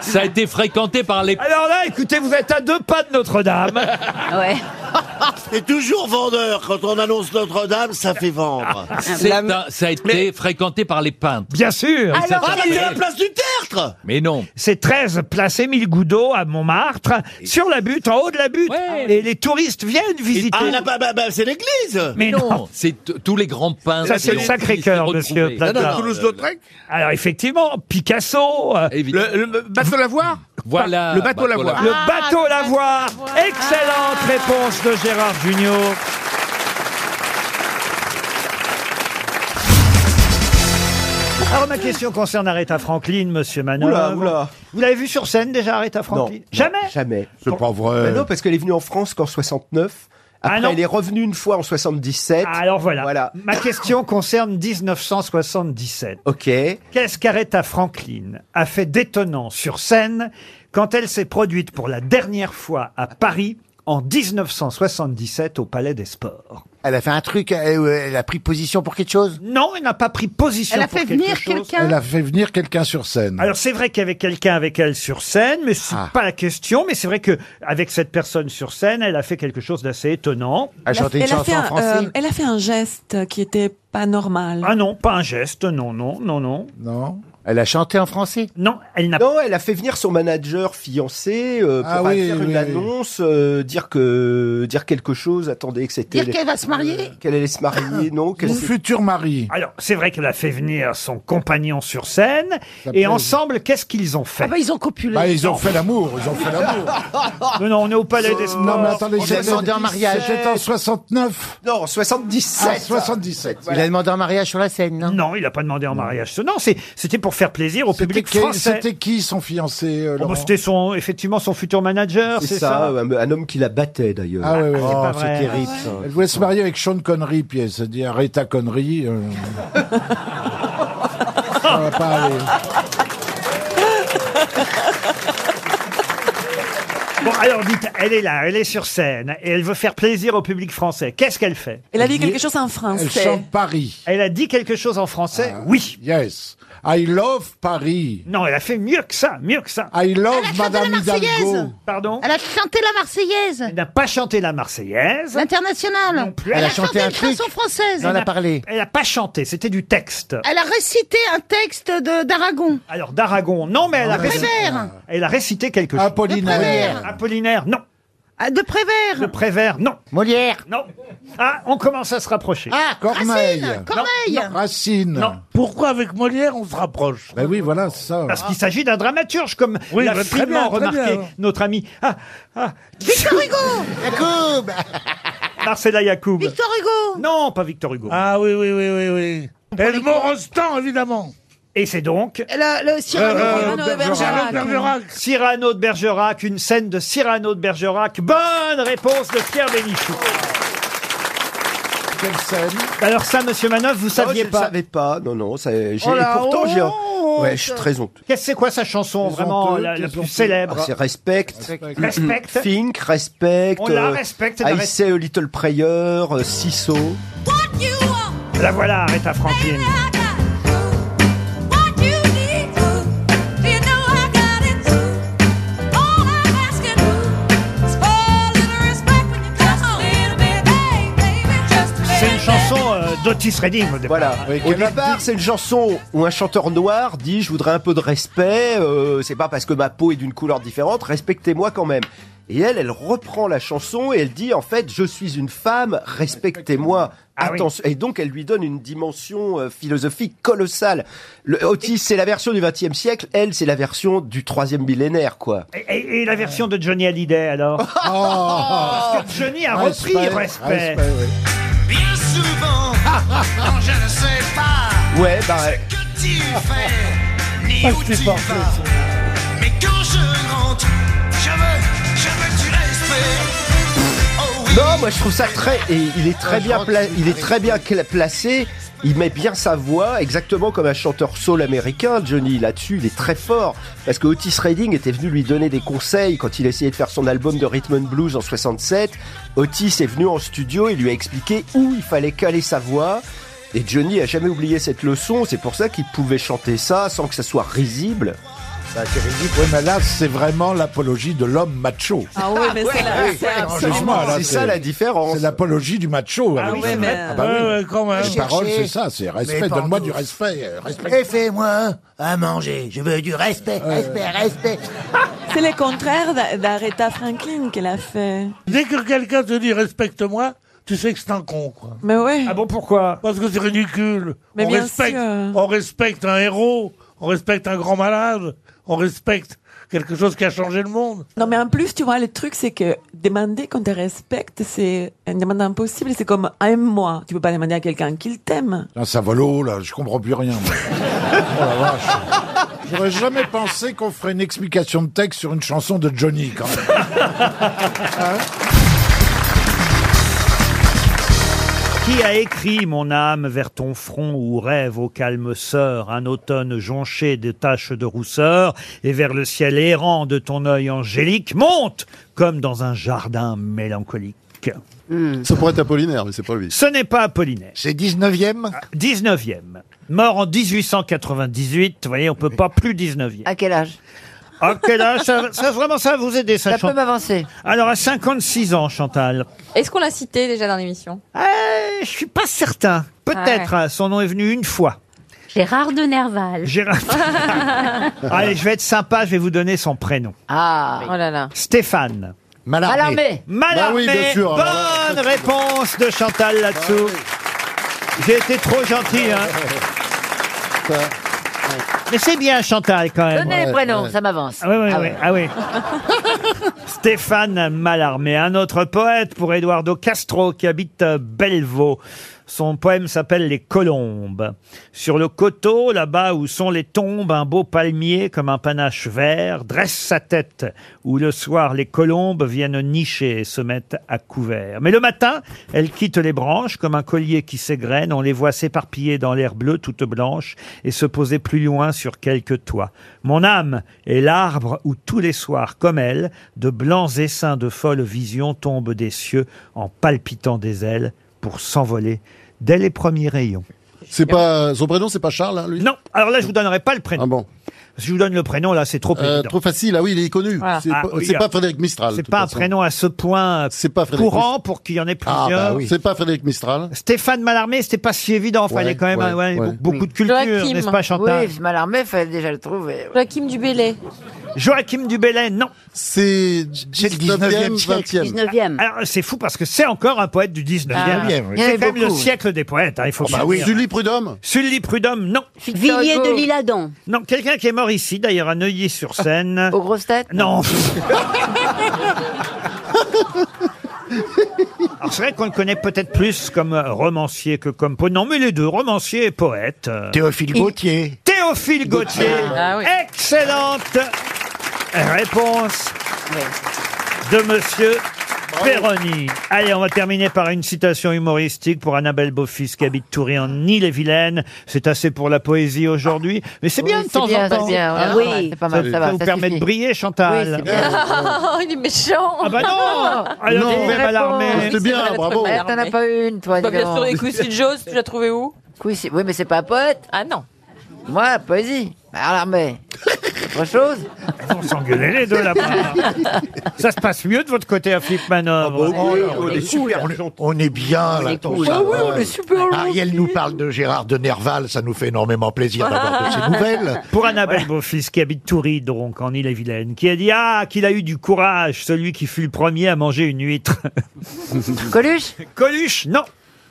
S21: Ça a été fréquenté par les...
S1: Alors là, écoutez, vous êtes à deux pas de Notre-Dame.
S6: Ouais.
S3: C'est toujours vendeur. Quand on annonce Notre-Dame, ça fait vendre.
S21: C'est un- ça a été fréquenté par les peintres.
S1: Bien sûr.
S21: Mais ça,
S3: ah,
S21: ça
S3: bah, c'est la
S21: fait-
S3: place du tertre
S21: Mais non.
S1: C'est 13 place Émile Goudot à Montmartre, sur la butte, en haut de la butte. Ah, Et les touristes viennent visiter.
S3: Ah, là, bah, bah, bah, c'est l'église
S1: Mais non.
S21: C'est t- tous les grands peintres.
S1: Ça, c'est
S21: qui
S1: le
S21: ont-
S1: Sacré-Cœur,
S21: qui se sont
S1: monsieur
S21: retrouvés.
S1: Plaza. Alors, effectivement, Picasso. euh,
S21: Le,
S31: bateau lavoir
S21: Voilà.
S31: Le bateau lavoir.
S1: Ah. Le
S31: Ah,
S1: bateau lavoir. Ah. Excellente réponse de Gérard Junior. Alors ma question concerne Aretha Franklin, Monsieur Manon.
S31: Oula, oula.
S1: Vous l'avez vu sur scène déjà, Aretha Franklin Jamais.
S31: Jamais.
S1: C'est pas vrai.
S31: Ben non, parce qu'elle est venue en France qu'en 69. Après,
S1: Ah non. Ah,
S31: elle est revenue une fois en 77.
S1: Alors voilà. Ma question concerne 1977.
S31: Ok.
S1: Qu'est-ce qu'Aretha Franklin a fait d'étonnant sur scène quand elle s'est produite pour la dernière fois à Paris en 1977 au Palais des Sports
S34: Elle a fait un truc, elle, elle a pris position pour quelque chose
S1: Non, elle n'a pas pris position
S34: Elle a
S1: pour
S34: fait
S1: quelque
S34: venir
S1: chose.
S34: quelqu'un Elle a
S19: fait venir quelqu'un sur scène.
S1: Alors c'est vrai qu'il y avait quelqu'un avec elle sur scène, mais c'est
S34: Ah.
S1: pas la question. Mais c'est vrai que avec cette personne sur scène, elle a fait quelque chose d'assez étonnant.
S34: Elle
S12: Elle a- elle a fait un, euh, elle a fait un geste qui était pas normal.
S1: Ah non, pas un geste, non, non, non, non.
S34: Non. Elle a chanté en français
S1: Non, elle n'a
S31: Non, elle a fait venir son manager fiancé euh, pour
S34: Ah oui,
S31: faire
S34: oui,
S31: une
S34: oui.
S31: annonce, euh, dire que dire quelque chose, attendez que c'était
S34: Dire qu'elle va se marier
S31: qu'elle allait se marier, non, qu'elle s'est-
S1: futur mari. Alors c'est vrai qu'elle a fait venir son compagnon sur scène. Et
S19: plaise.
S1: ensemble, qu'est-ce qu'ils ont fait
S19: Ah bah, ils ont copulé. ils ont fait l'amour, ils ont fait l'amour.
S1: Non, non, on est au Palais des Sports.
S19: Non, mais attendez,
S34: On a
S19: c'était-
S34: demandé en mariage.
S19: C'était en 69.
S31: Non, 77.
S19: Ah, 77.
S34: Il a demandé en mariage sur la scène, non
S1: Non, il n'a pas demandé en mariage. Non, c'est- c'était pour faire plaisir au public
S19: Qui-
S1: français.
S19: C'était qui son fiancé euh,
S1: Oh, bah,
S19: Laurent
S1: C'était son, effectivement son futur manager,
S31: C'est
S1: c'est
S31: ça,
S1: ça,
S31: un, un homme qui la battait d'ailleurs. Oh,
S19: Ah, ouais, ouais.
S1: c'est pas vrai. Ah
S19: Elle voulait se marier avec Sean Connery, puis elle s'est dit arrête ta connerie. euh. Ça va pas aller.
S1: Bon, alors dites, elle est là, elle est sur scène, et elle veut faire plaisir au public français. Qu'est-ce qu'elle fait
S12: Elle a dit quelque chose en français.
S19: Elle chante Paris.
S1: Elle a dit quelque chose en français Oui.
S19: Yes. I love Paris.
S1: Non, elle a fait mieux que ça, mieux que ça.
S19: I love Madame
S25: Marseillaise
S19: Hidalgo.
S1: Pardon
S25: Elle a chanté la Marseillaise.
S1: Elle n'a pas chanté la Marseillaise.
S25: L'international.
S1: plus.
S25: Elle,
S1: Elle
S25: a,
S1: a
S25: chanté,
S1: chanté un
S25: une chanson française.
S1: n'a- Elle n'a pas chanté, c'était du texte.
S25: Elle a récité un texte de- d'Aragon.
S1: Alors d'Aragon, non, mais elle a,
S25: De
S1: récité,
S25: Prévert.
S1: elle a récité quelque chose.
S19: Apollinaire.
S25: De Prévert.
S1: Apollinaire, non.
S25: Ah, De Prévert.
S1: De Prévert, non.
S34: Molière.
S1: Non. Ah, on commence à se rapprocher.
S25: Ah,
S19: Corneille.
S25: Racine. Corneille.
S19: Racine.
S31: Pourquoi avec Molière on se rapproche ben,
S19: Ben oui, voilà, c'est ça.
S1: Parce qu'il s'agit d'un dramaturge, comme
S19: Oui,
S1: l'a
S19: bah, très
S1: finement
S19: bien, très
S1: remarqué
S19: bien.
S1: notre ami ah, ah,
S25: Victor Hugo.
S34: Jacob
S1: Marcella Yacoub.
S25: Victor Hugo.
S1: Non, pas Victor Hugo.
S2: Ah oui, oui, oui, oui, oui. Edmond Rostand, évidemment.
S1: Et c'est donc
S25: Le, le Cyrano.
S2: Euh, euh,
S25: Cyrano de Bergerac.
S2: Cyrano de Bergerac.
S1: Cyrano de Bergerac, une scène de Cyrano de Bergerac. Bonne réponse de Pierre Bénichou.
S19: Quelle scène
S1: Alors ça, Monsieur Manoff, vous
S31: Oh, je
S1: saviez
S31: ne
S1: pas.
S31: savais pas, non, non. ça- j'ai-
S1: Oh la
S31: et pourtant, j'ai.
S1: honte.
S31: Ouais, je suis très honteux.
S1: Qu'est-ce c'est quoi sa chanson vraiment
S19: honteux,
S1: la, la
S19: les
S1: plus
S19: honteux.
S1: célèbre
S31: Ah, c'est respect.
S1: Respect.
S31: Think, respect.
S1: On la
S31: euh,
S1: respecte, la
S31: I
S1: res-
S31: say a little prayer, euh, Cisso.
S1: La voilà, Aretha Franklin. C'est une chanson euh, Otis Redding au départ.
S31: Voilà. Au départ, c'est une chanson où un chanteur noir dit Je voudrais un peu de respect, euh, c'est pas parce que ma peau est d'une couleur différente, respectez-moi quand même. Et elle, elle reprend la chanson et elle dit En fait, je suis une femme, respectez-moi. Attention. Et donc, elle lui donne une dimension euh, philosophique colossale. Le, Otis, c'est la version du XXe siècle, elle, c'est la version du troisième millénaire, quoi.
S1: Et, et- et la version de Johnny Hallyday alors
S4: Oh.
S1: Parce que Johnny a
S10: Respect,
S1: repris respect.
S10: respect, Bien souvent, quand je ne sais pas
S31: Ouais, bah ouais.
S10: que tu fais, ni
S19: Ah,
S10: où tu vas. Mais quand je rentre, je veux, je veux que tu respectes. Oh oui.
S31: Non, moi je trouve ça très. Et il est très bien, pla- il est très bien cla- placé. Il met bien sa voix, exactement comme un chanteur soul américain, Johnny. Là-dessus, il est très fort. Parce que Otis Redding était venu lui donner des conseils quand il essayait de faire son album de Rhythm and Blues en 67. Otis est venu en studio et lui a expliqué où il fallait caler sa voix. Et Johnny a jamais oublié cette leçon. C'est pour ça qu'il pouvait chanter ça sans que ça soit risible.
S19: Bah, Oui, mais là, c'est vraiment l'apologie de l'homme macho.
S12: Ah oui, mais c'est la- c'est absolument-
S19: Excuse-moi, là,
S12: C'est ça, la
S31: différence.
S19: C'est l'apologie du macho.
S12: Ah
S19: bah oui,
S12: ouais, mais-
S5: euh,
S2: Ouais, ouais, quand même.
S19: Les paroles,
S2: Chercher.
S19: c'est ça, c'est
S2: Mais
S19: respect.
S2: pas en
S19: Donne-moi
S2: tous.
S19: du respect. euh, respect.
S2: Et fais-moi à manger. Je veux du respect,
S12: respect,
S2: respect.
S12: C'est le contraire d'A- d'Aretha Franklin qu'elle a fait.
S2: Dès que quelqu'un te dit respecte-moi, tu sais que c'est un con, quoi.
S12: Mais ouais.
S1: Ah bon, pourquoi
S2: Parce que c'est ridicule.
S12: Mais
S2: on,
S12: bien
S2: respecte,
S12: sûr.
S2: on respecte un héros, on respecte un grand malade, on respecte quelque chose qui a changé le monde.
S12: Non, mais en plus, tu vois, le truc, c'est que demander qu'on te respecte, c'est une demande impossible. C'est comme aime-moi. Tu peux pas demander à quelqu'un qu'il t'aime.
S19: Là, ça vole haut, là, je comprends plus rien. moi. oh la vache. J'aurais jamais pensé qu'on ferait une explication de texte sur une chanson de Johnny, quand même.
S1: Qui a écrit Mon âme vers ton front où rêve au calme sœur un automne jonché de taches de rousseur et vers le ciel errant de ton œil angélique monte comme dans un jardin mélancolique.
S4: Ça pourrait être Apollinaire, mais c'est pas lui.
S1: Ce n'est pas Apollinaire.
S4: C'est 19e
S1: 19e. Mort en 1898, vous voyez, on peut pas plus 19e.
S6: À quel âge
S1: Ah, quel âge ça, ça, vraiment, ça va vous aider, ça,
S6: Ça
S1: Chan-
S6: peut m'avancer.
S1: Alors, à 56 ans, Chantal.
S24: Est-ce qu'on l'a cité déjà dans l'émission
S1: Ah, Je suis pas certain.
S6: Ah
S1: Peut-être, hein, son nom est venu une fois.
S7: Gérard de Nerval.
S1: Gérard. Allez, je vais être sympa, je vais vous donner son prénom.
S6: Ah.
S24: Oh là là.
S1: Stéphane.
S24: Mallarmé. Mallarmé.
S1: Mallarmé.
S24: Bah oui, bien sûr, hein. Bah alors là,
S1: Bonne réponse de Chantal là-dessous. J'ai été trop gentil, hein. Mais c'est bien, Chantal, quand même.
S6: Donnez les prénoms, ça m'avance.
S1: Ah oui, oui, oui. Ah oui. Stéphane Mallarmé, un autre poète pour Eduardo Castro qui habite euh, Bellevaux. Son poème s'appelle Les Colombes. Sur le coteau, là-bas où sont les tombes, un beau palmier comme un panache vert dresse sa tête, où le soir les colombes viennent nicher et se mettent à couvert. Mais le matin, elles quittent les branches comme un collier qui s'égrène, on les voit s'éparpiller dans l'air bleu toute blanche et se poser plus loin sur quelques toits. Mon âme est l'arbre où tous les soirs, comme elle, de blancs essaims de folles visions tombent des cieux en palpitant des ailes pour s'envoler dès les premiers rayons.
S4: C'est pas son prénom, c'est pas Charles, hein, lui.
S1: Non, alors là je vous donnerai pas le prénom.
S4: Ah bon.
S1: Si je vous donne le prénom, là c'est trop
S4: Euh,
S1: évident.
S4: trop facile, ah oui, il est connu.
S1: Voilà.
S4: C'est
S1: Ah,
S4: pas,
S1: oui,
S4: c'est
S1: euh,
S4: pas Frédéric Mistral.
S1: C'est pas un prénom à ce point
S4: Frédéric
S1: courant
S4: Mistral.
S1: pour qu'il y en ait
S4: Ah,
S1: plusieurs.
S4: bah oui. C'est pas Frédéric Mistral.
S1: Stéphane Mallarmé, c'était pas si évident. Il fallait
S4: Ouais,
S1: quand même
S4: ouais,
S1: euh, ouais,
S4: ouais.
S1: be- beaucoup de culture,
S24: Joachim.
S1: n'est-ce pas, Chantal
S6: Oui, Mallarmé, fallait déjà le trouver. ouais.
S24: Joachim Dubélé.
S1: Joachim Dubélé, non.
S4: C'est le 19e, 20e.
S1: 19e. Alors, c'est fou parce que c'est encore un poète du 19e.
S4: Ah, il y en avait
S1: c'est quand même le
S4: beaucoup, oui.
S1: siècle des poètes, hein, il faut
S4: Ah bah
S1: le
S4: oui.
S1: dire.
S4: Sully Prudhomme
S1: Sully Prudhomme, non.
S7: Villiers de l'Isle-Adam.
S1: Non, quelqu'un qui est mort ici, d'ailleurs, à Neuilly-sur-Seine.
S6: Aux grosses têtes
S1: Non. Alors, c'est vrai qu'on le connaît peut-être plus comme romancier que comme poète. Non, mais les deux, romancier et poète. euh.
S34: Théophile Gautier.
S1: Théophile Gauthier.
S34: Ah oui.
S1: Excellente réponse de monsieur Perroni. Allez, on va terminer par une citation humoristique pour Annabelle Beaufils qui habite Toury en Ille-et-Vilaine. C'est assez pour la poésie aujourd'hui, mais c'est bien
S6: Oui,
S1: de
S6: c'est
S1: temps
S6: bien,
S1: en temps.
S6: c'est bien, ouais,
S1: Hein
S6: c'est pas mal,
S1: ça,
S6: c'est pas mal, ça va,
S1: vous
S6: ça
S1: permet de
S6: suffit.
S1: briller, Chantal.
S6: Oui, c'est bien.
S24: Oh, il est méchant.
S1: Ah bah non Alors,
S4: Non,
S1: Yves Mallarmé.
S4: C'était bien, bravo.
S6: Ah, T'en as pas une, toi,
S24: Bah, bien
S6: évidemment.
S24: sûr, et Quincy Jones, tu l'as trouvé où
S6: Quincy- Oui, mais c'est pas un poète.
S24: Ah non.
S6: Moi, poésie. Bah, Alors, mais. Autre chose
S1: On s'engueulait les deux là-bas. Ça se passe mieux de votre côté à Flip Manœuvre.
S19: Oh là, on, est super gentil. on est bien là.
S1: cool. Ah oui, on est
S19: super Ariel nous parle de Gérard de Nerval, ça nous fait énormément plaisir d'avoir de ses nouvelles.
S1: Pour Annabelle Beaufils, qui habite Toury, donc, en Ille-et-Vilaine, qui a dit Ah, qu'il a eu du courage, celui qui fut le premier à manger une huître.
S6: Coluche
S1: Coluche, non.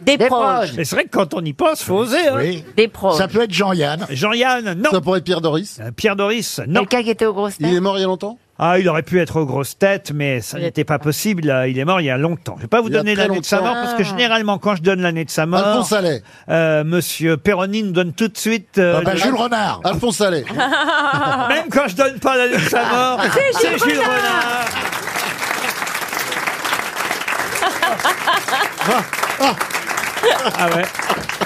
S6: Des Des proches. proches.
S1: Mais c'est vrai que quand on y pense, faut oser. hein.
S6: Des proches.
S19: Ça peut être Jean-Yann.
S1: Jean-Yann, non. Ça pourrait être Pierre Doris Pierre Doris, non.
S6: Quelqu'un qui était aux grosses têtes.
S1: mort il y a longtemps ah, il aurait pu être aux grosses têtes, mais ça n'était pas possible. Euh, Il est mort il y a longtemps. Je vais pas vous
S19: Il y a
S1: donner
S19: très
S1: l'année de sa mort
S19: longtemps.
S1: parce
S6: Ah.
S1: que généralement quand je donne l'année de sa mort,
S19: Alphonse Allais.
S1: euh, Monsieur Perroni nous donne tout de suite. euh,
S19: Ah bah,
S1: le-
S19: Jules Renard. Alphonse Salé.
S1: Même quand je donne pas l'année de sa
S19: Ah.
S1: mort,
S10: C'est
S1: c'est
S10: Jules
S1: Jules Renard. Ah ouais.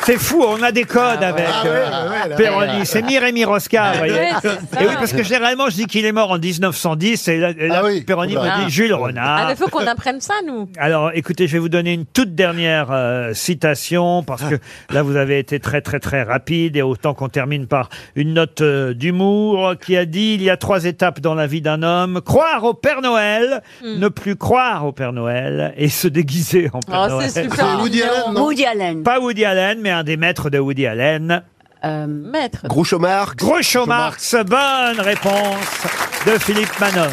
S1: C'est fou, on a des codes avec
S10: ouais,
S1: euh,
S10: ah ouais, là,
S1: Perroni.
S10: ouais.
S1: C'est Mireille Rosca, vous voyez.
S10: Ouais, c'est ça. Ah
S1: Et oui, parce que généralement, je dis qu'il est mort en 1910, et là, et là, Perroni
S24: Oula.
S1: me dit Jules
S24: Ah,
S1: Renard.
S24: mais faut qu'on apprenne ça, nous.
S1: Alors, écoutez, je vais vous donner une toute dernière euh, citation parce que là, vous avez été très, très, très rapide et autant qu'on termine par une note euh, d'humour qui a dit il y a trois étapes dans la vie d'un homme croire au Père Noël,
S7: Hmm.
S1: ne plus croire au Père Noël et se déguiser en Père
S7: Oh,
S1: Noël.
S7: c'est super C'est Woody mignon. Allen, non Woody Allen.
S1: Pas Woody Allen, mais un des maîtres de Woody Allen.
S7: Euh, Maître.
S1: Groucho Marx. Groucho Marx, bonne réponse de Philippe Manon.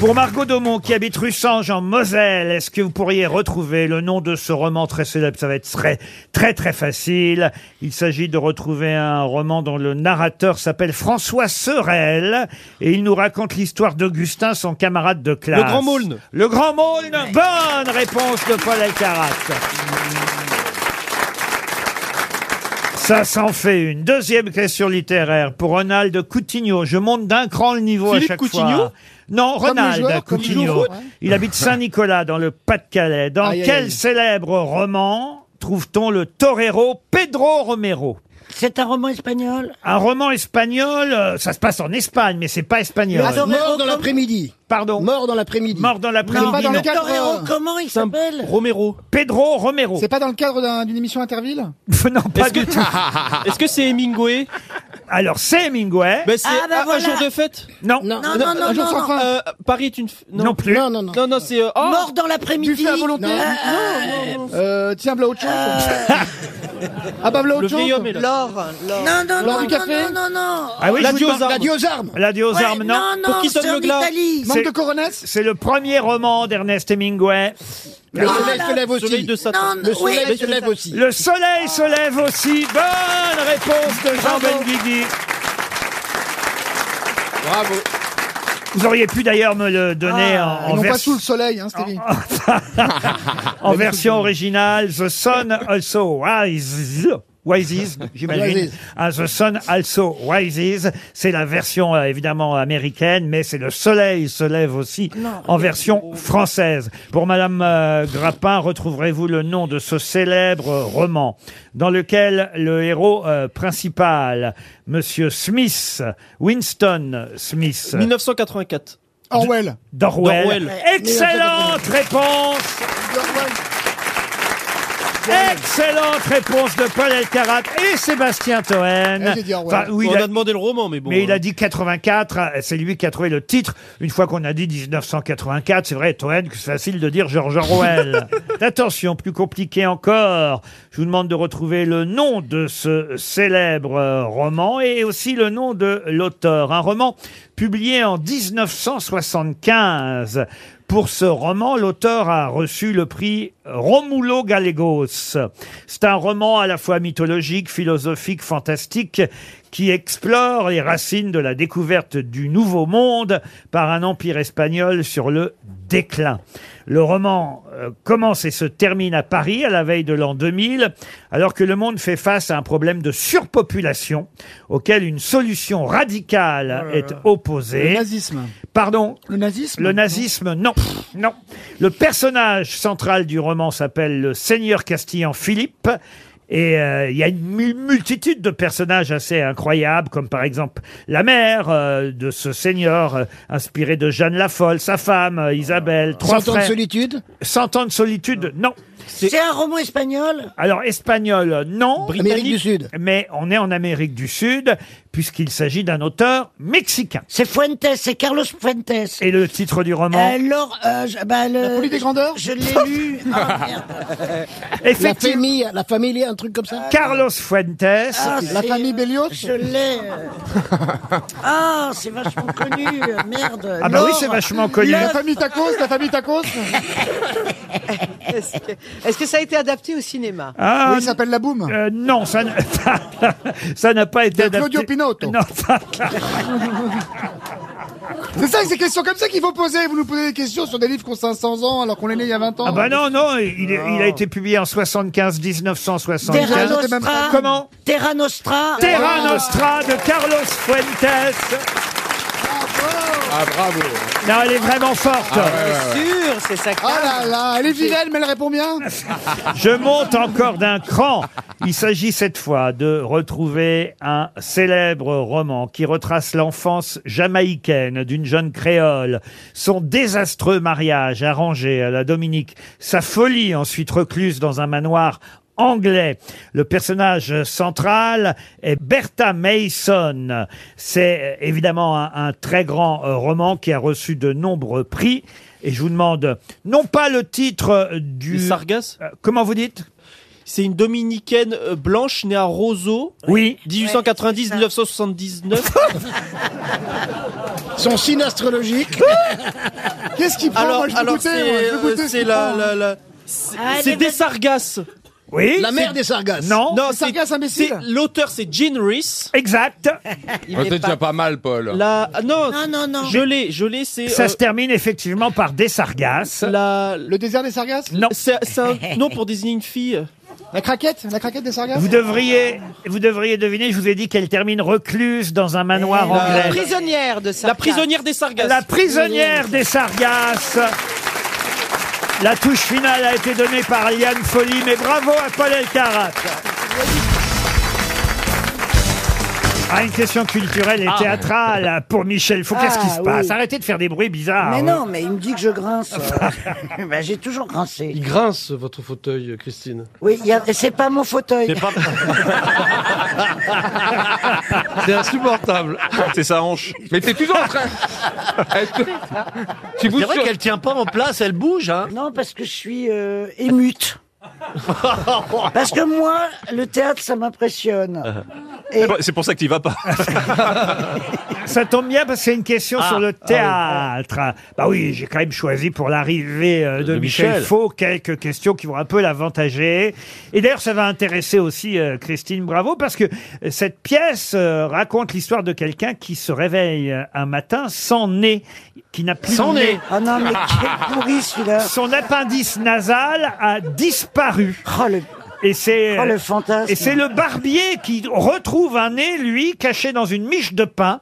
S1: Pour Margot Daumont, qui habite Russange en Moselle, est-ce que vous pourriez retrouver le nom de ce roman très célèbre Ça va être très, très, très facile. Il s'agit de retrouver un roman dont le narrateur s'appelle François Sorel et il nous raconte l'histoire d'Augustin, son camarade de classe.
S13: Grand Maulne.
S1: Le Grand Maulne. Bonne réponse de Paul Alcarat. Ça s'en fait une. Deuxième question littéraire pour Ronald Coutinho. Je monte d'un cran le niveau
S13: Philippe
S1: à chaque
S13: Coutinho
S1: fois. Non,
S13: Comme
S1: Ronald
S13: le joueur, comme il joue au
S1: Coutinho.
S13: foot
S1: Il habite Saint-Nicolas dans le Pas-de-Calais. Dans
S13: Aïe, aïe,
S1: quel
S13: aïe.
S1: célèbre roman trouve-t-on le torero Pedro Romero
S16: C'est un roman espagnol
S1: Un roman espagnol, euh, ça se passe en Espagne, mais c'est pas espagnol.
S16: Le torero
S13: Mort dans l'après-midi.
S1: Pardon.
S13: Mort dans l'après-midi.
S1: Mort dans l'après-midi.
S13: C'est pas dans le cadre.
S16: torero,
S13: euh,
S16: comment il s'appelle
S13: Romero.
S1: Pedro Romero.
S13: C'est pas dans le cadre d'un- d'une émission Interville
S1: Non, pas du tout.
S13: Est-ce que c'est Hemingway
S1: Alors, c'est Hemingway.
S13: Ben, c'est
S16: Ah, bah
S13: un- un
S16: voilà.
S13: jour de fête
S1: Non.
S16: Non, non, non, non,
S13: Un jour
S16: non,
S13: sans
S16: non.
S13: fin.
S16: Euh,
S13: Paris est une...
S1: Non, plus.
S13: Non, non, non. Non, non, c'est... euh, oh
S16: Mort dans l'après-midi.
S13: Buffet à volonté.
S16: Euh,
S13: Non, non, non. Euh, tiens, v'là autre chose.
S1: Euh.
S13: ah bah, v'là autre
S16: Le
S13: chose.
S16: vieil homme est là. L'or, Non, non,
S13: L'or
S16: non,
S13: du café
S16: non, non, non, non.
S1: Ah oui,
S13: La
S1: je vous
S13: Dieu aux
S1: demande-
S13: armes. La Dieu aux armes.
S1: La Dieu aux
S16: Ouais,
S1: armes, non.
S16: non, non, Pour qui sonne c'est le en glas Italie.
S13: Manque
S1: C'est-
S13: de coronets
S1: C'est le premier roman d'Ernest Hemingway.
S13: Le soleil se lève aussi.
S16: de Satan. Ah, Non, non,
S13: le soleil
S16: oui.
S13: se lève aussi.
S1: Le soleil se lève aussi. Bonne réponse de Jean Benguigui.
S13: Bravo.
S1: Vous auriez pu d'ailleurs me le donner
S16: Ah.
S1: en-
S13: Ah. Ils
S1: en,
S13: n'ont
S1: vers-
S13: pas sous le soleil, hein, Stevie.
S5: Ah.
S1: en version originale. The sun also rises. Rises, j'imagine.
S13: Rises.
S1: Ah, the sun also rises. C'est la version euh, évidemment américaine, mais c'est le soleil se lève aussi en version française. Pour Madame euh, Grappin, retrouverez-vous le nom de ce célèbre roman dans lequel le héros euh, principal, Monsieur Smith, Winston Smith,
S13: 1984. Orwell.
S1: D'Orwell.
S13: D'Orwell.
S1: Excellente réponse. Excellente réponse de Paul Elkarat et Sébastien Toen.
S13: Eh, j'ai dit Orwell.
S1: oui,
S13: On
S1: il
S13: a demandé le roman, mais bon,
S1: Mais il
S13: hein.
S1: a dit 84. euh, C'est lui qui a trouvé le titre. Une fois qu'on a dit 1984, c'est vrai, Toen, que c'est facile de dire George Orwell. Attention, plus compliqué encore. Je vous demande de retrouver le nom de ce célèbre euh, roman et aussi le nom de l'auteur. Un roman publié en 1975. Pour ce roman, l'auteur a reçu le prix Romulo Gallegos. C'est un roman à la fois mythologique, philosophique, fantastique, qui explore les racines de la découverte du Nouveau Monde par un empire espagnol sur le déclin. Le roman euh, commence et se termine à Paris à la veille de l'an 2000, alors que le monde fait face à un problème de surpopulation auquel une solution radicale est opposée.
S13: Oh Le nazisme.
S1: Pardon
S13: Le nazisme.
S1: le nazisme, non. Non. Le personnage central du roman s'appelle le seigneur castillan Philippe. Et euh, il y a une mul- multitude de personnages assez incroyables, comme par exemple la mère euh, de ce seigneur, euh, inspirée de Jeanne la Folle, sa femme, euh, Isabelle, trois
S13: Cent ans de
S1: frères.
S13: solitude
S1: Cent ans de solitude, non.
S4: C'est un roman espagnol
S1: Alors, espagnol, euh, non.
S4: Britannique Amérique du
S1: Sud. Mais on est en Amérique du Sud, puisqu'il s'agit d'un auteur mexicain.
S4: C'est Fuentes, c'est Carlos Fuentes.
S1: Et le titre du roman
S4: Alors, euh, je- bah, le... La folie des grandeurs Je l'ai lu. Ah, merde.
S1: Effectivement.
S16: famille, la famille, un truc comme ça
S1: Euh, Carlos Fuentes.
S4: Ah,
S16: la
S4: c'est-
S16: famille Bélios
S4: Je l'ai. euh. Ah, c'est vachement connu. euh, Merde.
S1: Ah bah oui,
S4: L'or.
S1: c'est vachement connu.
S4: L'œuf.
S1: La
S16: famille Tacos, la famille Tacos
S5: Est-ce que, est-ce que ça a été adapté au cinéma
S1: Ah,
S16: il s'appelle La Boum
S1: euh, Non, ça n'a- ça n'a pas été
S16: De Claudio
S1: adapté.
S16: Pinotto.
S1: Non, ça-
S16: C'est ça, c'est des questions comme ça qu'il faut poser. Vous nous posez des questions sur des livres qui ont 500 ans alors qu'on est né il y a 20 ans.
S1: Ah bah non, non, il, est- il a été publié en 75, 1975.
S16: Terra Nostra.
S1: Comment
S4: Terra Nostra.
S1: Terra Nostra de Carlos Fuentes.
S35: Ah bravo
S1: Non, elle est vraiment
S13: Ah,
S1: forte.
S5: Sûr, c'est sacré.
S16: Ah là là, elle est vilaine, mais elle répond bien.
S1: Je monte encore d'un cran. Il s'agit cette fois de retrouver un célèbre roman qui retrace l'enfance jamaïcaine d'une jeune créole, son désastreux mariage arrangé à la Dominique, sa folie ensuite recluse dans un manoir anglais. Le personnage central est Bertha Mason. C'est euh, évidemment un, un très grand euh, roman qui a reçu de nombreux prix. Et je vous demande, non pas le titre euh, du... Sargasses Comment vous dites
S13: C'est une dominicaine euh, blanche née à Roseau.
S1: Oui.
S13: 1890-1979.
S16: Son signe astrologique. Qu'est-ce qu'il prend
S13: Alors-
S16: Moi, je veux
S13: alors,
S16: goûter,
S13: c'est,
S16: moi, je veux
S13: euh,
S16: goûter ce
S13: c'est
S16: qu'il prend.
S13: la-
S16: Ah,
S13: la-
S4: Ah,
S13: la- c'est des sargasses.
S1: Oui. La mère
S13: des sargasses.
S1: Non.
S13: Non, sargasses imbécile. L'auteur, c'est Gene Reese.
S1: Exact.
S13: est
S32: C'est déjà pas mal, Paul.
S13: La... ah, Non,
S4: Non, non, non.
S13: Je l'ai, je l'ai, c'est.
S1: Ça
S13: euh,
S1: se termine effectivement par des sargasses.
S13: la...
S16: Le désert des Sargasses
S1: Non.
S13: C'est c'est un nom pour désigner une fille.
S16: La craquette La craquette des Sargasses
S1: Vous devriez, vous devriez deviner, je vous ai dit qu'elle termine recluse dans un manoir
S5: La
S1: anglais.
S5: prisonnière de Sargasses.
S13: La prisonnière des sargasses.
S1: La prisonnière des Sargasses. La touche finale a été donnée par Liane Folly, mais bravo à Paul Elkarat. Ah, une question culturelle et
S4: Ah.
S1: théâtrale pour Michel Faux. Qu'est-ce qui se
S4: Ah,
S1: passe
S4: oui.
S1: Arrêtez de faire des bruits bizarres. Ah.
S4: Mais non, mais il me dit que je grince. Euh, bah, J'ai toujours grincé.
S30: Il grince votre fauteuil, Christine.
S4: Oui, il y a- c'est pas mon fauteuil.
S30: C'est insupportable.
S32: C'est sa hanche. Mais t'es toujours en train.
S36: C'est vrai qu'elle tient pas en place, elle bouge. Hein.
S4: Non, parce que je suis euh, émute. parce que moi, le théâtre, ça m'impressionne.
S1: Ah.
S4: Et-
S32: C'est pour ça que tu vas pas.
S1: Ça tombe bien parce que c'est une question
S4: Ah,
S1: sur le
S4: ah
S1: théâtre. Bah oui, j'ai quand même choisi pour l'arrivée euh, de,
S36: De
S1: Michel,
S36: Michel.
S1: Faux quelques questions qui vont un peu l'avantager. Et d'ailleurs, ça va intéresser aussi euh, Christine Bravo parce que euh, cette pièce euh, raconte l'histoire de quelqu'un qui se réveille euh, un matin sans nez, qui n'a plus
S4: Sans
S1: de
S4: nez. Ah non, mais quel pourri, celui-là.
S1: Son appendice nasal a disparu. Et c'est
S4: Oh, le fantasme.
S1: et c'est le barbier qui retrouve un nez, lui, caché dans une miche de pain,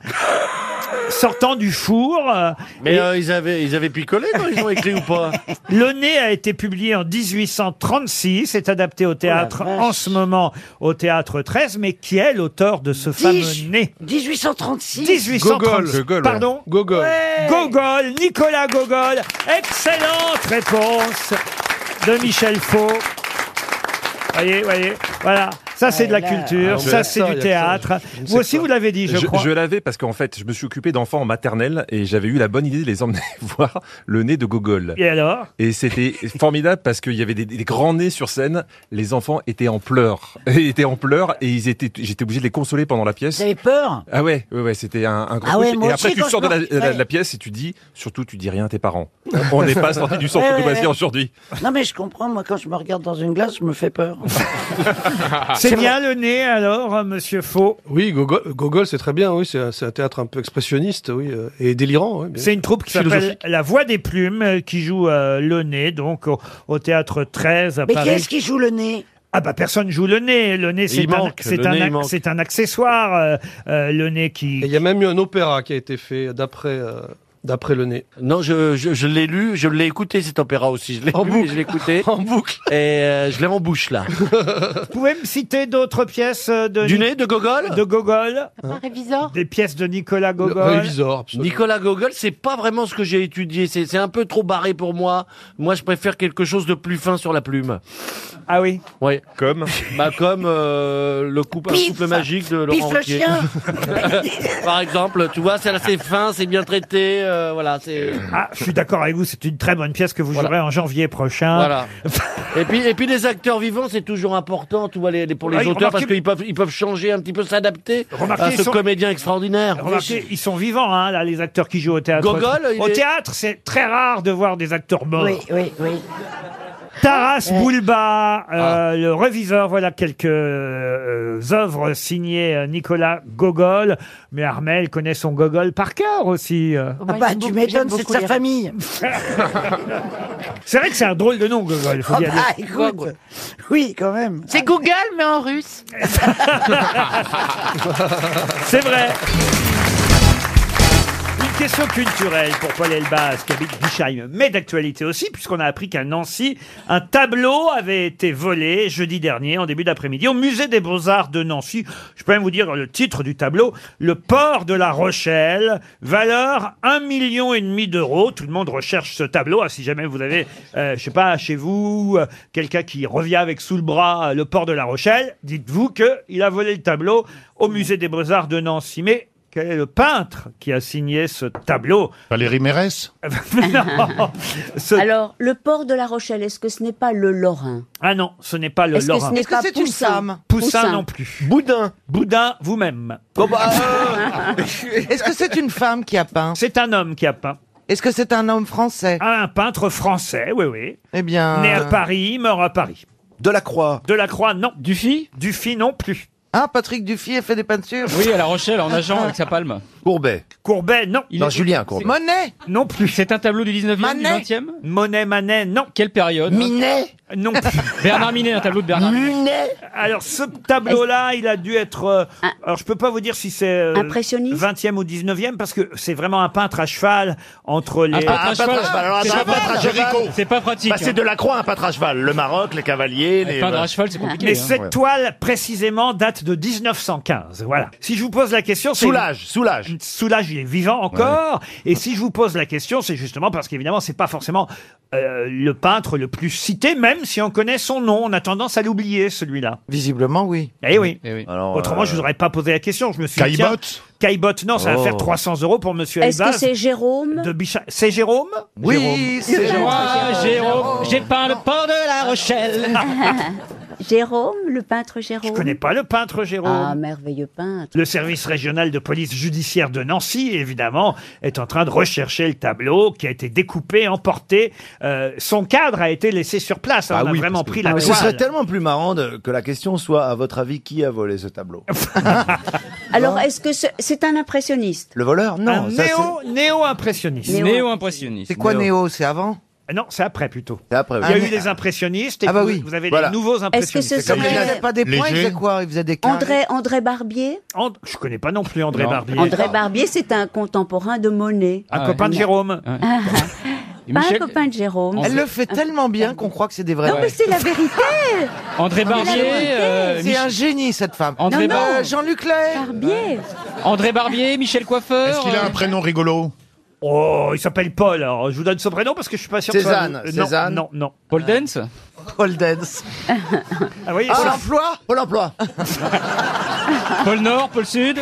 S1: sortant du four. euh,
S36: Mais
S1: et
S36: euh, ils, avaient, ils avaient picolé quand ils ont écrit ou pas
S1: Le nez a été publié en 1836, c'est adapté au théâtre en ce moment, au théâtre 13, mais qui est l'auteur de ce
S4: Dix-
S1: fameux nez
S4: 1836.
S1: 1836. Pardon
S30: Gogol.
S1: Gogol, Nicolas Gogol. Excellente réponse de Michel Faux. Voyez, voyez, voilà. Ça, c'est de la
S4: Voilà.
S1: culture,
S32: Ah, je-
S1: ça, c'est
S32: ça,
S1: du
S32: y a que ça,
S1: théâtre.
S32: je ne sais
S1: Vous aussi,
S32: pas.
S1: vous l'avez dit, je, crois.
S32: l'avais parce qu'en fait, je me suis occupé d'enfants en maternelle et j'avais eu la bonne idée de les emmener voir le nez de Gogol.
S1: Et alors
S32: Et c'était formidable parce qu'il y avait des, des grands nez sur scène. Les enfants étaient en pleurs. Ils étaient en pleurs et ils étaient, j'étais obligé de les consoler pendant la pièce.
S4: J'avais peur.
S32: Ah ouais, ouais, ouais, c'était un, un grand
S4: Ah ouais,
S32: truc.
S4: moi
S32: Et après,
S4: aussi,
S32: tu
S4: quand
S32: sors de la,
S4: je me-
S32: la-
S4: ouais.
S32: la pièce et tu dis, surtout, tu dis rien à tes parents. On n'est pas sorti du centre
S4: Ouais,
S32: de
S4: ouais,
S32: loisirs
S4: ouais.
S32: aujourd'hui.
S4: Non, mais je comprends, moi, quand je me regarde dans une glace, je me fais peur.
S1: C'est bien Ah, le nez, alors, euh, monsieur Faux
S30: Oui, Gogol, Gogol, c'est très bien, oui, c'est un, c'est un théâtre un peu expressionniste, oui, euh, et délirant. oui, bien.
S1: C'est une troupe qui s'appelle
S30: Philosophique.
S1: La Voix des Plumes, euh, qui joue euh, le nez, donc au, au théâtre 13 à
S4: Mais
S1: Paris.
S4: qu'est-ce qui joue le nez
S1: Ah bah personne joue le nez. Le nez c'est
S30: il
S1: un
S30: manque,
S1: c'est
S30: le
S1: un
S30: nez, il
S1: ac-
S30: manque.
S1: c'est un accessoire. euh, euh, le nez
S30: Et
S1: qui
S30: il y a même eu un opéra qui a été fait d'après euh,
S26: d'après le nez.
S30: Non, je, je, je l'ai lu, je l'ai écouté cet opéra aussi. Je l'ai lu, et je l'ai écouté. en boucle. Et euh, je l'ai en bouche là.
S1: Vous pouvez me citer d'autres pièces euh, de...
S30: Du nez de Gogol
S1: De Gogol.
S30: Hein
S6: Révisor
S1: Des pièces de Nicolas Gogol.
S30: Nicolas Gogol, c'est pas vraiment ce que j'ai étudié. C'est c'est un peu trop barré pour moi. Moi, je préfère quelque chose de plus fin sur la plume.
S1: Ah oui
S30: Oui. Comme Bah comme euh, le couple, un
S10: Pif
S30: couple magique de
S10: Pif
S30: Laurent
S10: le
S30: Ruquier.
S10: chien
S30: Par exemple, tu vois, c'est assez fin, c'est bien traité. euh, voilà, c'est...
S1: Ah, je suis d'accord avec vous, c'est une très bonne pièce que vous jouerez en janvier prochain.
S30: Voilà. et puis, et puis les acteurs vivants, c'est toujours important, tu vois, les, les- pour les
S1: Ah, remarquez-
S30: auteurs, parce qu'ils peuvent, ils peuvent changer un petit peu, s'adapter
S1: Remarquez,
S30: à
S1: ils
S30: ce
S1: sont-
S30: comédien extraordinaire.
S1: Ah, Remarquez, ils sont vivants, hein, là, les acteurs qui jouent au théâtre.
S30: Gogol, il
S1: Au
S30: est-
S1: théâtre, c'est très rare de voir des acteurs morts.
S16: Oui, oui, oui.
S1: Taras Bulba,
S30: Ah.
S1: euh, le réviseur, voilà quelques euh, œuvres signées euh, Nicolas Gogol. Mais Armel connaît son Gogol par cœur aussi. euh.
S16: Ah bah, tu m'étonnes, c'est de sa famille.
S1: C'est vrai que c'est un drôle de nom, Gogol. faut
S16: Ah
S1: y aller.
S16: bah, écoute. Oui, quand même.
S25: C'est Google, mais en russe.
S1: C'est vrai. Une question culturelle pour Paul Elbaz, qui habite Bischheim, mais d'actualité aussi, puisqu'on a appris qu'à Nancy, un tableau avait été volé jeudi dernier, en début d'après-midi, au musée des Beaux-Arts de Nancy. Je peux même vous dire le titre du tableau, Le port de la Rochelle, valeur 1,5 million et demi d'euros. Tout le monde recherche ce tableau. Ah, si jamais vous avez, euh, je sais pas, chez vous, euh, quelqu'un qui revient avec sous le bras euh, le port de la Rochelle, dites-vous qu'il a volé le tableau au musée des Beaux-Arts de Nancy. Mais quel est le peintre qui a signé ce tableau Valérie Mérès
S7: Alors, le port de La Rochelle, est-ce que ce n'est pas le Lorrain
S1: Ah non, ce n'est pas le
S7: Est-ce que
S1: Lorrain.
S7: ce n'est Est-ce que pas c'est une Poussin femme
S1: Poussin,
S7: Poussin.
S1: non plus. Boudin. Boudin, vous-même.
S3: Ah. Est-ce que c'est une femme qui a peint
S1: C'est un homme qui a peint. Ah,
S3: Est-ce que c'est un homme français
S1: Un peintre français, oui, oui.
S3: Eh bien.
S1: Né à Paris, meurt à Paris. Delacroix. Delacroix, non. Dufy Dufy, non plus.
S3: Ah, Patrick Dufy a fait des peintures
S9: Oui, à La Rochelle, en nageant avec sa palme.
S1: Courbet. Courbet, non.
S9: Il Non, est- Julien Courbet.
S3: Monet
S1: Non plus.
S9: C'est un tableau du 19e, du 20e
S1: Monet, Manet, non.
S9: Quelle période
S1: Minet Non
S9: Bernard Minet, un tableau de Bernard Minet.
S1: Alors, ce tableau-là, il a dû être... euh, alors, je peux pas vous dire si c'est... euh, 20e ou 19e, parce que c'est vraiment un peintre à cheval entre les...
S9: Ah, Un peintre à cheval. C'est pas pratique.
S1: C'est pas pratique.
S9: Bah, c'est de la
S1: croix,
S30: un peintre à cheval. Le Maroc, les cavaliers, les...
S9: Peindre à cheval, c'est compliqué.
S1: Mais
S9: hein.
S1: cette toile, précisément, date de 1915. Voilà. Si je vous pose la question, c'est...
S30: Soulage, soulage.
S1: Soulage, il est vivant encore. Et si je vous pose la question, c'est justement parce qu'évidemment, c'est pas forcément euh, le peintre le plus cité, même si on connaît son nom. On a tendance à l'oublier, celui-là.
S3: Visiblement, oui.
S1: Eh oui.
S30: Alors,
S1: Autrement, je vous aurais pas posé la question. Je me suis dit,
S30: Caillebotte
S1: tiens, Caillebotte, non, ça va
S30: Oh.
S1: faire 300 euros pour Monsieur
S7: Est-ce que
S1: Elbaz
S7: c'est Jérôme
S1: de Bichat. C'est Jérôme
S7: Oui, c'est Jérôme.
S9: Moi, Jérôme, j'ai peint le port de la Rochelle.
S7: Jérôme, le peintre Jérôme
S1: Je connais pas le peintre Jérôme.
S7: Ah, merveilleux peintre.
S1: Le service régional de police judiciaire de Nancy, évidemment, est en train de rechercher le tableau qui a été découpé, emporté. Euh, son cadre a été laissé sur place.
S31: Ah
S1: hein. on a vraiment pris la
S31: Mais ce serait
S1: toile.
S31: tellement plus marrant de- que la question soit, à votre avis, qui a volé ce tableau
S7: Alors, est-ce que ce- c'est un impressionniste
S31: Le voleur
S3: Ah,
S31: Non.
S1: Un
S31: ça, c'est-
S3: oh,
S1: néo, néo-impressionniste.
S7: Néo-
S9: Néo-impressionniste.
S3: C'est quoi Néo C'est avant
S1: Euh, Non, c'est après plutôt.
S31: après,
S1: Il y a eu les impressionnistes et
S3: Ah bah
S1: vous-
S3: oui.
S1: vous avez
S3: Voilà.
S1: les nouveaux
S7: Est-ce que
S1: impressionnistes.
S7: ce
S3: Il
S7: serait
S3: faisait pas des points, il faisait quoi Il faisait des carrés
S7: André, André Barbier
S1: And- Je connais pas non plus André
S9: Non.
S1: Barbier. Ah.
S7: André Barbier, c'est un contemporain de Monet.
S3: Ah,
S1: Un copain de Jérôme.
S9: Ah, Et
S7: Pas un
S9: Michel-
S7: copain de Jérôme.
S3: Elle le fait tellement bien qu'on croit que c'est des vrais.
S7: Non, mais c'est la vérité
S9: Ah. André Barbier. euh,
S3: C'est
S9: Mich-
S3: un génie, cette femme.
S9: André,
S3: Non,
S9: Bar-
S3: non, Jean-Luc Lahaye.
S7: Barbier
S9: André Barbier, Michel Coiffeur. euh,
S1: prénom rigolo Oh, il s'appelle Paul. Alors, je vous donne son prénom parce que je suis pas sûr. que ça-
S31: Cézanne,
S1: Euh, non,
S31: Cézanne.
S1: Non, non.
S9: Paul Dance
S3: Paul Dance.
S1: Ah, voyez,
S3: Pôle
S1: c'est-
S3: emploi
S31: Pôle emploi.
S9: Pôle Nord, Pôle Sud.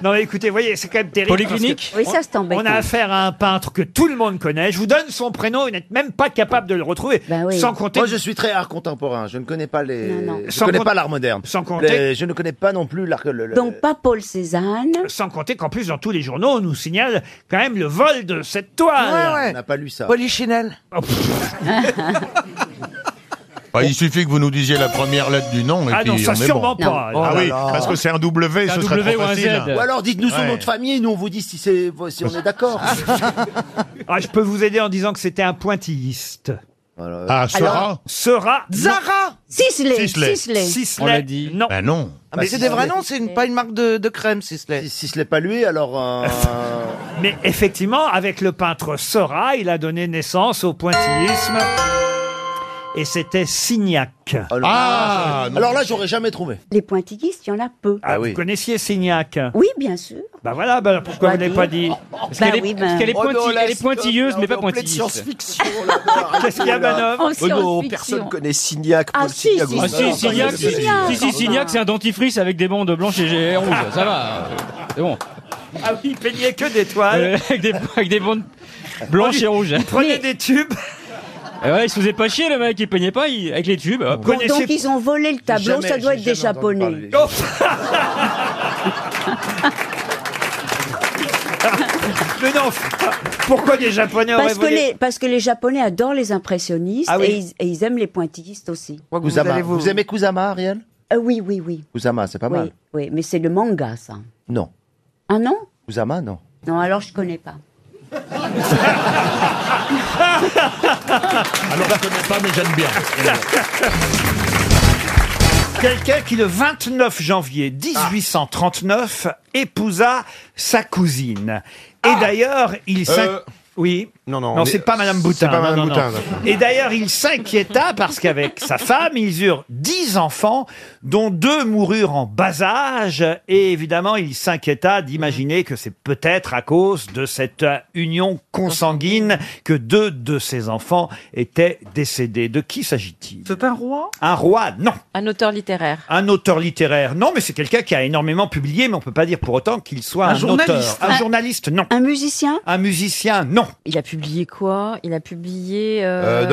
S1: Non, mais écoutez, voyez, c'est quand même terrible.
S9: Polyclinique
S1: parce que
S7: Oui, ça, c'est embêtant.
S1: On a affaire à un peintre que tout le monde connaît. Je vous donne son prénom, vous n'êtes même pas capable de le retrouver.
S7: Ben
S1: Sans compter.
S31: Moi, je suis très art contemporain. Je ne connais pas les.
S7: Non, non.
S31: Je
S1: Sans
S31: connais
S1: compte-
S31: pas l'art moderne.
S1: Sans compter-
S31: Les- Je ne connais pas non plus l'art. le- le-
S7: Donc, pas Paul Cézanne.
S1: Sans compter qu'en plus, dans tous les journaux, on nous signale quand même le vol de cette toile. Oh,
S31: On n'a pas lu ça.
S3: Polichinelle.
S4: Ah,
S11: Bah, il suffit que vous nous disiez la première lettre du nom et
S1: Ah
S11: puis
S1: non, ça
S11: on est
S1: sûrement
S11: bon. ah
S1: pas. Oh là
S11: oui,
S1: là.
S11: parce que c'est un W,
S1: C'est
S11: ce
S1: un
S11: serait
S1: W
S11: trop
S1: ou un
S11: facile.
S1: Z.
S31: Ou alors, dites-nous son
S11: Ouais.
S31: nom de famille et nous, on vous dit si, c'est- si on est d'accord.
S1: Ah, je peux vous aider en disant que c'était un pointilliste.
S5: Sera
S1: Ah,
S5: Alors-
S1: Sera.
S4: Zara
S1: Sisley.
S4: Sisley.
S1: Sisley.
S4: Sisley.
S1: dit. Non. Bah non.
S4: Ah, mais
S1: Bah,
S4: c'est des vrais
S1: Sisley.
S4: noms, c'est une- pas une marque de, de crème, Sisley.
S31: Si ce n'est pas lui, alors. euh,
S1: Mais effectivement, avec le peintre Sora, il a donné naissance au pointillisme. Et c'était Signac.
S4: Oh,
S31: Ah, non. Alors là, j'aurais jamais trouvé.
S7: Les pointillistes, il y en a peu.
S1: Ah, Vous connaissiez Signac
S7: Oui, bien sûr.
S1: Bah voilà, bah pourquoi
S7: Bah
S1: vous ne l'avez
S7: oui.
S1: pas dit
S7: Bah qu'elle est- oui, ben. parce
S4: Oh,
S7: qu'elle est
S10: pointi- elle est pointilleuse, mais pas pointilliste.
S1: Qu'est-ce qu'il y a, Manon
S10: En science-fiction.
S31: Oh personne connaît Signac.
S10: Ah,
S31: Paul
S10: si,
S31: Signac,
S10: si,
S31: vous
S10: si,
S31: savez.
S10: si, Signac, si, si, si, Signac, c'est un dentifrice avec des bandes blanches et rouges, ça va, euh, c'est bon.
S1: Ah oui, il peignait que d'étoiles.
S10: Euh, avec, des, avec des bandes blanches et rouges. Eh
S1: Il prenait des tubes.
S10: ouais, il se faisait pas chier le mec, il peignait pas il- avec les tubes. hop.
S7: Bon, donc ils ont volé le tableau, ça doit être des Japonais.
S1: Mais non, pourquoi des Japonais auraient
S7: Parce que,
S1: volé
S7: les, parce que les Japonais adorent les impressionnistes
S1: Ah oui.
S7: et, ils, et ils aiment les pointillistes aussi.
S31: Kusama. Vous, aimez Kusama, Ariel
S7: Euh, Oui, oui, oui.
S31: Kusama, Ah, c'est pas
S7: oui,
S31: mal.
S7: oui, mais c'est le manga, ça.
S31: Non.
S7: Ah non
S31: Kusama, non.
S7: Non, alors je connais pas.
S37: Alors, je connais pas, mais j'aime bien.
S1: Quelqu'un qui, le 29 janvier 1839, épousa sa cousine. Et d'ailleurs, il s'in-
S22: Euh,
S1: Oui.
S22: Non, non,
S1: Non,
S22: on
S1: c'est
S22: est-
S1: pas Madame
S22: c'est
S1: Boutin.
S22: pas
S1: non,
S22: Madame
S1: non,
S22: Boutin,
S1: non.
S22: d'accord.
S1: Et d'ailleurs, il s'inquiéta parce qu'avec sa femme, ils eurent dix enfants, dont deux moururent en bas âge. Et évidemment, il s'inquiéta d'imaginer que c'est peut-être à cause de cette euh, union consanguine que deux de ses enfants étaient décédés. De qui s'agit-il C'est un roi Un roi, non.
S24: Un auteur littéraire.
S1: Un auteur littéraire, non, mais c'est quelqu'un qui a énormément publié, mais on peut pas dire pour autant qu'il soit un,
S24: Un
S1: auteur.
S24: journaliste.
S1: Un
S24: Un-
S1: journaliste, non.
S7: Un musicien
S1: Un musicien, non.
S24: Il a publié quoi Il a publié.
S1: Euh,
S24: euh,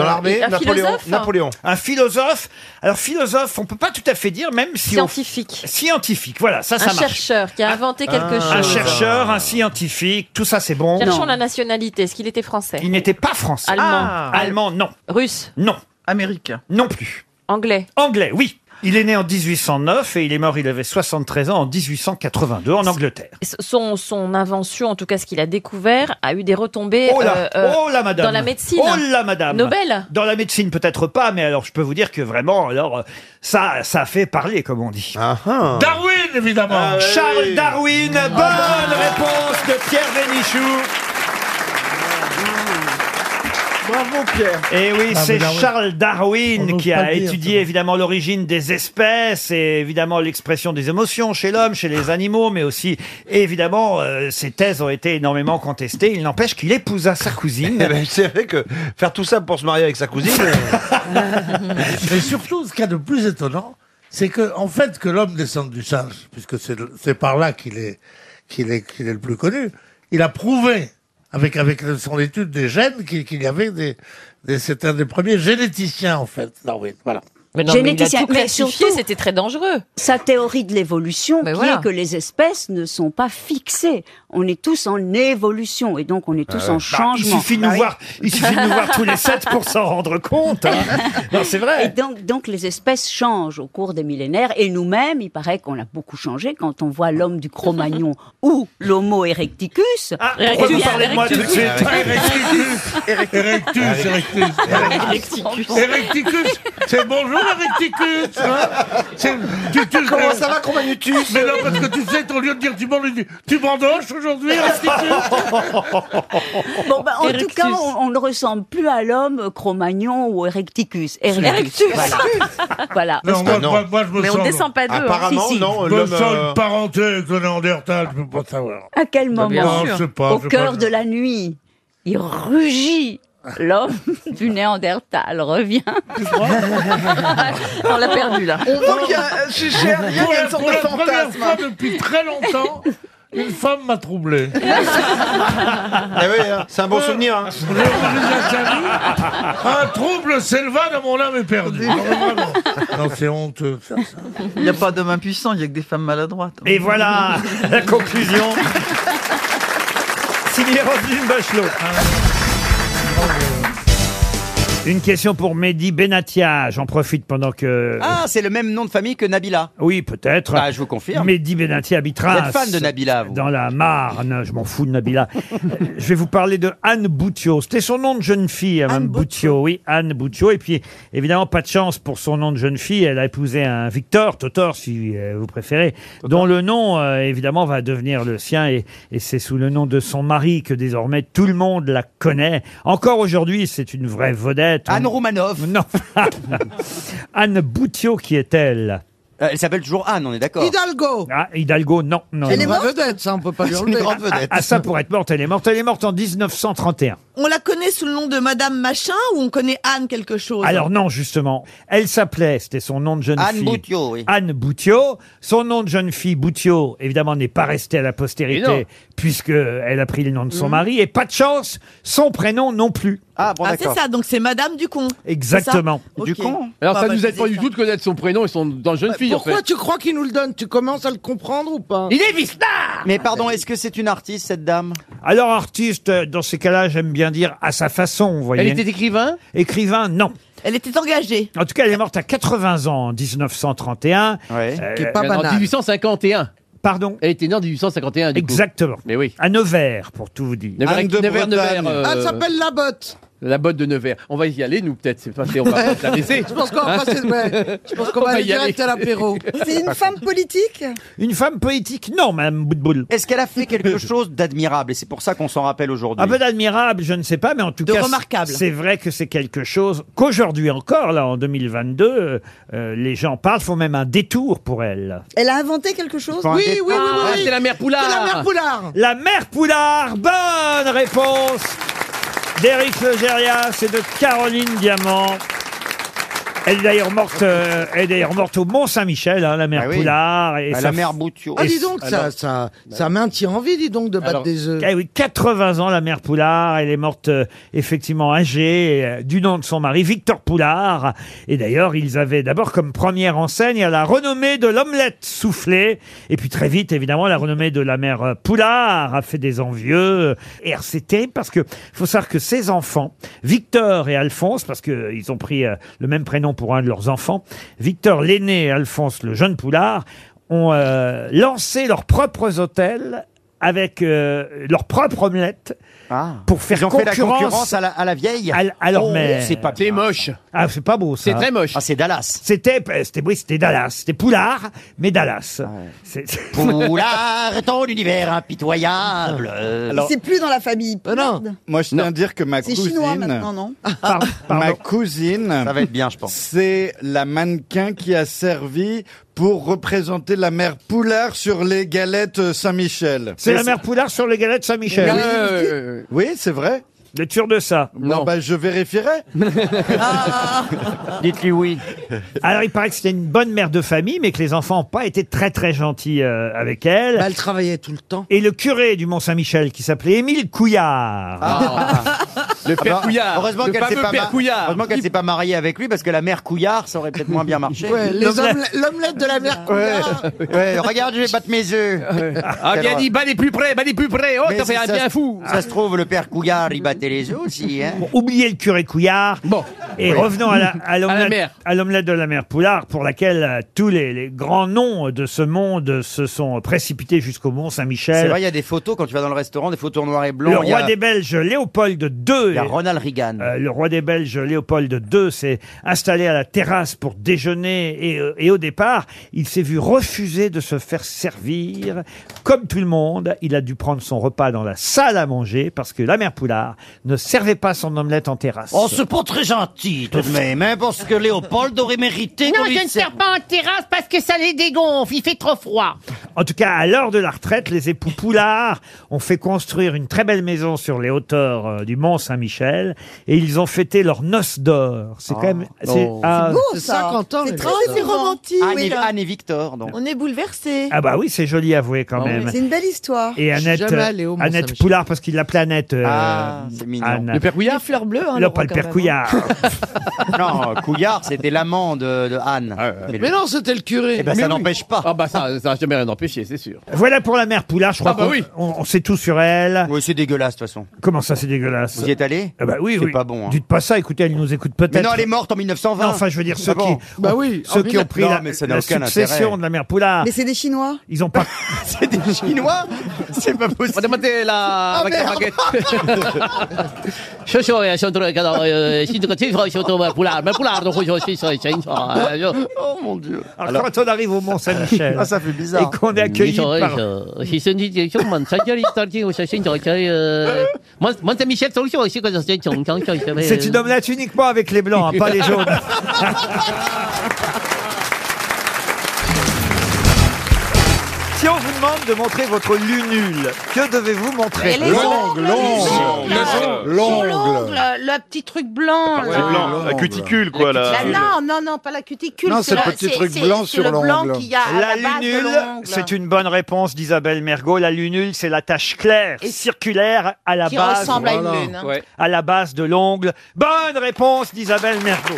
S24: un philosophe hein.
S1: Un philosophe. Alors philosophe, on peut pas tout à fait dire, même si
S24: scientifique.
S1: Scientifique, voilà, ça, ça
S24: un
S1: marche. Ah. Euh,
S24: chercheur qui a inventé quelque chose.
S1: Un chercheur, un scientifique, tout ça c'est bon.
S24: Cherchons la nationalité. Est-ce qu'il était français
S1: Il n'était pas français.
S24: Allemand.
S1: Ah. Allemand, non.
S24: Russe.
S1: Non. Américain. Non plus. Anglais. Anglais, oui. Il est né en 1809 et il est mort, il avait 73 ans en 1882 en Angleterre.
S24: Son, son invention, en tout cas ce qu'il a découvert, a eu des retombées
S1: Oh là,
S24: euh, euh,
S1: oh là, madame.
S24: dans la médecine.
S1: Oh là, madame.
S24: Nobel.
S1: Dans la médecine, peut-être pas, mais alors je peux vous dire que vraiment, alors, euh, ça, ça fait parler, comme on dit.
S2: ah.
S5: Darwin, évidemment.
S1: Charles Darwin,
S22: Ah,
S1: bonne réponse de Pierre Vénichoux. Bravo Pierre. Et Eh oui,
S5: Ah,
S1: c'est
S5: mais Darwin.
S1: Charles Darwin
S5: On
S1: qui
S5: n'ose pas
S1: a
S5: le dire,
S1: étudié évidemment l'origine des espèces et évidemment l'expression des émotions chez l'homme, chez les animaux, mais aussi évidemment euh, ses thèses ont été énormément contestées. Il n'empêche qu'il épousa sa cousine.
S22: Eh ben, c'est vrai que faire tout ça pour se marier avec sa cousine.
S2: Mais surtout, ce qu'il y a de plus étonnant, c'est que, en fait, que l'homme descende du singe, puisque c'est le- c'est par là qu'il est, qu'il est, qu'il est le plus connu, il a prouvé, avec, avec le- son étude des gènes, qu'il qu'il y avait des, des- c'est un des premiers généticiens, en fait, Darwin, voilà.
S7: Généticien, mais
S24: classifié,
S7: surtout-
S24: c'était très dangereux.
S7: Sa théorie de l'évolution, qui
S24: voilà.
S7: est que les espèces ne sont pas fixées. On est tous en évolution et donc on est
S22: euh,
S7: tous
S1: Ah ouais.
S7: en changement.
S1: Bah, il suffit de nous
S7: Ah oui.
S1: voir, il suffit de nous voir tous les sept pour s'en rendre compte. hein. Non, c'est vrai.
S7: Et donc, donc les espèces changent au cours des millénaires et nous-mêmes, il paraît qu'on a beaucoup changé quand on voit l'homme du Cro-Magnon ou l'Homo erecticus.
S1: Ah, pourquoi vous parlez de moi tout de suite
S2: Erectus, Erectus, Erectus. Erecticus, c'est bonjour Erecticus. hein. C'est- tu- tu-
S5: Comment ça va, Cromagnutus
S2: Mais non, parce que tu sais, au lieu de dire tu bandoches, tu bandoches aujourd'hui, Erecticus.
S7: Bon, bah, en tout
S2: Erectus.
S7: cas, on, on ne ressemble plus à l'homme Cro-Magnon ou erecticus. Erectus. Voilà. Voilà.
S2: Non, moi, moi, moi, je me sens-
S5: hein.
S7: Si, si.
S2: hein. Je me sens
S7: euh,
S1: euh,
S2: une parenté avec le Néandertal, je peux pas savoir.
S7: À quel
S2: Bah,
S7: moment
S2: bien sûr. Non, je sais pas,
S7: Au
S2: je sais
S7: cœur
S2: pas.
S7: de la nuit, il rugit. L'homme du Néandertal revient.
S2: On l'a perdu, là.
S5: On voit qu'il y a- euh, chez- chez Ariel, il y a
S2: Pour
S5: une
S2: la-
S5: sorte
S2: pour
S5: de
S2: la première
S5: fantasme. Eh
S2: fois depuis très longtemps, une femme m'a troublé.
S22: c'est un bon
S2: Euh,
S22: souvenir. hein.
S2: je vous ai déjà dit, Un trouble s'éleva dans mon âme éperdue. Non, mais vraiment. Non, c'est honteux.
S38: Il n'y a pas d'homme impuissant, il n'y a que des femmes maladroites. hein.
S1: Et voilà la conclusion. Signé Roselyne Bachelot. Une question pour Mehdi Benatia. J'en profite pendant que.
S4: Ah, c'est le même nom de famille que Nabila.
S1: Oui, peut-être.
S4: Ah, je vous confirme.
S1: Mehdi Benatia habitera.
S4: Vous êtes fan de Nabila, vous.
S1: Dans la Marne. Je m'en fous de Nabila. Euh, je vais vous parler de Anne Boutio. C'était son nom de jeune fille, hein, Madame Boutio. Oui, Anne Boutio. Et puis, évidemment, pas de chance pour son nom de jeune fille. Elle a épousé un Victor, Totor, si euh, vous préférez, dont le nom, euh, évidemment, va devenir le sien. Et, et c'est sous le nom de son mari que désormais tout le monde la connaît. Encore aujourd'hui, c'est une vraie vedette.
S4: Anne Romanov.
S1: Non. Anne Boutio, qui est-elle
S4: Euh, Elle s'appelle toujours Anne, on est d'accord.
S1: Hidalgo Ah, Hidalgo, non. non
S4: Elle est
S1: non.
S4: morte
S13: Vedette, ça, on peut pas lui
S4: C'est une
S13: enlever.
S4: grande vedette.
S1: Ah, ça pour être morte, elle est morte. Elle est morte en 1931.
S19: On la connaît sous le nom de Madame Machin ou on connaît Anne quelque chose
S1: Alors non, justement, elle s'appelait, c'était son nom de jeune
S19: Anne
S1: fille.
S19: Boutiot, oui.
S1: Anne Boutiot. Son nom de jeune fille, Boutiot, évidemment, n'est pas resté à la
S4: Et non.
S1: postérité, puisque elle a pris le nom de son mari. Et pas de chance, son prénom non plus.
S4: Ah,
S19: Ah, c'est ça, donc c'est Madame Ducon.
S1: Exactement.
S19: con
S21: Alors ça nous aide pas du tout de connaître son prénom et son dans le jeune fille. en
S13: Pourquoi
S21: fait.
S13: tu crois qu'il nous le donne Tu commences à le comprendre ou pas
S4: Il est Vista Mais pardon, est-ce que c'est une artiste, cette dame
S1: Alors artiste, euh, dans ces cas-là, j'aime bien dire à sa façon, vous voyez.
S4: Elle était
S1: écrivain Écrivain, non.
S19: Elle était engagée.
S1: En tout cas, elle est morte à 80 ans en 1931.
S21: Qui
S1: Euh,
S21: est pas Elle est née en banale.
S1: 1851. Pardon
S21: Elle était née en 1851. Du
S1: Exactement.
S21: Mais oui.
S1: À Nevers, pour tout vous dire.
S21: Nevers,
S1: Anne de
S21: Nevers,
S1: Bretagne.
S21: Nevers, euh,
S13: Ah, Elle s'appelle la botte.
S21: La botte de Nevers. On va y aller, nous, peut-être. C'est pas- c'est- on va pas se la laisser.
S13: Je pense qu'on va
S21: Hein
S13: passer- ouais. Je pense qu'on va
S21: On
S13: aller
S21: y
S13: direct à l'apéro.
S23: C'est une femme politique
S1: Une femme politique Non, Madame Boutboul.
S4: Est-ce qu'elle a fait quelque chose d'admirable Et c'est pour ça qu'on s'en rappelle aujourd'hui.
S1: Un peu d'admirable, Ah, je ne sais pas, mais en tout
S4: De
S1: cas,
S4: remarquable.
S1: c'est vrai que c'est quelque chose qu'aujourd'hui encore, là, en 2022, euh, euh, les gens parlent, font même un détour pour elle.
S23: Elle a inventé quelque chose
S1: Pour un dé- Ah, c'est la
S21: mère Poulard.
S13: C'est la mère Poulard.
S1: La mère Poulard, bonne réponse d'Éric Legérias et de Caroline Diamant. Elle est d'ailleurs morte, euh, elle est d'ailleurs morte au Mont-Saint-Michel, hein, la mère
S4: Ah oui.
S1: Poulard. Et
S4: Ah,
S1: sa-
S4: la mère Boutiot.
S13: Ah, dis donc, ça,
S1: Alors-
S13: ça, ça maintient envie, dis donc, de battre
S1: Alors-
S13: des œufs.
S1: Eh oui, 80 ans, la mère Poulard. Elle est morte euh, effectivement âgée euh, du nom de son mari, Victor Poulard. Et d'ailleurs, ils avaient d'abord comme première enseigne la renommée de l'omelette soufflée. Et puis très vite, évidemment, la renommée de la mère euh, Poulard a fait des envieux. Et alors, c'est terrible parce que faut savoir que ses enfants, Victor et Alphonse, parce qu'ils ont pris euh, le même prénom pour un de leurs enfants, Victor l'aîné et Alphonse le jeune Poulard, ont euh, lancé leurs propres hôtels avec euh, leur propre omelette pour faire
S4: Ah. Ils ont fait la
S1: concurrence,
S4: concurrence à la- à la vieille
S1: à, à leur
S4: Oh,
S1: mère.
S4: c'est pas bien, C'est
S1: moche. Ah, c'est pas beau ça.
S4: C'est très
S1: moche.
S4: Ah, c'est Dallas.
S1: C'était, euh, c'était oui, c'était Dallas. C'était Poulard, mais Dallas. C'est- c'est-
S4: Poulard, ton univers
S13: Ah,
S4: Euh, impitoyable.
S23: C'est plus dans la famille. non.
S34: Moi, je tiens à dire que ma
S23: C'est
S34: cousine,
S23: chinois maintenant, non
S4: Ah,
S34: ma cousine,
S4: Ça va être bien, je pense.
S34: c'est la mannequin qui a servi pour représenter la mère Poulard sur les galettes Saint-Michel.
S1: C'est la mère Poulard sur les galettes Saint-Michel.
S34: Oui,
S4: Euh,
S34: oui, c'est vrai.
S1: D'être sûr de ça
S34: Non. bah, je vérifierai.
S4: Dites-lui oui.
S1: Alors, il paraît que c'était une bonne mère de famille, mais que les enfants n'ont pas été très très gentils euh, avec elle.
S4: Bah,
S13: elle travaillait tout le temps.
S1: Et le curé du Mont-Saint-Michel, qui s'appelait Émile Couillard.
S5: Ah. bah,
S4: Le
S1: père Couillard,
S4: Ah. bah, Heureusement
S1: le
S4: qu'elle s'est
S1: fameux
S4: pas,
S1: père
S4: ma-
S1: Couillard.
S4: heureusement qu'elle s'est pas mariée avec lui parce que la mère Couillard, ça aurait peut-être moins bien marché.
S13: Ouais, les omele- L'omelette de la mère Poulard.
S4: Ouais, regarde, je vais battre mes œufs.
S21: Ah, bien
S4: bah,
S21: dit, bat les plus près, bat les plus près. Oh,
S4: Mais
S21: t'as fait
S4: si
S21: un
S4: ça
S21: bien
S4: se-
S21: fou.
S34: Ah.
S4: Ça se trouve, le père Couillard, il battait les œufs aussi. Hein.
S1: Bon, oubliez le curé Couillard. Et
S4: Oui.
S1: revenons à la- à
S4: À la
S1: l'omelette
S4: mère.
S1: à l'omelette de la mère Poulard, pour laquelle euh, tous les, les grands noms de ce monde se sont précipités jusqu'au Mont-Saint-Michel.
S4: C'est vrai, il y a des photos quand tu vas dans le restaurant, des photos en noir et blanc.
S1: Le
S4: il y
S1: roi
S4: a-
S1: des Belges, Léopold II.
S4: Il y a Ronald Reagan.
S1: Euh, le roi des Belges, Léopold II, s'est installé à la terrasse pour déjeuner et, euh, et au départ, il s'est vu refuser de se faire servir. Comme tout le monde, il a dû prendre son repas dans la salle à manger parce que la mère Poulard ne servait pas son omelette en terrasse.
S4: Oh, c'est pas très gentil tout de même, hein, parce que Léopold aurait mérité
S1: Non,
S4: qu'on lui
S1: je ne sers
S4: serve-
S1: pas
S4: en terrasse parce que ça les dégonfle, il fait trop froid.
S1: En tout cas, à l'heure de la retraite, les époux Poulard ont fait construire une très belle maison sur les hauteurs euh, du Mont Saint-Michel et ils ont fêté leur noce d'or. C'est quand même c'est
S4: oh.
S1: ah,
S23: C'est 50 ans, C'est très c'est romantique.
S4: Anne,
S23: oui,
S4: et,
S23: là.
S4: Anne et Victor, donc. Ah
S23: On est bouleversés.
S1: ah bah oui, c'est joli avoué quand même.
S23: C'est une hein. belle histoire.
S1: Et Annette, euh, Annette Poulard, parce qu'il l'appelait Annette. euh,
S4: Ah, c'est mignon.
S1: Anne.
S4: Le père Couillard
S23: Les fleurs bleues. hein,
S1: Non,
S23: Laurent,
S1: pas le
S23: quand
S1: père
S23: même.
S1: Couillard.
S4: non, Couillard, c'était l'amant de, de Anne. Mais,
S21: Mais non, c'était le curé.
S4: Eh ben,
S21: Mais
S4: ça
S21: oui.
S4: n'empêche pas.
S21: Ah, bah, ça ça n'a jamais rien empêché, c'est sûr.
S1: voilà pour la mère Poulard, je crois
S21: Ah bah
S1: qu'on
S21: oui.
S1: on, on sait tout sur elle.
S4: Oui, c'est dégueulasse de toute façon.
S1: Comment ça, c'est dégueulasse
S4: Vous y êtes allé
S1: Ah bah oui,
S4: C'est
S1: oui.
S4: pas bon. hein.
S1: Dites pas ça, écoutez, elle nous écoute peut-être.
S4: Mais non, elle est morte en 1920.
S1: Non, enfin, je veux dire, ceux
S4: Ah bon
S1: qui,
S4: Bah oui,
S1: ceux
S4: en
S1: qui ont pris
S4: 1920.
S1: la,
S4: Non, mais ça n'a
S1: la
S4: aucun
S1: succession
S4: intérêt.
S1: de la mère Poulard.
S23: Mais c'est des Chinois.
S1: Ils ont pas.
S4: c'est des Chinois C'est pas possible.
S21: On va demander la
S23: Ah,
S21: baguette,
S23: merde.
S21: baguette. Je suis euh, je suis entre- euh, je suis de- je suis entre- Poulard. Mais Poulard, donc, je suis sur- je suis sur- euh, je-
S1: Oh mon Dieu. Alors, quand on arrive au Mont-Saint-Michel.
S21: Ah, ça
S1: fait bizarre. Et qu'on est accueilli
S21: Michel,
S1: par.
S21: euh, je suis dit, je suis au Mont-Saint-Michel, il t'a dit, je suis sur- euh, Mont- Mont-Saint-Michel, sur le sur- je suis sur- je suis sur- je suis sur-
S1: C'est une omelette uniquement avec les blancs, hein, pas les jaunes. Si on vous demande de montrer votre lunule, que devez-vous montrer
S23: Et les ongles,
S16: Oh,
S23: les
S19: Oh,
S23: ongles,
S8: Euh,
S23: L'ongle, le petit truc blanc.
S16: C'est
S23: là.
S16: blanc, la cuticule, quoi, là.
S23: La- non, non, non, pas la cuticule.
S16: Non, c'est
S23: la-
S16: le petit
S23: c'est-
S16: truc
S23: c'est-
S16: blanc
S23: c'est
S16: sur
S23: le blanc
S16: l'ongle.
S23: qu'il y a à
S1: La
S23: la, base de
S1: lunule,
S23: l'ongle.
S1: c'est une bonne réponse d'Isabelle Mergot. La lunule, c'est la tache claire, circulaire, à la
S23: qui
S1: base.
S23: ressemble à une Voilà. lune, hein. Ouais.
S1: À la base de l'ongle. Bonne réponse d'Isabelle Mergot.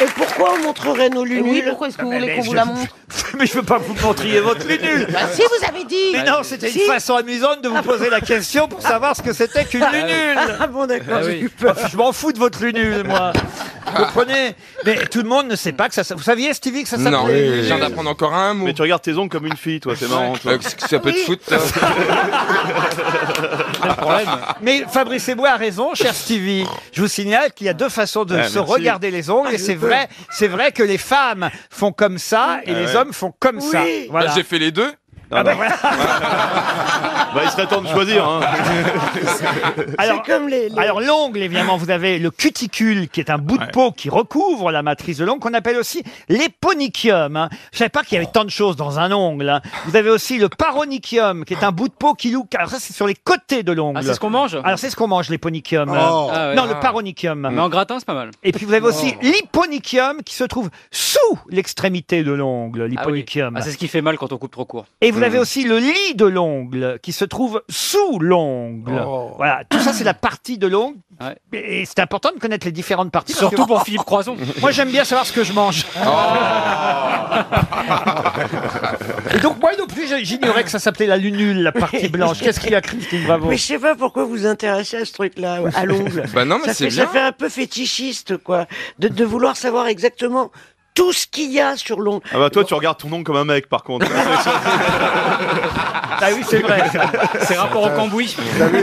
S23: Et pourquoi on montrerait nos lunules
S1: oui, pourquoi est-ce que vous voulez qu'on vous la montre Mais je veux pas que vous montriez votre lunule.
S23: Bah si, vous avez dit
S1: Mais non, c'était
S23: Si.
S1: une façon amusante de vous poser la question pour savoir ce que c'était qu'une
S23: Ah,
S1: lunule.
S23: ah, bon, d'accord, j'ai eu
S1: peur. Je m'en fous de votre lunule, moi.
S16: Ah.
S1: Vous comprenez Mais tout le monde ne sait pas que ça. s- Vous saviez, Stevie, que ça s'appelait
S16: Non,
S1: une
S16: je
S1: lunule
S16: viens d'apprendre encore un mot. Mais tu regardes tes ongles comme une fille, toi, c'est marrant. Toi. Euh, ça peut te foutre.
S1: Mais Fabrice Ebois a raison, cher Stevie. Je vous signale qu'il y a deux façons de
S16: Ah,
S1: se
S16: merci.
S1: regarder les ongles.
S23: Ah,
S1: Et c'est vrai, c'est vrai que les femmes font comme ça et
S16: Ah
S1: les
S16: ouais.
S1: hommes font comme ça. Voilà.
S16: Bah, J'ai fait les deux.
S1: Ah bah voilà.
S16: Bah, il serait temps de choisir. Hein.
S1: Alors, euh, alors l'ongle, évidemment, vous avez le cuticule, qui est un bout de peau qui recouvre la matrice de l'ongle, qu'on appelle aussi l'éponychium. hein. Je ne savais pas qu'il y avait tant de choses dans un ongle. hein. Vous avez aussi le paronychium, qui est un bout de peau qui loue. Alors ça, c'est sur les côtés de l'ongle.
S10: Ah, c'est ce qu'on mange
S1: Alors c'est ce qu'on mange, l'éponychium.
S10: Oh. Ah ouais.
S1: Non, le paronychium.
S10: Mais en gratin, c'est pas mal.
S1: Et puis vous avez aussi l'hyponychium qui se trouve sous l'extrémité de l'ongle, l'hyponychium.
S10: Ah, c'est ce qui fait mal Mmh. quand on coupe trop court.
S1: Et vous avez aussi le lit de l'ongle qui se trouve sous l'ongle.
S10: Oh.
S1: Voilà, tout ça c'est la partie de l'ongle. Et c'est important de connaître les différentes parties. parce
S10: Surtout
S1: que-
S10: pour Philippe Croison. Oh.
S1: Moi j'aime bien savoir ce que je mange. Et donc moi non plus j'ai- j'ignorais que ça s'appelait la lunule, la partie blanche. Qu'est-ce qu'il y a Christine Bravo
S23: Mais je sais pas pourquoi vous vous intéressez à ce truc-là, à l'ongle.
S16: Bah non, mais
S23: Ça
S16: c'est
S23: fait-
S16: bien.
S23: Ça fait un peu fétichiste, quoi, de, de vouloir savoir exactement tout ce qu'il y a sur l'ongle.
S16: Ah bah toi, tu regardes ton ongle comme un mec, par contre.
S1: ah oui, c'est vrai.
S10: C'est rapport au cambouis.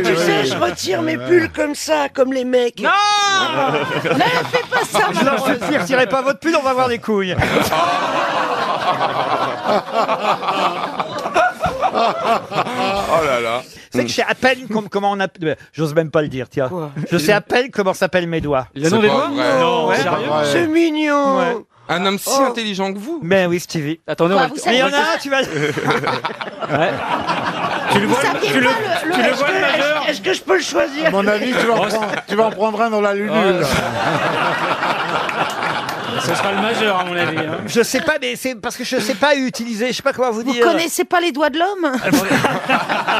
S23: Tu sais, je retire mes pulls comme ça, comme les mecs. Non hein. Ne fais pas ça
S1: Je leur fais pire, tirez pas votre pull, on va voir les couilles.
S16: Oh là là.
S1: C'est que je sais à peine com- comment on appelle. J'ose même pas le dire, tiens. je sais à peine comment s'appellent mes doigts.
S16: Le nom C'est des pas doigts vrai. Non,
S1: Ouais.
S16: c'est pas vrai. C'est
S23: mignon.
S16: Un homme si
S23: Oh.
S16: intelligent que vous.
S1: Mais Ben oui, Stevie.
S10: Attendez, on
S23: Quoi,
S10: va.
S23: vous
S10: on
S23: savez
S10: va-
S23: pas-
S1: tu vas.
S10: Ouais. Tu le vois,
S23: Vous
S10: le-
S23: saviez
S10: tu le,
S23: pas le-
S10: tu
S23: le-
S10: le vois le
S23: est-ce que-
S10: majeur
S23: est-ce- Est-ce que je peux le choisir
S5: À mon avis, tu vas, en prendre, tu vas en prendre un dans la lunule.
S10: Ce sera le majeur, à mon avis. hein.
S1: Je sais pas, mais c'est parce que je sais pas utiliser. Je sais pas comment vous
S23: Vous
S1: dire.
S23: connaissez pas les doigts de l'homme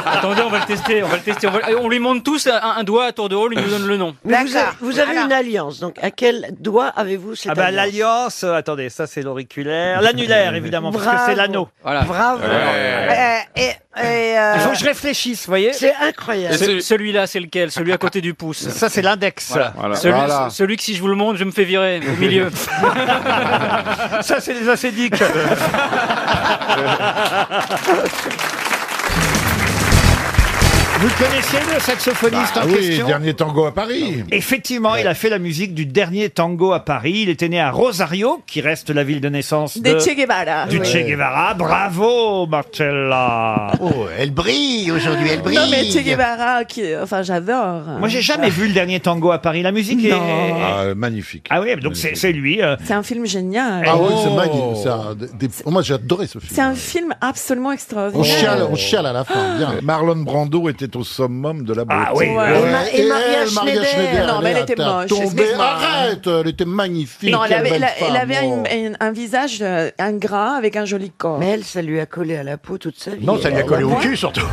S10: Attendez, on va le tester, on va le tester. On, va- on lui montre tous un, un doigt à tour de rôle, il nous donne le nom.
S23: Mais vous, a- vous avez une alliance, donc à quel doigt avez-vous cette
S1: Ah bah
S23: alliance
S1: l'alliance, euh, attendez, ça c'est l'auriculaire, l'annulaire évidemment, parce que
S23: Bravo.
S1: c'est l'anneau.
S10: Voilà.
S23: Bravo. Euh,
S1: Il Euh, faut que je réfléchisse, vous voyez
S23: C'est incroyable.
S10: Et ce- Celui-là, c'est lequel Celui à côté du pouce.
S1: Ça c'est l'index.
S10: Voilà. Celui,
S1: Voilà.
S10: ce- celui que si je vous le montre, je me fais virer au milieu.
S1: Ça c'est les acédiques. Vous le connaissiez le saxophoniste
S5: Bah
S1: en
S5: oui,
S1: question
S5: dernier tango à Paris.
S1: Effectivement, il a fait la musique du dernier tango à Paris. Il était né à Rosario, qui reste la ville de naissance de...
S12: Des Che Guevara.
S1: Du
S12: Ouais.
S1: Che Guevara. Bravo, Marcella.
S39: Oh, elle brille aujourd'hui, elle brille.
S12: Non mais Che Guevara, qui- enfin j'adore. hein.
S1: Moi, j'ai jamais vu le dernier tango à Paris. La musique est-
S39: Non.
S1: est.
S8: magnifique.
S1: Ah oui, donc c'est c'est lui. euh.
S12: C'est un film génial.
S8: Ah oui, c'est magnifique. c'est un des- des- Moi, j'ai adoré ce film.
S12: C'est un film absolument
S8: On
S12: extraordinaire.
S8: chiale, on chiale à la fin. Bien. Marlon Brando était au summum de la beauté.
S1: Ah oui,
S12: Ouais. Et Ma- et
S8: elle,
S12: Maria Schneider. Non, mais elle était
S8: à
S12: moche,
S8: tomber.
S12: excuse-moi.
S8: Arrête, elle était magnifique.
S12: Non, elle
S8: quelle
S12: avait,
S8: belle
S12: elle a- elle
S8: femme,
S12: avait
S8: oh.
S12: une- une- un visage euh, ingrat avec un joli corps. Euh,
S23: Mais elle, ça lui a collé à la peau toute sa vie.
S39: Non, ça lui a collé au cul surtout.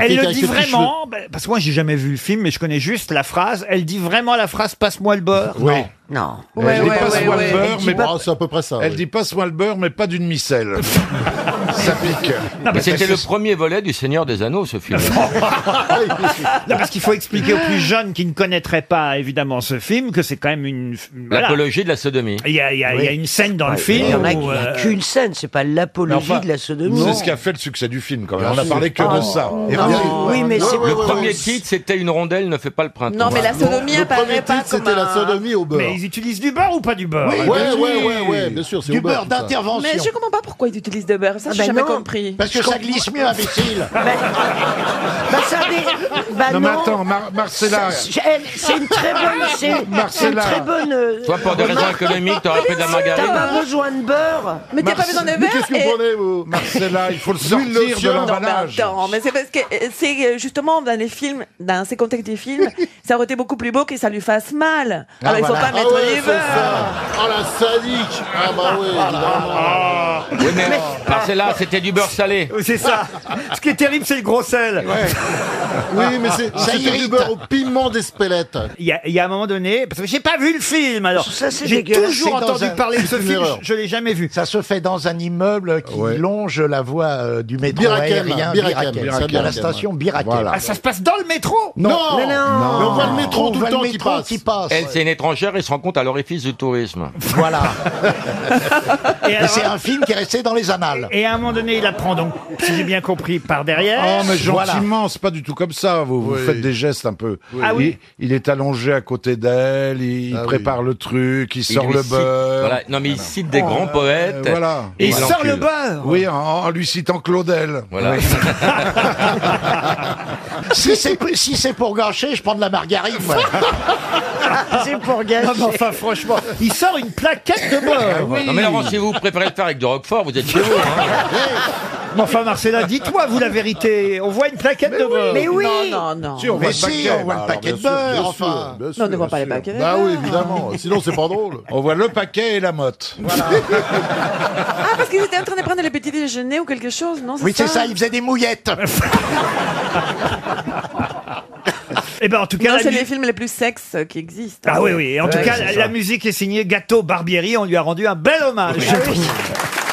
S1: Elle le dit vraiment, bah, parce que moi j'ai jamais vu le film, mais je connais juste la phrase. Elle dit vraiment la phrase passe-moi le beurre.
S8: Oui.
S1: Non.
S8: Elle dit pas soin le beurre, mais
S1: pas-
S8: Oh, c'est à peu près ça. Elle dit pas soin le beurre, mais pas d'une micelle. ça pique.
S13: Mais C'était le premier volet du Seigneur des Anneaux, ce film.
S1: Non, parce qu'il faut expliquer aux plus jeunes qui ne connaîtraient pas évidemment ce film que c'est quand même une. voilà.
S13: L'apologie de la sodomie.
S1: Il y a, il y a- il y a une scène dans le film.
S13: il y en a
S1: où,
S13: qui- il y a
S1: euh,
S13: qu'une
S12: scène, c'est pas l'apologie
S8: Mais enfin,
S12: de la sodomie.
S8: C'est ce qui a fait le succès du film, quand même. On a
S13: Bien sûr.
S8: parlé que
S13: Ah,
S8: de ça.
S12: non. Oui, mais c'est-
S13: Le premier titre, c'était Une rondelle ne fait pas le printemps.
S12: Non, mais la sodomie
S13: Le
S12: apparaît
S13: premier
S12: pas
S13: titre,
S12: comme
S13: c'était
S12: un-
S8: au
S13: beurre.
S1: Mais ils utilisent du beurre ou pas du beurre
S13: Oui,
S1: Ouais,
S13: bien
S1: ouais,
S13: sûr.
S1: ouais, ouais, ouais,
S13: bien sûr,
S1: c'est au beurre, ça.
S12: Mais je comprends pas pourquoi ils utilisent de beurre. Ça, Ah j'ai ben jamais non. compris.
S8: Parce que
S12: Je
S8: ça
S12: comprends-
S8: glisse mieux avec
S12: Bah- bah ça dé- bah
S8: Non, mais attends, Mar- Marcella. Ah,
S12: C'est- elle- C'est une très bonne. C'est c'est une
S8: Marcella.
S12: très bonne. euh,
S13: Toi, pour des raisons
S12: remarque.
S13: économiques, t'aurais fait de la
S12: T'as
S13: margarine.
S12: pas besoin de beurre.
S8: Marce- Mais qu'est-ce que vous prenez, vous Marcella, il faut le sortir de
S12: Non, mais
S8: l'emballage.
S12: attends, mais c'est parce que euh, c'est euh, justement dans les films, dans ces contextes des films, ça aurait été beaucoup plus beau que ça lui fasse mal.
S5: Ah,
S12: Alors bah, il faut
S5: voilà.
S12: pas
S5: Ah
S12: mettre
S5: ouais,
S12: du
S5: c'est
S12: beurre.
S5: Oh la sadique Ah bah oui, évidemment.
S13: Oui, mais Marcella, c'était du beurre salé.
S1: Ah. C'est ça. Ce qui est terrible, c'est le gros sel.
S13: Oui, mais c'est- Ça c'était du irrite. beurre
S1: au piment d'Espelette. Ah, Il y, a- il y a un moment donné, parce que j'ai pas vu le film alors. J'ai toujours entendu parler de ce film. je- l'ai jamais vu.
S4: Ça se fait dans un immeuble qui longe la voie euh, du métro
S8: Birakem,
S4: aérien
S8: Birakem,
S4: Birakem,
S8: Birakem,
S4: c'est bien la
S8: Birakem.
S4: station Birakem.
S8: Voilà.
S1: Ah, ça se passe dans le métro
S4: Non,
S8: Non. Mais non. Mais on voit le métro
S4: On
S8: tout
S4: voit
S8: le temps qui
S4: métro
S8: passe.
S4: ouais.
S13: Elle, c'est une étrangère et se rend compte à l'orifice du tourisme.
S4: Voilà.
S1: Et alors-
S4: c'est un film qui est resté dans les annales.
S1: Et à un moment donné, il apprend donc, si j'ai bien compris, par derrière.
S8: Oh, mais gentiment, c'est pas du tout comme ça. Vous, vous
S1: Oui.
S8: faites des gestes un peu.
S1: Oui. Ah oui.
S8: il, il est allongé à côté d'elle,
S4: Ah
S8: il prépare le truc, il sort
S13: lui
S8: le
S13: cite-
S8: beurre.
S13: voilà. Non, mais il cite des
S8: Oh,
S13: grands
S8: euh,
S13: poètes.
S8: Voilà.
S13: Et il sort le beurre.
S8: Oui, en, en lui citant Claudel.
S13: Voilà.
S4: si c'est si c'est pour gâcher, je prends de la margarine. moi.
S1: C'est pour gagner. enfin, franchement, il sort une plaquette de beurre.
S13: Non, mais Laurent, si vous préférez le faire avec du roquefort, vous êtes chez vous. hein.
S1: Mais enfin, Marcella, dites-moi, vous, la vérité. On voit une plaquette de beurre.
S12: Mais oui. Non, non, non.
S8: Si, on
S4: Mais
S8: voit le
S4: si,
S8: paquet.
S4: on voit le
S8: Bah, Alors,
S4: paquet
S8: bien
S4: de
S8: sûr,
S4: beurre,
S8: bien
S4: enfin.
S8: sûr, bien
S12: Non,
S8: sûr,
S12: on ne voit
S8: bien
S12: pas les
S8: sûr.
S12: paquets de
S8: Bah
S12: beurre.
S8: oui, évidemment. Sinon, c'est pas drôle. On voit le paquet et la motte.
S12: Ah, parce qu'ils étaient en train de prendre le petit déjeuner ou quelque chose, non
S4: Oui, c'est ça, il faisait des mouillettes.
S1: Eh ben, en tout cas,
S12: Non,
S1: la
S12: c'est
S1: mu-
S12: les films les plus sexes euh, qui existent. hein.
S1: Ah oui, oui. Et En tout
S12: Ouais,
S1: cas,
S12: c'est
S1: la,
S12: ça.
S1: la musique est signée Gato Barbieri. On lui a rendu un bel hommage.
S12: Ah oui.